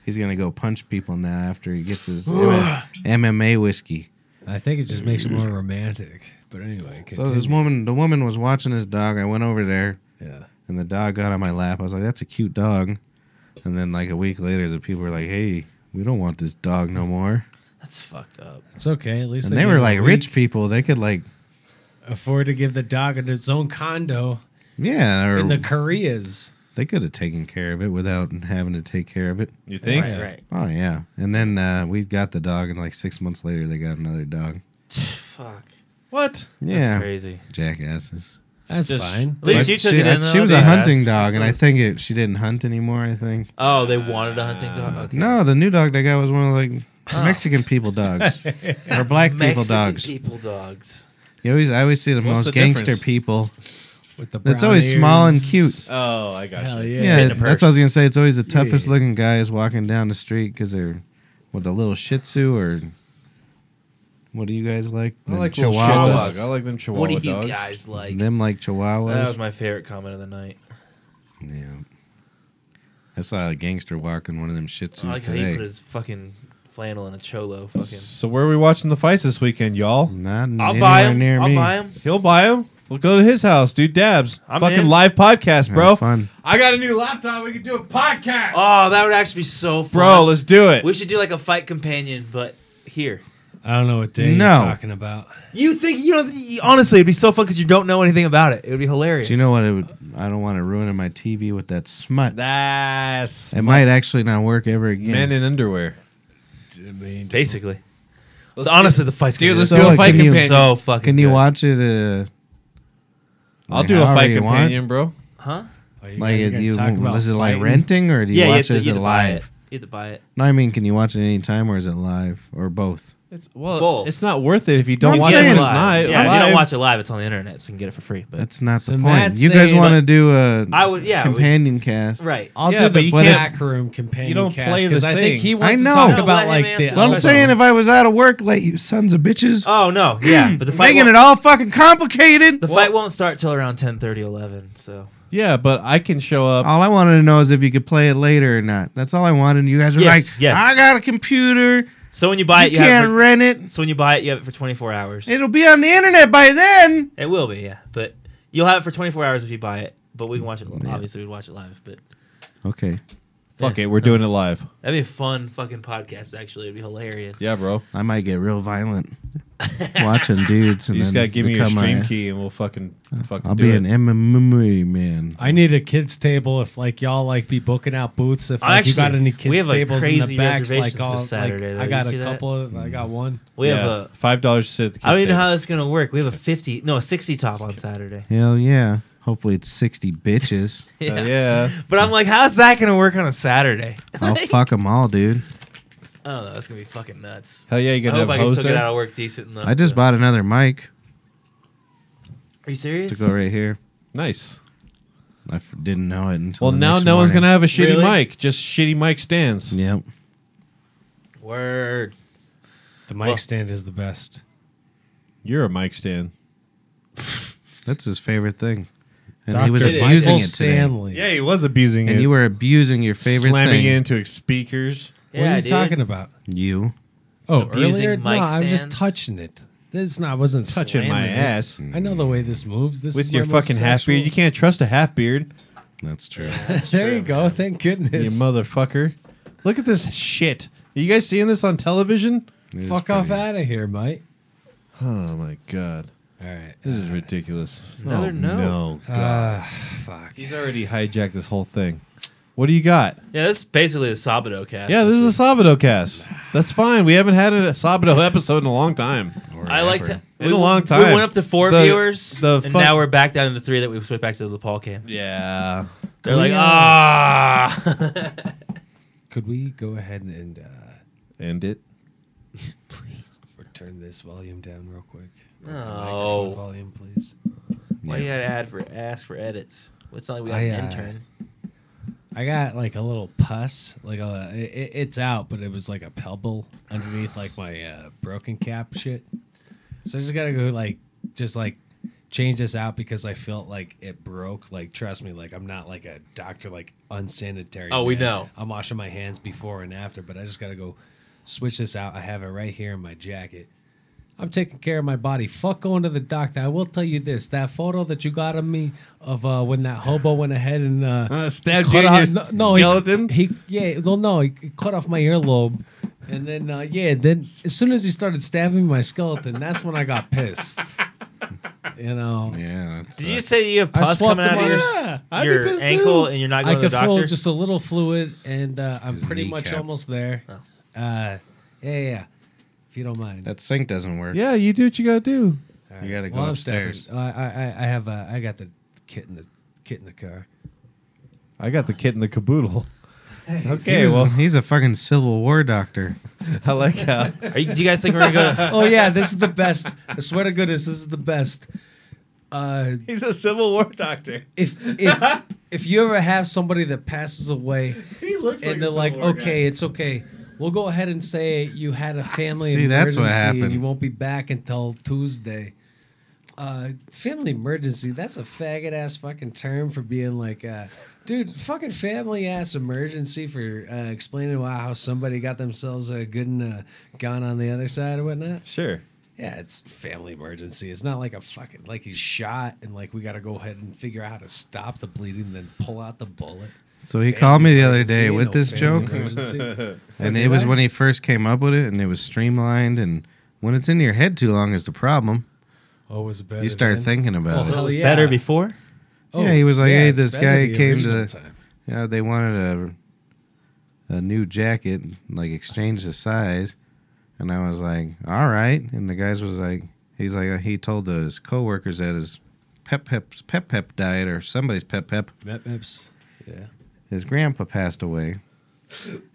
B: He's gonna go punch people now after he gets
G: [gasps]
B: his MMA whiskey.
E: I think it just makes it more romantic. But anyway,
B: So this
E: continue.
B: woman, the woman was watching his dog. I went over there,
E: Yeah.
B: and the dog got on my lap. I was like, "That's a cute dog." And then like a week later, the people were like, "Hey, we don't want this dog no more."
G: That's fucked up.
E: It's okay. At least
B: And they
E: gave
B: were
E: it a
B: like
E: week.
B: rich people. They could like,
E: afford to give the dog in its own condo
B: yeah, or
E: in the Koreas.
B: they could have taken care of it without having to take care of it.
D: You think?
E: Yeah.
G: Right, right.
B: Oh yeah. And then uh, we got the dog, and like six months later, they got another dog.
G: Fuck.
D: What?
B: Yeah,
G: That's crazy.
B: jackasses.
E: That's
G: Just-
E: fine.
G: At least
B: But
G: you took
B: she, uh,
G: it in. though.
B: she was a
G: That's-
B: hunting dog, and I
G: that's-
B: think it, she didn't hunt anymore. I think.
G: Oh, they wanted a hunting dog. Okay.
B: No, the new dog they got was one of like Mexican people
G: [laughs]
B: dogs or black people
G: Oh. Mexican
B: dogs.
G: People dogs.
B: You always, I always see the
D: What's
B: most
D: the
B: gangster
D: difference?
B: people.
E: With the
B: That's
E: brown
B: always small and
E: ears.
B: cute.
D: Oh, I got
E: Hell
D: you.
E: yeah.
B: Yeah, that's what I was gonna say. It's always the
E: Yeah.
B: toughest looking guys walking down the street because they're with a little Shih Tzu or what do you guys like?
D: I
B: Them
D: like little
B: Chihuahuas.
D: Chihuahuas. I like them Chihuahua
G: What do you
D: dogs.
G: guys like?
B: Them like
G: That
B: Chihuahuas.
G: was my favorite comment of the night.
B: yeah. I saw a gangster walking one of them Shih Tzus
G: I like how he
B: today.
G: put his fucking flannel in a cholo. Fucking.
D: So where are we watching the fights this weekend, y'all?
B: Not
G: I'll
B: anywhere
G: buy him.
B: near
G: I'll
B: me.
G: buy him.
D: He'll buy them. We'll go to his house, do dabs.
G: I'm
D: Fucking
G: in.
D: live podcast,
B: Have
D: bro.
B: fun.
D: I got a new laptop. We can do a podcast.
G: Oh, that would actually be so fun.
D: bro, let's do it.
G: we should do like a fight companion, but here.
E: I don't know what day
B: No.
E: you're talking about.
G: You think you know? you- Honestly, it'd be so fun because you don't know anything about it. It would be hilarious.
B: Do you know what? It would, I don't want to ruin my TV with that smut.
D: That's
B: it might actually not work ever again.
D: men in underwear.
G: Basically, honestly, the fight's
D: Dude,
G: gonna be
D: let's
G: so
B: do a
G: fucking
B: fight
G: good.
B: companion.
G: So fucking.
B: Can you
G: good.
B: watch it? Uh,
D: I'll
B: like
D: do a
B: however
D: fight
B: you want?
D: companion, bro.
G: Huh?
E: Oh, you
B: Like,
E: guys are
B: do
E: gonna
B: you,
E: talk about
B: is it like
E: fighting?
B: renting or do you
G: yeah,
B: watch
G: you
B: it?
G: have
B: Is
G: to, you
B: it
G: have to buy
B: live?
G: it. You have to buy it.
B: No, I mean, can you watch it any time or is it live or both?
D: It's well,
G: Both.
D: it's not worth it if you don't
B: I'm
D: watch it.
B: saying
D: It's
B: it's
D: not.
G: Yeah, if you
D: live.
G: don't watch it live, it's on the internet, so you can get it for free. But
B: That's not
E: So
B: the point.
E: Matt's
B: You guys
E: saying,
B: want to do a
G: I would- yeah, I would-
B: companion cast.
G: right.
E: I'll
D: Yeah, but
E: do the
D: you
E: back
D: can't-
E: room companion
D: you don't
E: cast,
D: play the
E: 'cause I
D: thing.
E: think he wants
B: know.
E: to talk
B: No,
E: about
G: let
E: like
G: him
E: the.
G: answer
B: Well, I'm
G: Also-
B: saying if I was out of work late, you sons of bitches.
G: Oh no, [clears throat] yeah, but the fight
B: making
G: won't,
B: it all fucking complicated.
G: the fight won't start till around 10, 11, So
D: Yeah, but I can show up.
B: All I wanted to know is if you could play it later or not. That's all I wanted. You guys were
G: Yes,
B: like,
G: yes.
B: I got a computer.
G: So when you buy it,
B: you
G: you, have
B: can't
G: it for-
B: rent it.
G: so when you buy it, you have it for 24 hours.
B: It'll be on the internet by then.
G: It will be, yeah. But you'll have it for 24 hours if you buy it. But we can watch it. li- Obviously, we'd watch it live. But
B: Okay,
D: Fuck it, we're doing it live.
G: that'd be a fun fucking podcast. Actually, it'd be hilarious.
D: Yeah, bro.
B: I might get real violent watching dudes. And
D: You just
B: then
D: gotta give me your
B: become
D: stream
B: a-
D: key and we'll fucking fucking
B: I'll
D: do
B: be
D: it.
B: an MMA man.
E: I need a kids table if like y'all like be booking out booths if like, you
G: Actually,
E: got any
G: we
E: kids
G: have, like,
E: tables in the
G: crazy
E: backs like
G: reservations
E: all
G: this Saturday,
E: like
G: though.
E: I
G: You
E: got a
G: see that?
E: couple of, I got one.
G: We have
D: Yeah,
G: a.
D: five dollars to sit at the kids
G: I don't even know
D: table.
G: how that's gonna work. We have a 50, no, a 60 top on Saturday.
B: Hell yeah. Hopefully it's 60 bitches.
D: Uh, yeah.
G: But I'm like, how's that gonna work on a Saturday?
B: I'll fuck them all, dude.
G: I don't know. That's gonna be fucking nuts.
D: Hell yeah, you
G: I
D: gonna
G: hope
D: have
G: I can
D: hoes
G: still get
D: there?
G: out of work decent enough.
B: I just
G: to-
B: bought another mic
G: Are you serious?
B: to go right here.
D: Nice.
B: I f- didn't know it until.
D: Well,
B: the
D: now
B: next
D: no one's gonna
B: morning.
D: have a shitty
G: Really?
D: mic. Just shitty mic stands.
B: Yep.
G: Word.
E: The mic
G: Well-
E: stand is the best.
D: You're a mic stand.
B: That's his favorite thing. And
E: Dr.
B: he was
G: It is.
B: abusing
E: Michael
B: it today.
E: Stanley.
D: Yeah, he was abusing
B: And you were abusing your favorite
D: slamming
B: thing.
D: it into speakers.
E: What are you
G: dude.
E: talking about?
B: You.
E: Oh,
G: Abusing
E: earlier?
G: mic
E: no, I was just
G: stands?
E: touching it. This not I wasn't
D: Touching my
E: slamming it.
D: ass
E: I know the way this moves. This
D: with
E: is
D: your
E: my most
D: fucking half beard. You
E: sexual-
D: can't trust a half beard,
B: That's true.
E: there you go. Thank
D: you
E: goodness.
D: motherfucker. Look at this shit. Are you guys seeing this on television?
B: It
E: Fuck
B: is
E: off
B: pretty-
E: out of here, Mike.
D: Oh my god,
E: All right.
D: this is ridiculous.
G: Another
D: Oh,
G: no.
D: no.
E: Ah, fuck.
D: He's already hijacked this whole thing. What do you got?
G: Yeah, this is basically the Sabado cast.
D: yeah, this is a Sabado cast. That's fine. We haven't had a Sabado episode in a long time.
B: Or
G: I like
B: ever.
G: to.
D: In a long time.
G: We went up to four
D: The-
G: viewers,
D: the
G: and
D: fuck-
G: now we're back down to three that we switched back to the Paul cam.
D: Yeah.
G: They're like, ah,
E: Could we go ahead and uh,
D: End it.
E: turn this volume down real quick? Or the
G: No.
E: microphone Volume, please.
G: why you gotta add for ask for edits? It's not like we got
E: I,
G: an
E: uh,
G: intern.
E: I got like a little pus, like a, it, it's out, but it was like a pebble underneath like my uh, broken cap shit. So I just gotta go like just like change this out because I felt like it broke. Like trust me, like I'm not like a doctor, like unsanitary.
G: Oh, we
E: man.
G: know.
E: I'm washing my hands before and after, but I just gotta go switch this out. I have it right here in my jacket. I'm taking care of my body. Fuck going to the doctor. I will tell you this: that photo that you got of me of uh, when that hobo went ahead and uh,
D: Uh, stabbed you
E: cut
D: in
E: off,
D: your
E: no, no, he-
D: skeleton.
E: He, yeah, well, no, he, he cut off my earlobe, and then uh, yeah, then as soon as he started stabbing my skeleton, that's when I got pissed. You know,
B: Yeah. that's-
G: Did you say you have
E: I
G: pus
E: swapped
G: coming out
E: them
G: of your,
E: out.
G: s-
D: I'd be
G: your
D: pissed
G: ankle
D: too.
G: and you're not
E: I
G: going to
E: could
G: the
E: feel
G: doctor?
E: just a little fluid, and uh, I'm
B: His
E: pretty much
B: kneecap.
E: almost there. Uh, yeah, yeah, yeah. If you don't mind,
B: that sink doesn't work.
D: Yeah, you do what you gotta do.
E: All
B: you gotta go
E: I'm
B: upstairs.
E: stepping. I, I, I I have, uh, I got the kit in the kit in the car.
D: I got the kid in the caboodle. [laughs] Okay,
B: He's-
D: well,
B: he's a fucking Civil War doctor.
D: I like how
G: Are you, do you guys think we're going to go?
D: [laughs]
E: Oh yeah, this is the best. I swear to goodness, this is the best. Uh,
D: he's a Civil War doctor.
E: if if if you ever have somebody that
D: [laughs]
E: passes away
D: He looks
E: and they're like, okay, it's okay. We'll go ahead and say you had a family
B: See, that's
E: emergency
B: what
E: and
B: happened.
E: you won't be back until Tuesday. Uh, family emergency, that's a faggot ass fucking term for being like, uh, dude, fucking family ass emergency for uh, explaining why, how somebody got themselves uh, good and uh, gone on the other side or whatnot.
D: Sure.
E: Yeah, it's family emergency. It's not like a fucking like he's shot and like we got to go ahead and figure out how to stop the bleeding, then pull out the bullet.
B: So he called me the other
E: Emergency,
B: day with
E: no
B: this
E: family
B: joke,
E: emergency.
B: and
E: Oh,
B: it
E: did
B: was
E: I?
B: when he first came up with it, and it was streamlined. And when it's in your head too long, is the problem.
E: Always Oh, better.
B: You start
E: than-
B: thinking about
E: Oh,
B: it.
E: hell yeah. Oh,
D: [laughs]
G: Better before?
B: Yeah, he was like, hey,
E: it's
B: this
E: better
B: guy
E: the
B: came
E: original
B: to-
E: time.
B: Yeah, they wanted a a new jacket, like exchange the size, and I was like, "All right." And the guys was like, "He's like he told his coworkers that his pep pep pep pep died or somebody's pep pep
E: Mep Meps. Yeah.
B: his grandpa passed away.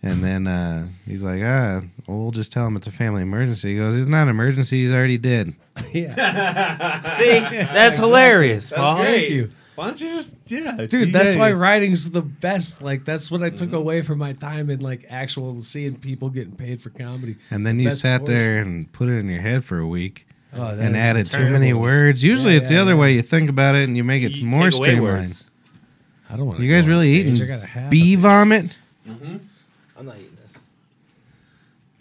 B: And then uh, he's like, ah, well, we'll just tell him it's a family emergency. He goes, it's not an emergency. He's already dead.
E: yeah.
G: See, that's hilarious, Paul.
E: Thank you.
D: Why don't you just yeah, you
E: Dude, that's
D: gotta-
E: why writing's the best. Like, that's what I took away from my time in like actual seeing people getting paid for comedy.
B: And then
E: The
B: you
E: best
B: sat
E: portion.
B: there and put it in your head for a week
E: Oh, that
B: and
E: is
B: added
E: the
B: too many
E: terriblest.
B: words. Usually
E: Yeah,
B: it's the
E: yeah,
B: other
E: yeah.
B: way. You think about it and you make it
G: You
B: more
G: take away
B: streamlined.
G: words.
E: I don't want
B: You guys really eating bee vomit?
G: I'm not eating this.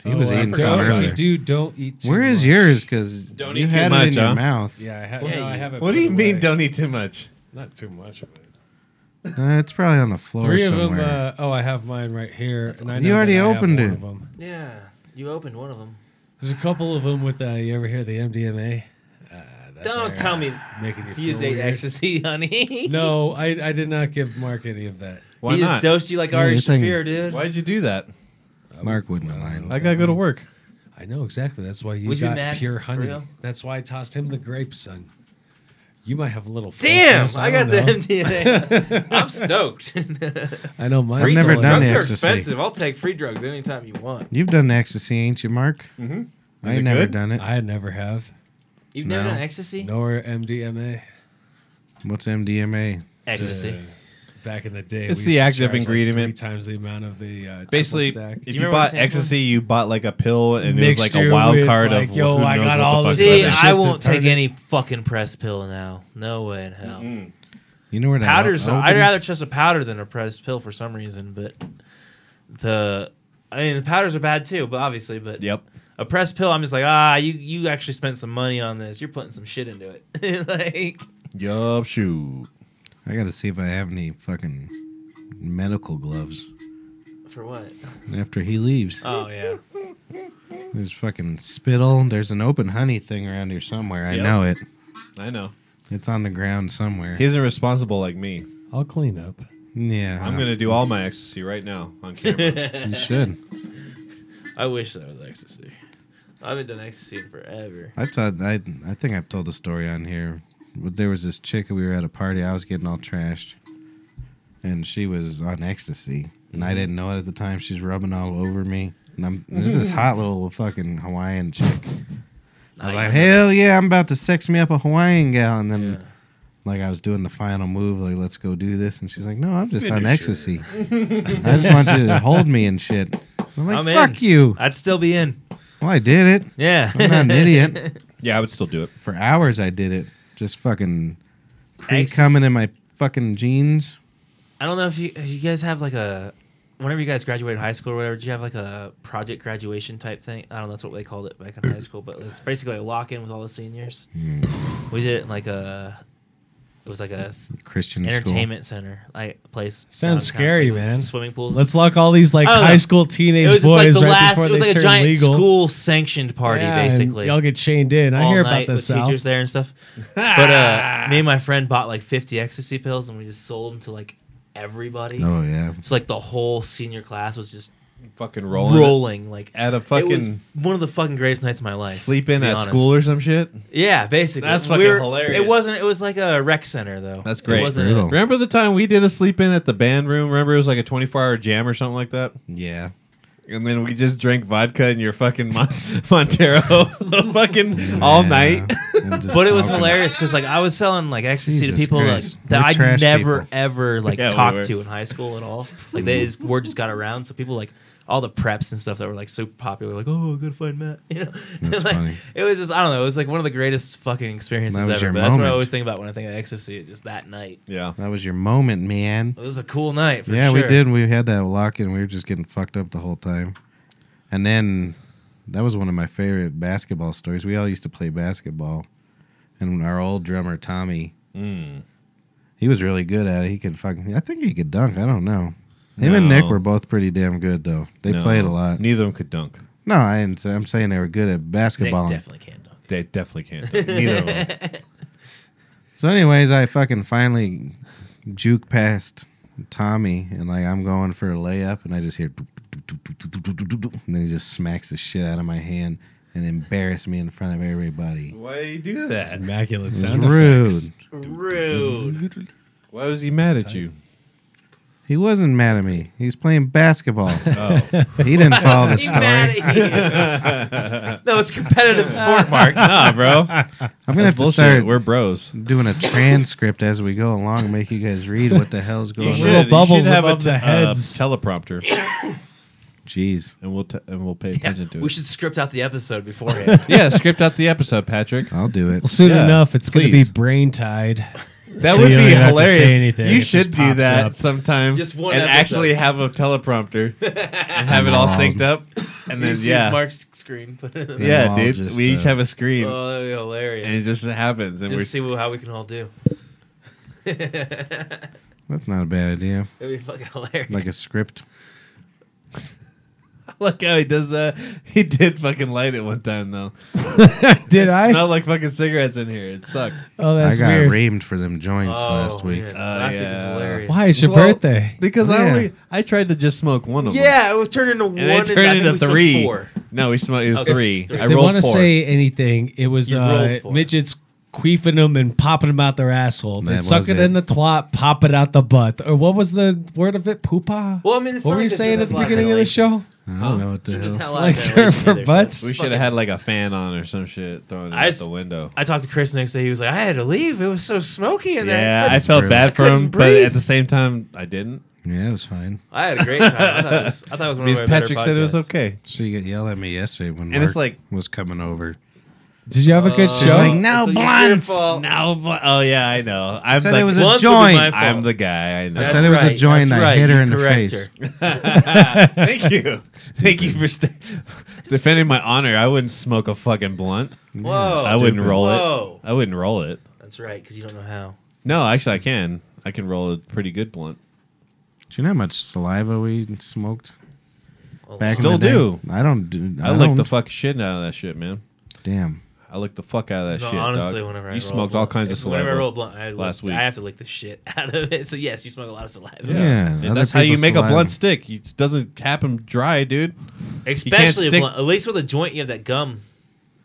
B: He was
E: Oh, I
B: eating
E: forgot.
B: some
E: If you
B: earlier.
E: do, don't eat too
B: Where is
E: much.
B: yours? Because
D: Don't
B: you
D: eat too
B: had it
D: much,
B: in your
D: huh?
B: mouth.
E: Yeah, I, ha-
G: Yeah,
E: no, I
G: you-
E: have it.
D: What do
E: put
D: you mean?
E: away.
D: Don't eat too much.
E: Not too much. of it.
B: Uh, it's probably on the floor
E: Three of
B: somewhere.
E: them. Uh, oh, I have mine right here. and I
B: You
E: know
B: already
E: that I have
B: opened
E: one
B: it.
E: of 'em.
G: Yeah, you opened one of them.
E: There's a couple of them with. Uh, you ever hear the MDMA? Uh, that
G: Don't
E: they're
G: tell me
E: making you
G: he
E: feel
G: is ate
E: weird.
G: ecstasy, honey.
E: [laughs] No, I, I did not give Mark any of that.
D: Why
G: he
D: not?
G: just dosed you like
B: Yeah,
G: Ari
B: you're thinking-
G: Shafir, dude.
D: Why'd you do that?
E: uh,
B: Mark wouldn't have lied.
D: I gotta go to work.
E: I know exactly. That's why you
G: Would you
E: got
G: mad?
E: pure
G: For
E: honey.
G: real?
E: That's why I tossed him the grape, son. You might have a little.
G: Damn,
E: fakeness,
G: I, got
E: don't
G: the
E: know.
G: MDMA. I'm stoked.
E: [laughs] I know mine.
B: I've never done
G: drugs are
B: ecstasy.
G: expensive. I'll take free drugs anytime you want.
B: You've done ecstasy, ain't you, Mark? Mm-hmm. I
D: Is it
B: ain't never
D: good?
B: done it.
E: I never have.
G: You've never
B: No.
G: done ecstasy?
E: Nor MDMA.
B: What's MDMA?
G: Ecstasy.
E: Uh, back in the day,
D: It's
E: we
D: the
E: used to
D: active
E: charge, like,
D: ingredient.
E: three times the amount of the uh, triple
D: Basically,
E: stack.
D: if
G: you
D: you,
G: remember what
D: bought
G: the next
D: ecstasy, you bought like a pill, and it was like a
E: Mixture
D: wild
E: with,
D: card
E: like,
D: of
E: yo,
D: who
E: I
D: knows
E: got
D: what
E: all
D: the fuck
E: this
D: is in
G: See,
D: it.
E: other
D: [laughs]
G: I
E: shit's
G: won't take
E: retarded.
G: any fucking press pill now. No way in hell.
B: You know where to
G: Powders.
B: open?
G: I'd rather trust a powder than a pressed pill for some reason, but the I mean the powders are bad too, but obviously, but
D: Yep.
G: a pressed pill, I'm just like ah, you you actually spent some money on this. You're putting some shit into it. [laughs] like
D: Yup. Shoot.
B: I gotta see if I have any fucking medical gloves
G: for what?
B: after he leaves.
G: Oh [laughs] yeah.
B: There's fucking spittle. There's an open honey thing around here somewhere. I
D: Yep.
B: know it.
D: I know.
B: It's on the ground somewhere.
D: He isn't responsible like me.
E: I'll clean up.
B: yeah,
D: I'm gonna do all my ecstasy right now on [laughs] camera.
B: You should.
G: I wish that was ecstasy. I haven't done ecstasy in forever.
B: I've told. I I think I've told a story on here. But there was this chick. We were at a party. I was getting all trashed, and she was on ecstasy, and I didn't know it at the time. She's rubbing all over me, and I'm there's this hot little fucking Hawaiian chick. I was like, hell yeah, I'm about to sex me up a Hawaiian gal, and then. Like I was doing the final move, like let's go do this, and she's like, "No, I'm just on ecstasy. I just want you to hold me and shit." I'm like,
G: I'm in.
B: "Fuck you!"
G: I'd still be in.
B: Well, I did it.
G: Yeah.
B: I'm
G: [laughs]
B: not an idiot.
D: yeah, I would still do it.
B: For hours I did it. Just fucking pre
G: Ecstasy.
B: coming in my fucking jeans.
G: I don't know if you if you guys have like a whenever you guys graduated high school or whatever, did you have like a project graduation type thing? I don't know, that's what they called it back in high school, but it's basically a lock in with all the seniors.
B: Hmm.
G: We did it in like a it was like a
B: Christian
G: entertainment center, like place.
E: Sounds
G: downtown,
E: scary,
G: like,
E: man.
G: Swimming pools.
E: Let's lock all these like
G: I don't know.
E: high school teenage
G: it was just like
E: boys
G: the
E: right
G: last
E: before
G: it was
E: they
G: like a
E: turn
G: giant
E: legal.
G: school sanctioned party
E: Yeah, and
G: basically.
E: Y'all get chained in. I
G: all
E: hear
G: night
E: about
G: with
E: this. South.
G: teachers there
E: [laughs]
G: and stuff. but uh, me and my friend bought like 50 ecstasy pills and we just sold them to like everybody.
B: school. Oh yeah.
G: It's like the whole senior class was just
D: Fucking rolling. it
G: rolling. Like
D: At a
G: it was
D: fucking
G: one of the fucking greatest nights of my life.
D: sleep in
G: to be
D: at
G: honest.
D: school or some shit.
G: Yeah, basically.
D: That's fucking
G: We're-
D: hilarious.
G: It wasn't. It was like a rec center though.
D: That's
G: It
D: great.
G: wasn't
B: Brutal.
G: a-
D: Remember the time we did a sleep in at the band room? Remember it was like a 24 hour jam or something like that?
B: Yeah.
D: And then we just drank vodka in your fucking Mon- [laughs] Montero fucking all
B: [laughs]
D: night.
G: [laughs] but it was hilarious because like I was selling like ecstasy
B: Jesus
G: to people like,
B: Christ.
G: that
B: We're
G: I
B: trash
G: never
B: people. Mm-hmm.
G: ever like
D: Yeah, we
G: talked
D: were.
G: to in high school at all. Like they his word just got around, so people like all the preps and stuff that were like super popular, like oh, I gotta find Matt. [laughs] You know,
B: That's
G: Like,
B: funny.
G: It was just I don't know. It was like one of the greatest fucking experiences
B: That was
G: ever.
B: your
G: But that's what I
B: moment.
G: always think about when I think of ecstasy. Is just that night.
D: yeah.
B: That was your moment, man.
G: It was a cool night for
B: Yeah,
G: sure.
B: we did. We had that lock and we were just getting fucked up the whole time. And then that was one of my favorite basketball stories. We all used to play basketball. And our old drummer Tommy,
D: Mm.
B: he was really good at it. He could fucking I think he could dunk. I don't know. Him and Nick
D: No.
B: were both pretty damn good though. They
D: No.
B: played a lot.
D: Neither of them could dunk.
B: No, I didn't say, I'm saying they were good at
G: Nick
B: basketball.
G: definitely can dunk.
D: They definitely can't. Dunk. Neither of them.
B: So, anyways, I fucking finally juke past Tommy, and like I'm going for a layup, and I just hear, doop, doop, doop, doop, doop, doop, doop, doop, doop, and then he just smacks the shit out of my hand and embarrassed me in front of everybody. It
D: Why you do
E: It's
D: that?
E: immaculate
B: was
E: sound
B: rude.
E: effects.
D: [laughs]
G: Rude.
D: Why was he mad at you?
B: He wasn't mad at me. He was
E: [laughs]
B: playing basketball.
D: Oh.
B: he didn't follow
G: [laughs]
B: the
G: He mad
B: story.
G: at you.
D: [laughs]
G: [laughs] no, it's
B: [laughs]
G: competitive sport, Mark.
D: nah, bro. I'm
B: I'm gonna have to start
D: We're bros.
B: doing a transcript as we go along, make you guys read what
E: [laughs]
B: the hell's going
E: should.
B: on.
E: Little bubbles
D: a
E: above the
D: uh,
E: heads.
D: teleprompter,
B: Jeez,
D: and we'll t- and we'll pay
G: Yeah,
D: attention to
G: we
D: it.
G: should script out the episode
B: [laughs]
G: beforehand.
D: yeah, script out the episode, Patrick.
B: I'll do it.
E: Well, soon
D: Yeah,
E: enough, it's going to be
D: please.
E: brain tied. [laughs]
D: That
E: So
D: would
E: you
D: be
E: don't even have to say
D: hilarious.
E: anything,
D: you
E: it
D: should
E: just
D: do
E: pops
D: that
E: up.
D: sometime.
G: Just one
D: and
G: episode.
D: actually have a
G: [laughs]
D: teleprompter and have it all synced up. And then
G: Just
D: yeah,
G: use Mark's screen. [laughs] Put it in.
D: yeah,
B: all
D: dude.
B: just,
D: we each
B: uh,
D: have a screen,
G: Oh, that'd be hilarious.
D: and it just happens. And
G: Just
D: we're
G: see wh- how we can all do. [laughs] It'd
B: That's not a bad idea.
G: be fucking hilarious.
B: Like a script.
D: [laughs] look how he does that. He did fucking light it one time though.
E: Did
D: it
E: I?
D: Smelled like fucking cigarettes in here. It sucked.
E: Oh, that's
B: I got
E: weird.
B: reamed for them joints last week.
G: Oh, man.
D: Uh,
G: Last week
D: yeah.
G: was hilarious.
E: Why? It's your
D: Well,
E: birthday.
D: Because I
B: Yeah.
D: only I tried to just smoke one of them.
G: Yeah, it was turned into one.
D: And it
G: I
D: turned
G: think
D: into
G: we smoked
D: three.
G: Four.
D: No, we smoked. It was
G: Okay.
D: three.
G: If
D: I
E: they
D: rolled
E: want
D: four.
E: to say anything, it was
G: You
E: uh,
G: rolled for it.
E: midgets queefing them and popping them out their asshole.
B: That
E: They'd
B: was
E: suck it
B: it.
E: in the twat, pop it out the butt. Or what was the word of it? Poopa?
G: Well, I mean, it's
E: what
G: not
E: were you
G: like
E: saying at
G: it's
E: the
G: not
E: beginning of the show?
B: I don't know what the hell.
G: [laughs] It's not
E: Like
G: like
E: her
G: ventilation
E: for
G: either, so
E: butts?
D: we
G: it's
D: should have
G: fucking-
D: had like a fan on or some shit throwing it
G: I
D: out
G: s-
D: the window.
G: I talked to Chris the next day. He was like, I had to leave. It was so smoky in there.
D: Yeah,
G: I,
D: I
G: couldn't-
D: felt bad for him,
G: couldn't
D: but
G: breathe.
D: at the same time, I didn't.
B: Yeah, it was fine.
G: I had a great time. I thought it was, I thought it was one
D: Because
G: of my better
D: Patrick said it was
G: podcasts.
D: okay.
B: She got yelled at me yesterday when
D: And
B: Mark
D: it's like-
B: was coming over.
E: Did you have a good
G: Uh,
E: show?
B: She's like,
G: it's
B: "No
G: your
B: blunts."
G: fault.
D: Now, but- oh yeah, I know. I'm
B: said
D: like,
B: it was a
G: Blunts would be
B: joint.
G: my fault.
D: I'm the guy. I know.
G: [laughs]
B: said it was a joint,
G: that's
B: I hit her
G: you
B: in the
G: correct
B: face.
G: her.
D: Thank you. [laughs] Thank you for sta [laughs] defending my honor. I wouldn't smoke a fucking blunt.
G: Whoa.
D: I wouldn't roll
G: Whoa.
D: it. I wouldn't roll it.
G: That's right, because you don't know how.
D: No, actually, I can. I can roll a pretty good blunt.
B: Do you know how much saliva we smoked?
G: Well,
B: Back
D: Still
B: in the day?
D: do.
B: I don't do. I,
D: I,
B: don't.
D: licked the fucking shit out of that shit, man.
B: Damn.
D: I licked the fuck out of that
G: No,
D: shit.
G: honestly,
D: dog.
G: whenever I
D: you
G: roll
D: smoked
G: a
D: all
G: blunt-
D: kinds of saliva.
G: Whenever I roll a blunt, I
D: last
G: last
D: week.
G: I have to lick the shit [laughs] out of it. So yes, you smoke a lot of saliva,
B: Yeah.
D: And
B: other
D: that's how you
B: people's
D: make a
B: saliva.
D: blunt stick. It doesn't happen dry, dude.
G: especially a
D: stick-
G: blunt. At least with a joint, you have that gum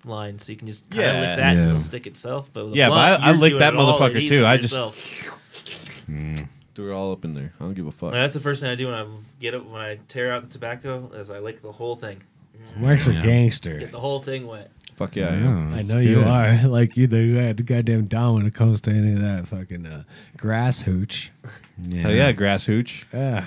G: line, so you can just kind of
D: Yeah.
G: lick that
B: Yeah.
G: and it'll stick itself. But with a
D: Yeah, but
G: blunt,
D: I- I
G: you're
D: lick
G: doing
D: that
G: it all
D: motherfucker,
G: adhesive
D: too. I just-
G: yourself.
D: Do it all up in there. I don't give a fuck.
G: Well, that's the first thing I do when I get up when I tear out the tobacco is I lick the whole thing,
E: Mark's a
G: get
E: gangster.
G: the whole thing wet.
D: Fuck yeah. I am.
B: Yeah, Oh,
E: I
B: that's
E: know you
B: good.
E: are. [laughs] Like you, the goddamn down when it comes to any of that fucking uh, grass hooch.
B: Yeah.
D: Hell yeah, grass hooch.
E: Yeah.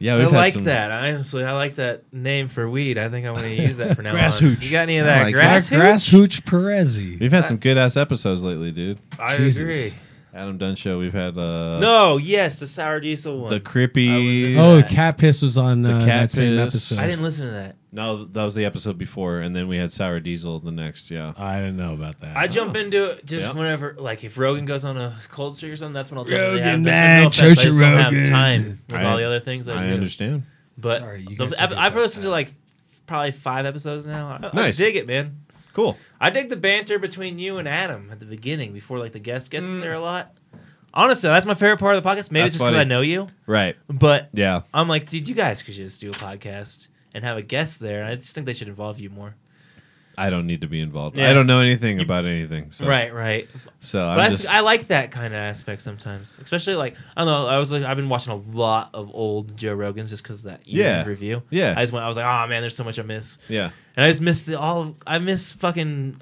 D: Yeah,
G: I
D: we've had
G: like
D: some-
G: that. I honestly, I like that name for weed. I think I'm going to use that
D: [laughs]
G: for now.
D: Grass
G: on.
D: hooch.
G: You got any of
B: I
G: that
B: like it.
G: grass? hooch?
E: grass hooch Perezzi.
D: We've had some good ass episodes lately, dude.
G: I
E: Jesus.
G: agree.
D: Adam Dunn show. We've had uh,
G: No, yes, the sour diesel one.
D: the creepy.
G: I was in-
E: Oh,
G: that.
E: cat piss was on
D: The
E: uh,
D: cat
E: that same
D: piss.
E: episode.
G: I didn't listen to that.
D: No, that was the episode before, and then we had Sour Diesel the next.
G: Oh,
D: Yeah,
E: I didn't know about that.
G: I jump into it just
D: Oh. Yeah.
G: whenever, like if Rogan goes on a cold streak or something, that's when I'll definitely
E: Rogan,
G: have. it. But
E: man,
G: no offense, I just
E: Church of
G: don't have
E: Rogan.
G: time with
D: I-
G: all the other things I,
D: I
G: do.
D: understand.
G: But
E: Sorry, you
G: the,
E: guys
G: I've,
E: had
G: I've
E: the best
G: listened to
E: time.
G: like probably five episodes now. I,
D: Nice.
G: I dig it, man.
D: Cool.
G: I dig the banter between you and Adam at the beginning before like the guest
E: Mm.
G: gets there a lot. Honestly, that's my favorite part of the podcast. Maybe
D: That's
G: it's just because
D: funny.
G: I know you,
D: Right.
G: but
D: Yeah.
G: I'm like, dude, you guys could just do a podcast and have a guest there. I just think they should involve you more.
D: I don't need to be involved.
G: Yeah.
D: I don't know anything about anything. So,
G: Right, right.
D: So
G: But I,
D: I'm just.
G: I like that kind of aspect sometimes, especially like I don't know. I was like, I've been watching a lot of old Joe Rogans just because of that E!
D: Yeah.
G: review.
D: Yeah.
G: I just went. I was like, oh man, there's so much I miss,
D: yeah.
G: and I just missed the all. I miss fucking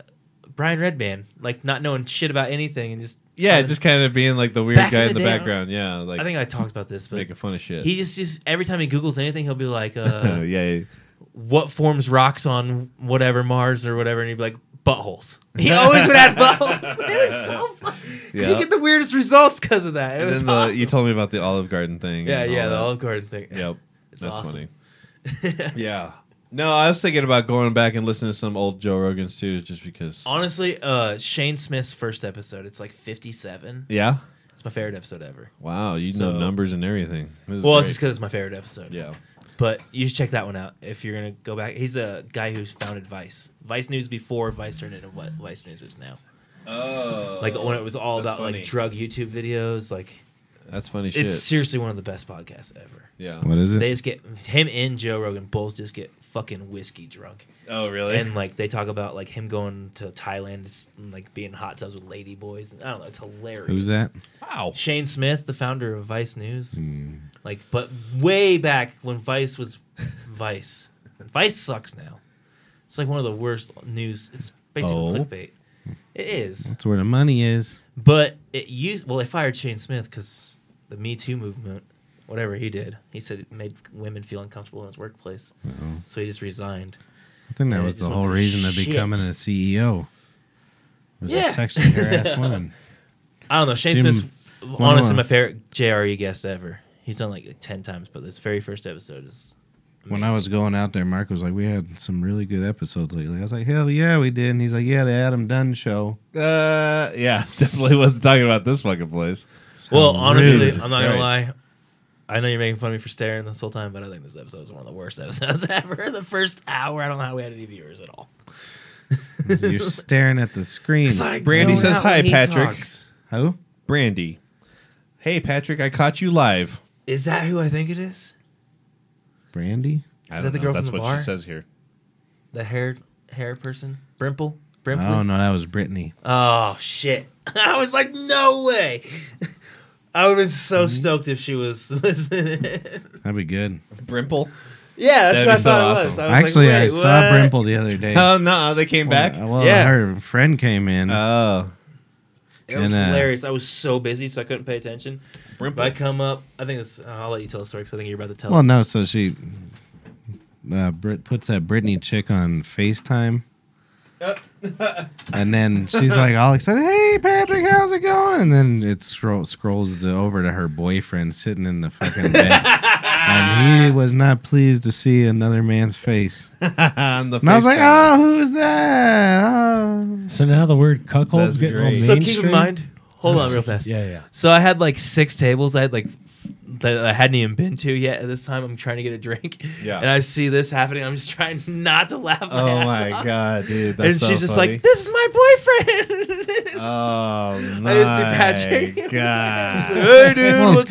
G: Brian Redman, like not knowing shit about anything and just
D: Yeah.
G: coming-
D: just kind of being like the weird
G: Back
D: guy
G: in
D: in
G: the
D: the,
G: day, I don't-
D: background. Yeah. Like
G: I think I talked about this, but
D: making fun of shit. [laughs]
G: he just just every time he googles anything, he'll be like,
D: yeah,
G: uh,
D: yeah.
G: "What forms rocks on whatever Mars or whatever?" and he'd be like, "Buttholes."
D: [laughs]
G: He always would add buttholes. [laughs] It was so fun. 'Cause
D: Yeah.
G: You get the weirdest results because of that. It
D: And
G: was
D: then the,
G: awesome.
D: you told me about the Olive Garden thing.
G: yeah,
D: and all
G: yeah, the
D: that.
G: Olive Garden thing.
D: Yep.
G: It's
D: That's
G: awesome. [laughs]
D: funny. yeah. No, I was thinking about going back and listening to some old Joe Rogan's too, just because.
G: Honestly, uh, Shane Smith's first episode. It's like 57.
D: yeah.
G: It's my favorite episode ever.
D: Wow, you
G: So-
D: know numbers and everything. This is
G: Well, it's
D: great.
G: just because it's my favorite episode.
D: yeah.
G: But you should check that one out if you're gonna go back. He's a guy who founded Vice. Vice News before Vice turned into what Vice News is now.
D: Oh.
G: Like when it was all
D: that's
G: about
D: funny.
G: like drug YouTube videos. Like
D: That's funny shit.
G: it's seriously one of the best podcasts ever.
D: yeah.
B: What is it?
G: They just get him and Joe Rogan both just get fucking whiskey drunk.
D: Oh, really?
G: and like they talk about like him going to Thailand and like being hot tubs with lady boys. I don't know, it's hilarious.
B: Who's that?
D: wow.
G: Shane Smith, the founder of Vice News.
B: Hmm.
G: Like, but way back when Vice was Vice. Vice sucks now. It's like one of the worst news. It's basically
D: Oh.
G: clickbait. It is,
B: That's where the money is.
G: but it used. Well, they fired Shane Smith because the Me Too movement, whatever he did, he said it made women feel uncomfortable in his workplace,
B: Uh-huh.
G: so he just resigned.
B: I think that
G: Yeah,
B: was
G: it
B: the
G: just
B: whole
G: went to
B: reason of
G: shit.
B: becoming a CEO. E Was
G: Yeah.
B: to sexually harass women.
G: I don't know. Shane
B: Jim-
G: Smith's
B: one
G: honestly
B: more.
G: my favorite JRE guest ever. He's done like ten times, but this very first episode is.
B: When I was going out there, Mark was like, "We had some really good episodes lately." I was like, "Hell yeah, we did!" And he's like, "Yeah, the Adam Dunn show."
D: Uh, yeah, [laughs] definitely wasn't talking about this fucking place.
G: Well, honestly,
D: Jesus
G: I'm not gonna
D: Christ.
G: lie. I know you're making fun of me for staring this whole time, but I think this episode was one of the worst [laughs] episodes ever. The first hour, I don't know how we had any viewers at all.
B: So
G: [laughs]
B: You're staring at the screen.
D: Brandy
G: zone
D: says
G: out when
D: hi,
G: he
D: Patrick.
G: talks.
B: Who?
D: Brandy. Hey, Patrick, I caught you live.
G: Is that who I think it is?
B: Brandy?
D: I
G: Is
D: don't
G: that the
D: know.
G: girl
D: That's
G: from the
D: what
G: bar?
D: she says here.
G: The hair hair person, Brimple, Brimple.
B: Oh no, that was Brittany.
G: Oh shit! [laughs] I was like, no way. [laughs] I would have been
D: Mm-hmm.
G: so stoked if she was [laughs] listening.
B: That'd be good.
D: Brimple.
G: yeah,
D: That'd be
G: that's what I
D: so
G: thought it was.
D: awesome.
G: I was like,
B: Actually, I
G: wait,
B: saw
G: what?
B: Brimple the other
G: [laughs]
B: day.
D: [laughs] Oh no, they came back.
B: Well, well,
G: Yeah. Uh,
B: her friend came in.
D: Oh, [laughs]
G: It was
B: And, uh,
G: hilarious. I was so busy, so I couldn't pay attention. But I
D: Brimple.
G: come up. I think it's. I'll let you tell the story because I think you're about to tell.
B: well,
G: it.
B: no, so she uh, Brit puts that Brittany chick on FaceTime.
G: [laughs]
B: and then she's like all excited, "Hey Patrick, how's it going?" And then it scroll, scrolls to, over to her boyfriend sitting in the fucking
G: [laughs]
B: bed, and he was not pleased to see another man's face.
D: On the
B: And I was like,
D: FaceTime.
B: "Oh, who's that?" Oh.
E: So now the word cuckold's
D: That's
E: getting all
D: great.
E: mainstream.
G: So keep in mind. Hold on, real fast.
E: Yeah, yeah.
G: So I had like six tables. I had like that I hadn't even been to yet. At this time, I'm trying to get a drink.
D: Yeah.
G: And I see this happening. I'm just trying [laughs] not to laugh. My
D: Oh [laughs]
G: ass
D: my
G: off.
D: god, dude! That's
G: and
D: so
G: she's just
D: funny.
G: like, "This is my boyfriend." [laughs]
D: [laughs] Oh my
G: didn't
D: [laughs]
G: see Patrick.
D: god!
G: hey, dude,
B: Well, it's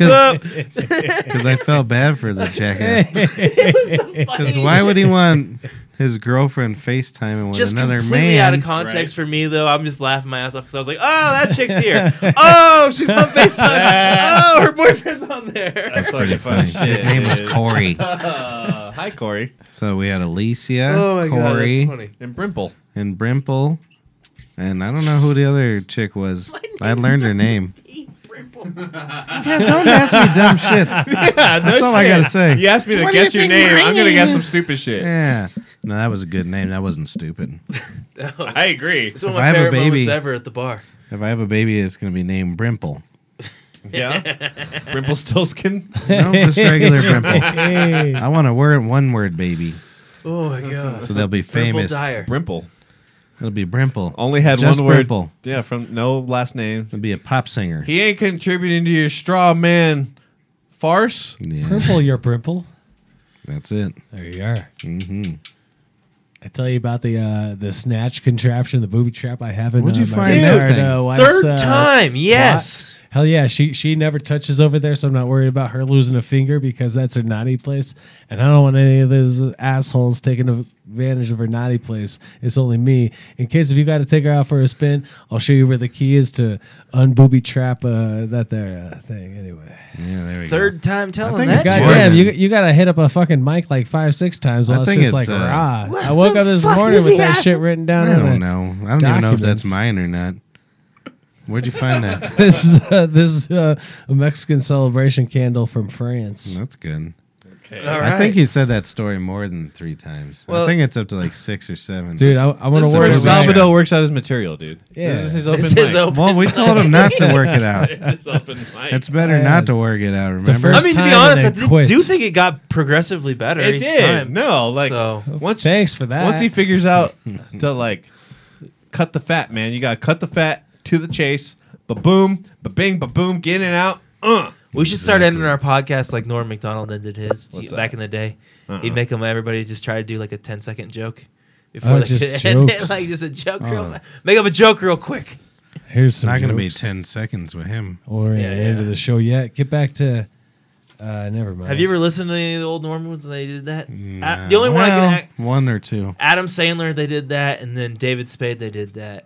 B: [laughs]
G: what's up?
B: Because I felt bad for the jackass. [laughs] Because
G: Because
B: why would he want his girlfriend FaceTiming with
G: Just
B: another
G: completely
B: man?
G: out of context for me, though. I'm just laughing my ass off because I was like, "Oh, that
E: [laughs]
G: chick's here. oh, she's on Facetime. oh, her boyfriend's on there."
D: That's
B: Pretty
D: fucking
B: funny. His name was
G: [laughs]
B: Corey.
D: Uh, hi, Corey.
B: So we had Alicia,
G: oh my [laughs] god,
B: Corey,
G: that's funny.
D: And [laughs] Brimple.
B: and Brimple. And I don't know who the other chick was. I learned her name. yeah, don't ask me dumb shit. [laughs] That's all I gotta say.
D: You asked me to
B: What do you
D: guess your
B: think
D: name.
B: my
D: I'm gonna
B: name
D: guess
B: is?
D: some stupid shit.
B: Yeah. No, that was a good name. That wasn't stupid.
D: I agree.
G: It's one of
B: If I
G: my
B: have a
G: favorite moments
B: baby-
G: ever at the bar.
B: If I have a baby, it's gonna be named [laughs] Brimple.
D: [laughs] Yeah. Brimple Stillskin.
B: No, just regular Brimple.
E: Hey.
B: I want a word, one word baby.
E: [laughs]
G: Oh my god,
B: So they'll be
G: Purple
B: famous.
G: Dyer.
D: Brimple
B: It'll be Brimple.
D: only had
B: Just
D: one word.
B: Brimple.
D: Yeah, from no last name.
B: It'll be a pop singer.
D: He ain't contributing to your straw man farce.
B: Yeah,
E: Purple, your purple.
B: that's it.
E: There you are.
B: hmm
E: Mm-hmm. I tell you about the uh, the snatch contraption, the booby trap I have in
B: What'd
E: uh,
B: you
E: my
B: find out
E: Bernard,
B: then?
E: uh, wife's,
G: Third
E: uh,
G: time,
E: slot.
G: yes.
E: Hell yeah, she she never touches over there, so I'm not worried about her losing a finger because that's her naughty place, and I don't want any of those assholes taking advantage of her naughty place. It's only me. In case if you got to take her out for a spin, I'll show you where the key is to unbooby trap uh, that there uh, thing. Anyway,
B: Yeah, there we go.
G: Third time telling
B: think
G: that.
B: it's
E: God
B: more
G: joke.
E: damn,
B: than-
E: you you gotta hit up a fucking mic like five six times while
B: I
E: it's
B: think
E: just
B: it's,
E: like
B: uh,
E: rah. I woke up this morning with that shit written down.
B: I
E: on
B: don't
E: it.
B: know. I don't even know if
E: Documents.
B: that's mine or not. Where'd you find
E: [laughs]
B: that?
G: [laughs]
E: This is uh, this is uh, a Mexican celebration candle from France.
B: That's good.
G: All
B: I think he said that story more than three times. I think it's up to like six or seven.
E: Dude, I, I want to
D: This is
E: work.
D: where
E: with-
B: Salvador-
D: Salvador works out his material, dude.
E: Yeah.
D: This is his open
G: This is
D: mic.
G: open
B: well, we told him not to work it
G: [laughs]
B: out.
D: This is [laughs] open mic.
B: It's better
E: Yeah,
B: not to
E: it's-
B: work it out. Remember?
G: I
E: first-
G: mean, to be
E: time and
G: honest,
E: they
G: I thi-
E: quit.
G: do think it got progressively better.
D: It
G: each
D: did.
G: Time.
D: No, like
G: So-
D: once
E: Thanks for that.
D: once he figures [laughs] out to like cut the fat, man. You gotta cut the fat to the chase. Ba boom, ba bing, ba boom, get in and out. Uh.
G: We should start ending our podcast like Norm Macdonald ended
D: What's
G: his
D: that? Uh-uh.
G: back in the day. He'd make them everybody just try to do like a 10 second joke before
E: Oh,
G: they
E: just
G: [laughs] could end it.
E: jokes.
G: Like just a joke,
B: Uh-huh.
G: real, [laughs] make up a joke real quick.
E: Here's some
B: not going to be
E: jokes.
B: ten seconds with him.
E: or
G: Yeah,
E: yeah, end of
G: yeah.
E: the show yet. Get back to. Uh, never mind.
G: Have you ever listened to any of the old Norm ones and they did that? Uh, the
B: Nah.
G: only one I
B: Well,
G: can act,
B: one or two.
G: Adam Sandler they did that, and then David Spade they did that.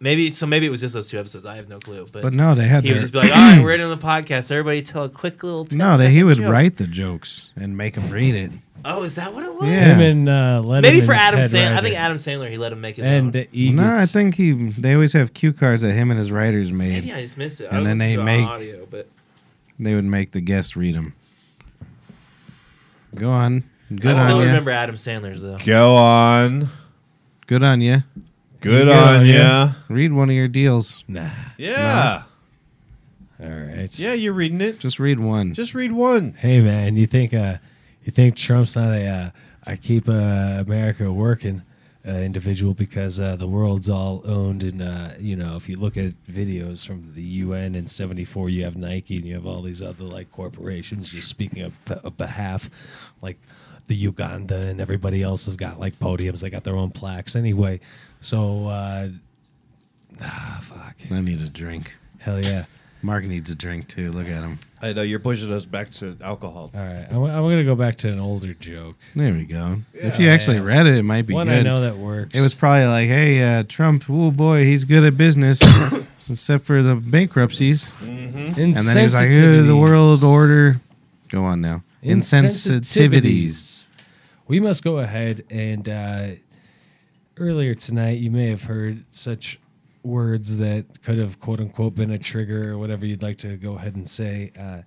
G: Maybe so. Maybe it was just those two episodes. I have no clue. But,
B: But no, they had.
G: he
B: Their,
G: would just be like, "All right, we're ending the podcast. Everybody tell a quick little." 10
B: no, that he
G: second
B: would
G: joke."
B: write the jokes and make them read it.
G: Oh, is that what it was?
B: Yeah.
E: Him and uh, Letterman's
G: Maybe for Adam
E: head
G: Sandler. I
E: writer.
G: think Adam Sandler he let him make his
E: and
G: own.
E: Eagles.
B: No, I think he. They always have cue cards that him and his writers
G: Maybe
B: made.
G: I just missed it.
B: And
G: I
B: then they
G: listened to
B: make-
G: audio, but
B: They would make the guest read them. Go on. Good
G: I still
B: on you.
G: remember Adam Sandler's though.
D: Go on.
B: Good on you.
D: Good
E: on
D: on
E: ya.
D: ya.
B: Read one of your deals.
E: Nah.
D: Yeah.
E: All right.
D: Yeah, you're reading it.
B: Just read one.
D: Just read one.
E: Hey man, you think uh, you think Trump's not a uh, I keep uh, America working uh, individual because uh, the world's all owned and uh, you know if you look at videos from the UN in '74, you have Nike and you have all these other like corporations just speaking of, of behalf, like the Uganda and everybody else has got like podiums. They got their own plaques anyway. So uh, ah fuck
B: I need a drink.
E: hell yeah.
B: Mark needs a drink too. Look at him.
D: I know you're pushing us back to alcohol.
E: All right, I'm, I'm gonna go back to an older joke.
B: There we go. if you actually read it, it might be
E: One
B: good.
E: I know that works.
B: It was probably like, hey, uh, Trump, oh boy, he's good at business, [coughs] except for the bankruptcies.
E: And
B: And then he was like, "Eh, the world order. Go on now. Insensitivities.
E: We must go ahead and uh, earlier tonight, you may have heard such words that could have quote unquote been a trigger or whatever you'd like to go ahead and say. Uh,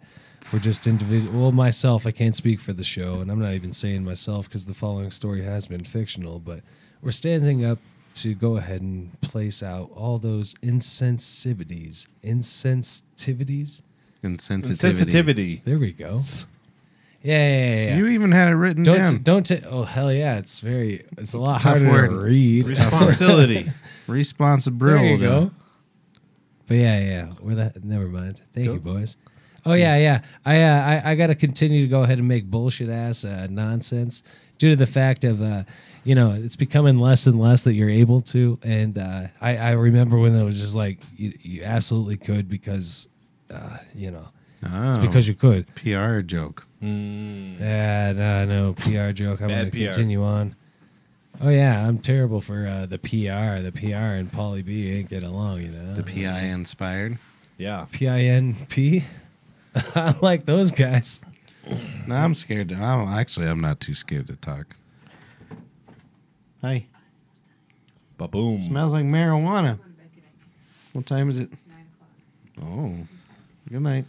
E: we're just individual. Well, myself, I can't speak for the show, and I'm not even saying myself because the following story has been fictional, but we're standing up to go ahead and place out all those insensitivities. Insensitivities?
B: Insensitivity.
D: Sensitivity.
E: There we go. Yeah, yeah, yeah, yeah.
B: You even had it written
E: don't
B: down.
E: don't ta- oh hell yeah, it's very it's a lot
B: tough
E: harder
B: word.
E: to read.
D: Responsibility.
E: There you
B: Responsibility.
E: go. But yeah, yeah, we're that. Never mind. Thank you, boys. Oh yeah, yeah. I uh, I, I got to continue to go ahead and make bullshit ass uh, nonsense due to the fact of uh, you know it's becoming less and less that you're able to. And uh, I I remember when it was just like you, you absolutely could because uh, you know it's
B: Oh,
E: because you could.
B: PR joke.
E: Yeah, no, uh, no PR joke. I'm
D: Bad
E: going to
D: PR.
E: continue on. Oh yeah, I'm terrible for uh, the PR. The PR and Polly B ain't get along, you know.
B: The PI inspired.
D: [laughs] yeah.
E: PINP. [laughs] I like those guys.
B: No, I'm scared. To, I'm, actually, I'm not too scared to talk. Hi.
D: Ba boom.
B: Smells like marijuana. What time is it? Oh. Good
G: [laughs]
B: night.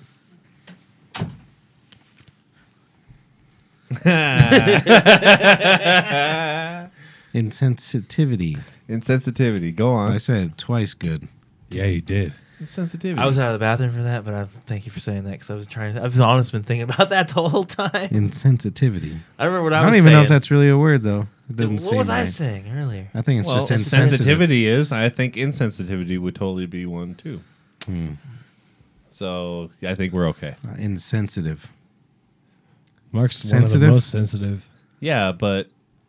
B: Insensitivity.
D: Insensitivity. Go
B: I
D: on.
B: said twice good.
E: Yeah, you did.
D: Insensitivity.
G: I was out of the bathroom for that, but I thank you for saying that because I was trying. To, I've honest been thinking about that [laughs] the whole time.
B: Insensitivity.
G: I remember what I,
B: I don't
G: was
B: even know if
G: saying.
B: that's really a word though. It doesn't
G: What
B: seem
G: was I
B: right.
G: saying earlier?
B: I think it's
D: well,
B: just insensitive.
D: sensitivity is. I think insensitivity would totally be one too. Hmm. So I think we're okay.
B: Uh, Insensitive.
E: Mark's one of
B: Sensitive?
E: the most sensitive.
D: Yeah, but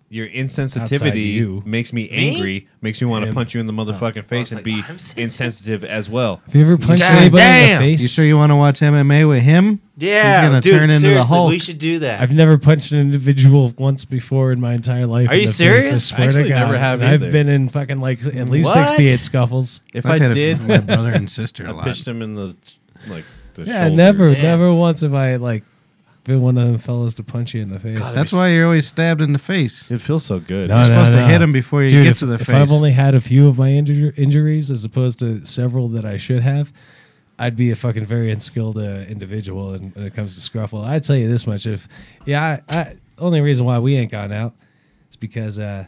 D: your insensitivity
E: you.
D: makes me angry, makes me want to
E: Him.
D: punch you in
B: Oh.
D: the motherfucking face and
G: like,
D: be
G: I'm sensitive.
D: insensitive as well.
E: Have you ever punched
G: God
E: anybody
G: damn!
E: in the face?
B: You sure you want to watch MMA with him?
G: Yeah,
B: He's gonna
G: dude,
B: turn into the
G: seriously,
B: Hulk.
G: We should do that.
E: I've never punched an individual once before in my entire life.
G: Are
E: in
G: you
E: the face,
G: serious?
E: I swear
D: I actually
E: to God.
D: never have
E: And I've
D: either.
E: been in fucking like at least
G: What?
E: 68 scuffles.
D: If
B: I've
D: I
B: had it
D: did,
B: with my brother and
G: [laughs]
B: sister a
D: I
B: lot.
D: pitched him in the like the
E: Yeah,
D: shoulder.
E: never,
G: Yeah.
E: never once have I like been one of them fellas to punch you in the face.
B: That's why you're always stabbed in the face.
D: It feels so good.
E: No,
B: You're supposed to
E: no.
B: hit him before you
E: Dude,
B: get
E: if,
B: to the
E: if
B: face.
E: I've only had a few of my inju- injuries as opposed to several that I should have, I'd be a fucking very unskilled uh, individual. And when it comes to scruffle, I tell you this much: if yeah, I, I only reason why we ain't gone out is because uh,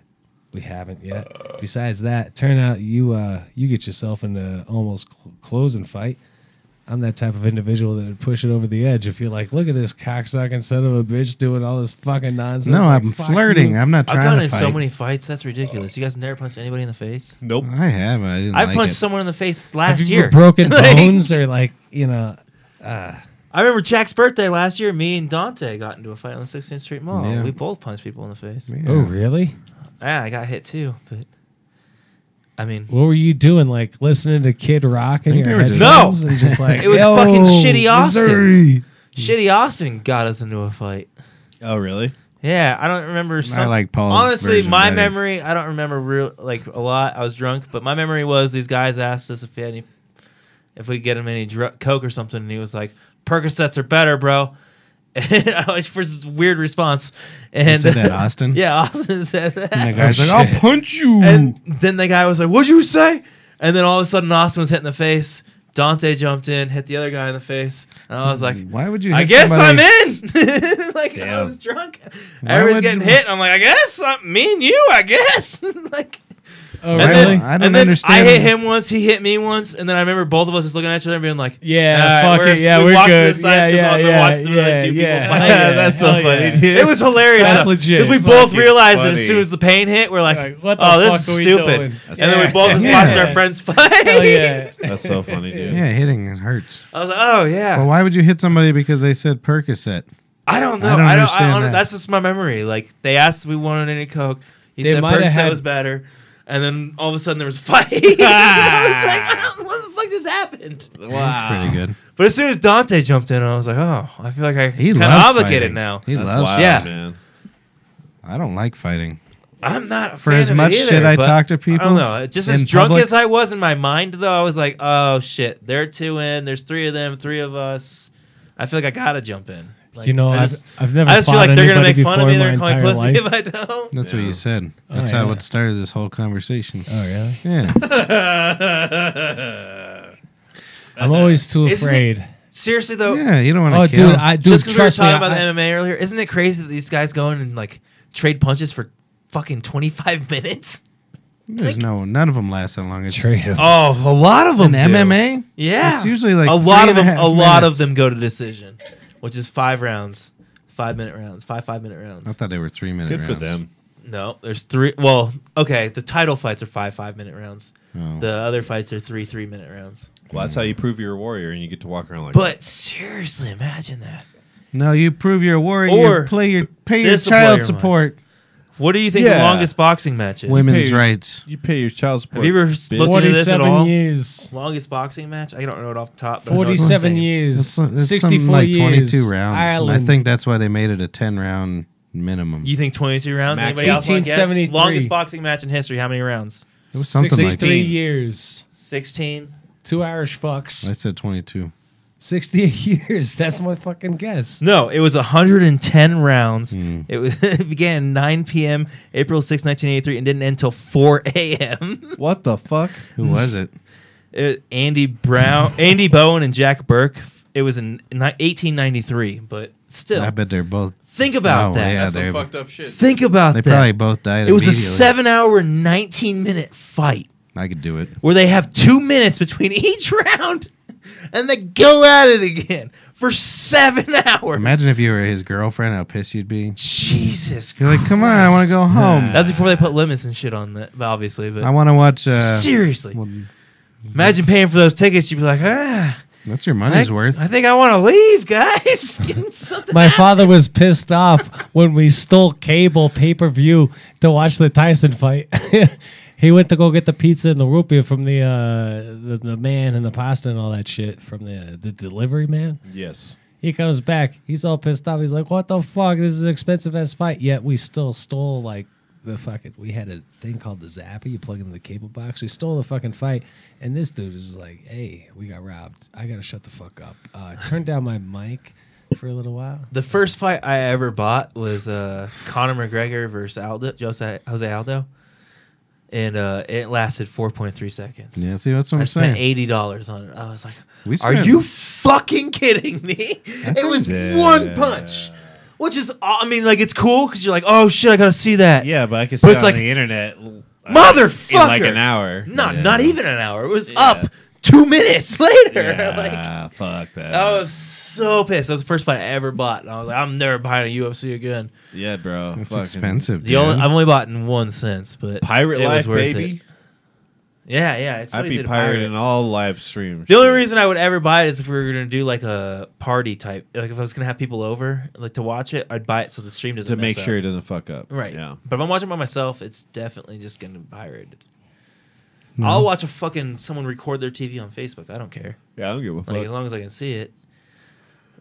E: we haven't yet. Besides that, turn out you uh, you get yourself in a almost cl- closing fight. I'm that type of individual that would push it over the edge. If you're like, look at this cocksucking son of a bitch doing all this fucking nonsense.
B: no,
E: like,
B: I'm
E: fuck you.
B: flirting. I'm not trying
G: I've gotten
B: to
G: in
B: fight.
G: so many fights. That's ridiculous. You guys never punched anybody in the face.
D: Nope.
B: I have. I didn't.
G: I
B: like
G: punched
B: it.
G: someone in the face
E: Have
G: last
E: you
G: year.
E: ever broken
G: [laughs] Like,
E: bones or like you know
G: I remember Jack's birthday last year. Me and Dante got into a fight on the 16th Street Mall.
B: Yeah.
G: We both punched people in the face.
B: Yeah.
E: Oh, really?
G: Yeah, I got hit too, but I mean,
E: What were you doing? Like listening to Kid Rock in
B: Think
E: your
B: they were just-
E: headphones
G: No!
E: and just like
G: [laughs] It was
E: "Yo,
G: fucking shitty Austin."
E: Missouri."
G: Shitty Austin got us into a fight.
D: Oh, really?
G: Yeah, I don't remember. Some,
B: like Paul's
G: Honestly,
B: version
G: my
B: better.
G: memory, I don't remember real like a lot. I was drunk, but my memory was these guys asked us if we had any, if we could get him any dr- coke or something, and he was like, "Percocets are better, bro." [laughs] And I always for this weird response. And
B: said
G: [laughs]
B: that, Austin?
G: yeah, Austin said
B: And the
G: that.
B: guy's like, "I'll punch you."
G: And then the guy was like, "What'd you say?" And then all of a sudden, Austin was hit in the face. Dante jumped in, hit the other guy in the face, and I was like,
B: Why would you?
G: I
B: hit
G: guess
B: somebody-
G: I'm in. [laughs] like I was drunk. Everyone's
B: would
G: getting
B: you-
G: hit. I'm [laughs] like, I guess I'm, me and you. I guess. like [laughs]
E: Oh,
B: I
G: And
E: really?
B: don't- I don't
G: and then
B: understand.
G: I hit him once. He hit me once, and then I remember both of us just looking at each other and being like,
E: Yeah,
G: "All right,
E: fuck it. Yeah,
G: we
E: we're
G: walked to the
E: good.
G: sides 'cause
E: yeah,
G: I
E: yeah,
G: watched the
E: yeah,
G: other two people
E: yeah. [laughs]
G: fight.
D: [laughs]
E: Yeah,
D: That's so
E: hell
D: funny,
E: yeah.
D: dude.
G: It was hilarious.
E: That's legit.
G: Because we both
D: Fucking
G: realized that
D: funny.
G: as soon as the pain hit, we're like,
E: Like, what the
G: oh, this
E: fuck
G: is
E: are we
G: stupid.
E: doing?
G: And
D: [laughs]
G: then we both just
B: Yeah.
G: watched our friends fight.
E: Hell Oh, yeah.
D: That's so funny, dude.
B: Yeah, hitting it hurts.
G: [laughs] I was like, oh, yeah.
B: Well, why would you hit somebody because they said Percocet?
G: I don't know.
B: I
G: I
B: don't
G: don't, I don't,
B: understand that.
G: That's just my memory. Like, they asked if we wanted any Coke. He
E: They
G: said
E: might have
G: Percocet
E: had-
G: was better. And then all of a sudden there was a fight. [laughs] I
B: [laughs]
G: was like, what, what the fuck just happened?
B: That's pretty good.
G: But as soon as Dante jumped in, I was like, oh, I feel like I
B: He
G: kind of
B: loves
G: obligated
B: fighting.
G: now.
B: He
D: That's
B: loves.
D: wild,
G: Yeah.
D: man.
B: I don't like fighting.
G: I'm not a
B: For
G: fan
B: as
G: of it
B: much
G: either,
B: shit I
G: but
B: talk to people
G: I don't know. Just as
B: in
G: drunk
B: public-
G: as I was in my mind, though, I was like, "Oh shit, there are two in. There's three of them. Three of us. I feel like I gotta jump in." Like,
E: You know,
G: I
E: I've,
G: just,
E: I've never
G: I just feel
E: fought
G: like they're gonna
E: anybody
G: make fun
E: before
G: of me.
E: in
G: They're
E: my
G: calling
E: entire
G: pussy
E: life.
G: if I don't.
B: That's what you said.
E: Oh,
B: That's how
E: yeah.
B: it started this whole conversation.
E: Oh,
G: [laughs]
E: really?
B: Yeah.
E: I'm always too
G: Isn't it-
E: afraid.
G: [laughs] Seriously though,
B: yeah, you don't want to
E: oh,
B: kill.
E: dude, I dude,
G: just because we were
E: trust
G: talking
E: me,
G: about
E: I-
G: the MMA earlier, isn't it crazy that these guys go in and like trade punches for fucking 25 [laughs] minutes?
B: There's no, none of them last that long. It's
E: Trade him.
G: Oh, a lot of
B: an MMA.
G: Yeah,
B: It's usually like
G: a
B: three
G: lot of
B: and a
G: them.
B: half
G: A, lot
B: minutes.
G: of them go to decision, which is five rounds, five minute rounds, five five minute
B: I
G: rounds.
B: thought they were three minute.
D: Good for them.
B: rounds.
G: No, there's three. Well, okay, the title fights are five five minute rounds.
B: Oh.
G: The other fights are three three minute rounds.
D: Well, that's how
B: Mm.
D: you prove you're a warrior and you get to walk around like
G: But seriously, imagine that.
B: no, you prove you're a warrior.
G: Or
B: you play your pay your
G: there's the
B: child
G: player
B: support.
G: What do you think the
D: Yeah.
G: longest boxing match is?
B: Women's
D: Hey,
B: rights.
D: You pay your child support.
G: Have Oh, you ever
D: bitch.
G: looked into this at
E: 47
G: all?
E: years.
G: Longest boxing match? I don't know it off the top. But I know it's the
E: 47
G: same.
E: years.
B: That's- that's something
E: 64
B: like
E: years.
B: 22 rounds.
E: Ireland.
B: I think that's why they made it a 10 round minimum.
G: You think 22 rounds?
D: Max-
G: Anybody else want to guess?
E: 1873.
G: Longest boxing match in history. How many rounds?
B: It was something like
E: 63
B: that.
E: years.
G: 16.
E: Two Irish fucks.
B: I said 22.
E: 68 [laughs] years. That's my fucking guess.
G: No, it was 110 rounds.
B: Hmm.
G: It, was, [laughs] it began at 9 p.m. April 6, 1983, and didn't end until [laughs] 4 a.m.
D: What the fuck?
B: Who
E: Hmm.
B: was it?
G: It-
B: [laughs]
G: Andy Brown, Andy Bowen, and Jack Burke. It was in ni- 1893, but still,
B: I bet they're both.
G: think about
B: Oh,
G: that.
B: yeah, they
D: Fucked up shit.
G: Think about
B: they
G: that.
B: probably both died.
G: it was a
B: immediately.
G: seven-hour, 19-minute fight
B: I could do it.
G: where they have two minutes between [laughs] each round, and they go at it again for seven [laughs] hours.
B: Imagine if you were his girlfriend, how pissed you'd be.
G: Jesus,
B: You're like, come on, I want to go home.
G: That's before they put limits and shit on that, obviously. But
B: I want to watch. Uh,
G: seriously,
B: well,
G: imagine paying for those tickets. You'd be like, ah,
B: that's your
G: I,
B: money's worth.
G: I think I want to leave, guys. [laughs] Getting something.
E: My
G: out-
E: father was pissed off when we stole cable pay per view to watch the Tyson fight. [laughs] he went to go get the pizza and the root beer from the, uh, the the man and the pasta and all that shit from the the delivery man.
D: Yes.
E: He comes back. He's all pissed off. He's like, "What the fuck? This is an expensive ass fight." Yet we still stole like the fucking. We had a thing called the Zappa. You plug into the cable box. We stole the fucking fight. And this dude is like, "Hey, we got robbed. I gotta shut the fuck up. Uh, turn down my mic for a little while."
G: the first fight I ever bought was uh, Conor McGregor versus Aldo, Jose, Jose Aldo, and uh, it lasted 4.3 seconds.
B: yeah, see, that's what I'm
G: I spent
B: saying.
G: eighty dollars on it. I was like,
B: We
G: "Are
B: spent-
G: you fucking kidding me?" It was one punch, which is, aw- I mean, like it's cool because you're like, "Oh shit, I gotta see that."
D: Yeah, but I could
G: But
D: see
G: it's
D: it on
G: like-
D: the internet. uh,
G: Motherfucker!
D: In like an hour.
G: No,
D: Yeah.
G: not even an hour. It was
D: Yeah.
G: up two minutes [laughs] later. like
D: Yeah, fuck that.
G: I was so pissed. That was the first fight I ever bought, and I was like, "I'm never buying a UFC again."
D: yeah, bro.
B: It's
D: Fucking-
B: expensive.
G: The
B: dude.
G: only I've only bought in one since, but
D: Pirate
G: it was
D: life,
G: worth
D: baby.
G: it. Yeah, yeah. It's so
D: I'd
G: easy
D: be
G: to pirate.
D: pirating all live streams.
G: The only reason I would ever buy it is if we were gonna do like a party type, like if I was gonna have people over, like to watch it, I'd buy it so the stream doesn't
D: to make
G: mess
D: sure it
G: up.
D: doesn't fuck up.
G: Right.
D: Yeah.
G: But if I'm watching by myself, it's definitely just gonna be pirated. I'll watch a fucking someone record their TV on Facebook. I don't care.
D: Yeah, I don't give a fuck.
G: Like as long as I can see it.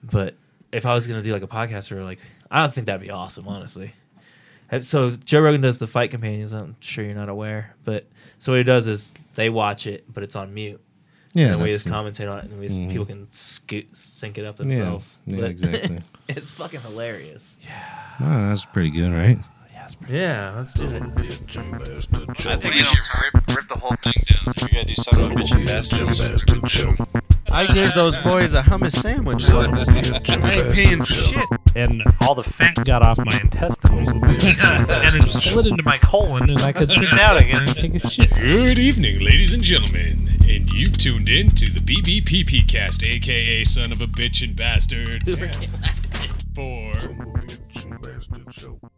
G: But if I was gonna do like a podcast or like, I don't think that'd be awesome, honestly. And So Joe Rogan does the fight companions. I'm sure you're not aware, but so what he does is they watch it, but it's on mute
B: yeah,
G: and then we
B: that's- Mm-hmm.
G: just commentate on it, and we just, people can scoot, sync it up
B: Yeah,
G: themselves.
B: yeah,
G: But
B: exactly.
G: [laughs] it's fucking hilarious. Yeah,
B: Oh, that's pretty good, right?
G: let's do it.
I: I think we should rip, rip the whole thing down. We gotta do something with bitch bastards.
B: I gave those boys a hummus sandwich.
I: I ain't paying for shit.
E: and all the fat got off my intestines, and it slid into my colon, and I could sit down again and take a shit.
J: Good evening, ladies and gentlemen, and you've tuned in to the BBPP cast, aka Son of a Bitch and Bastard. For.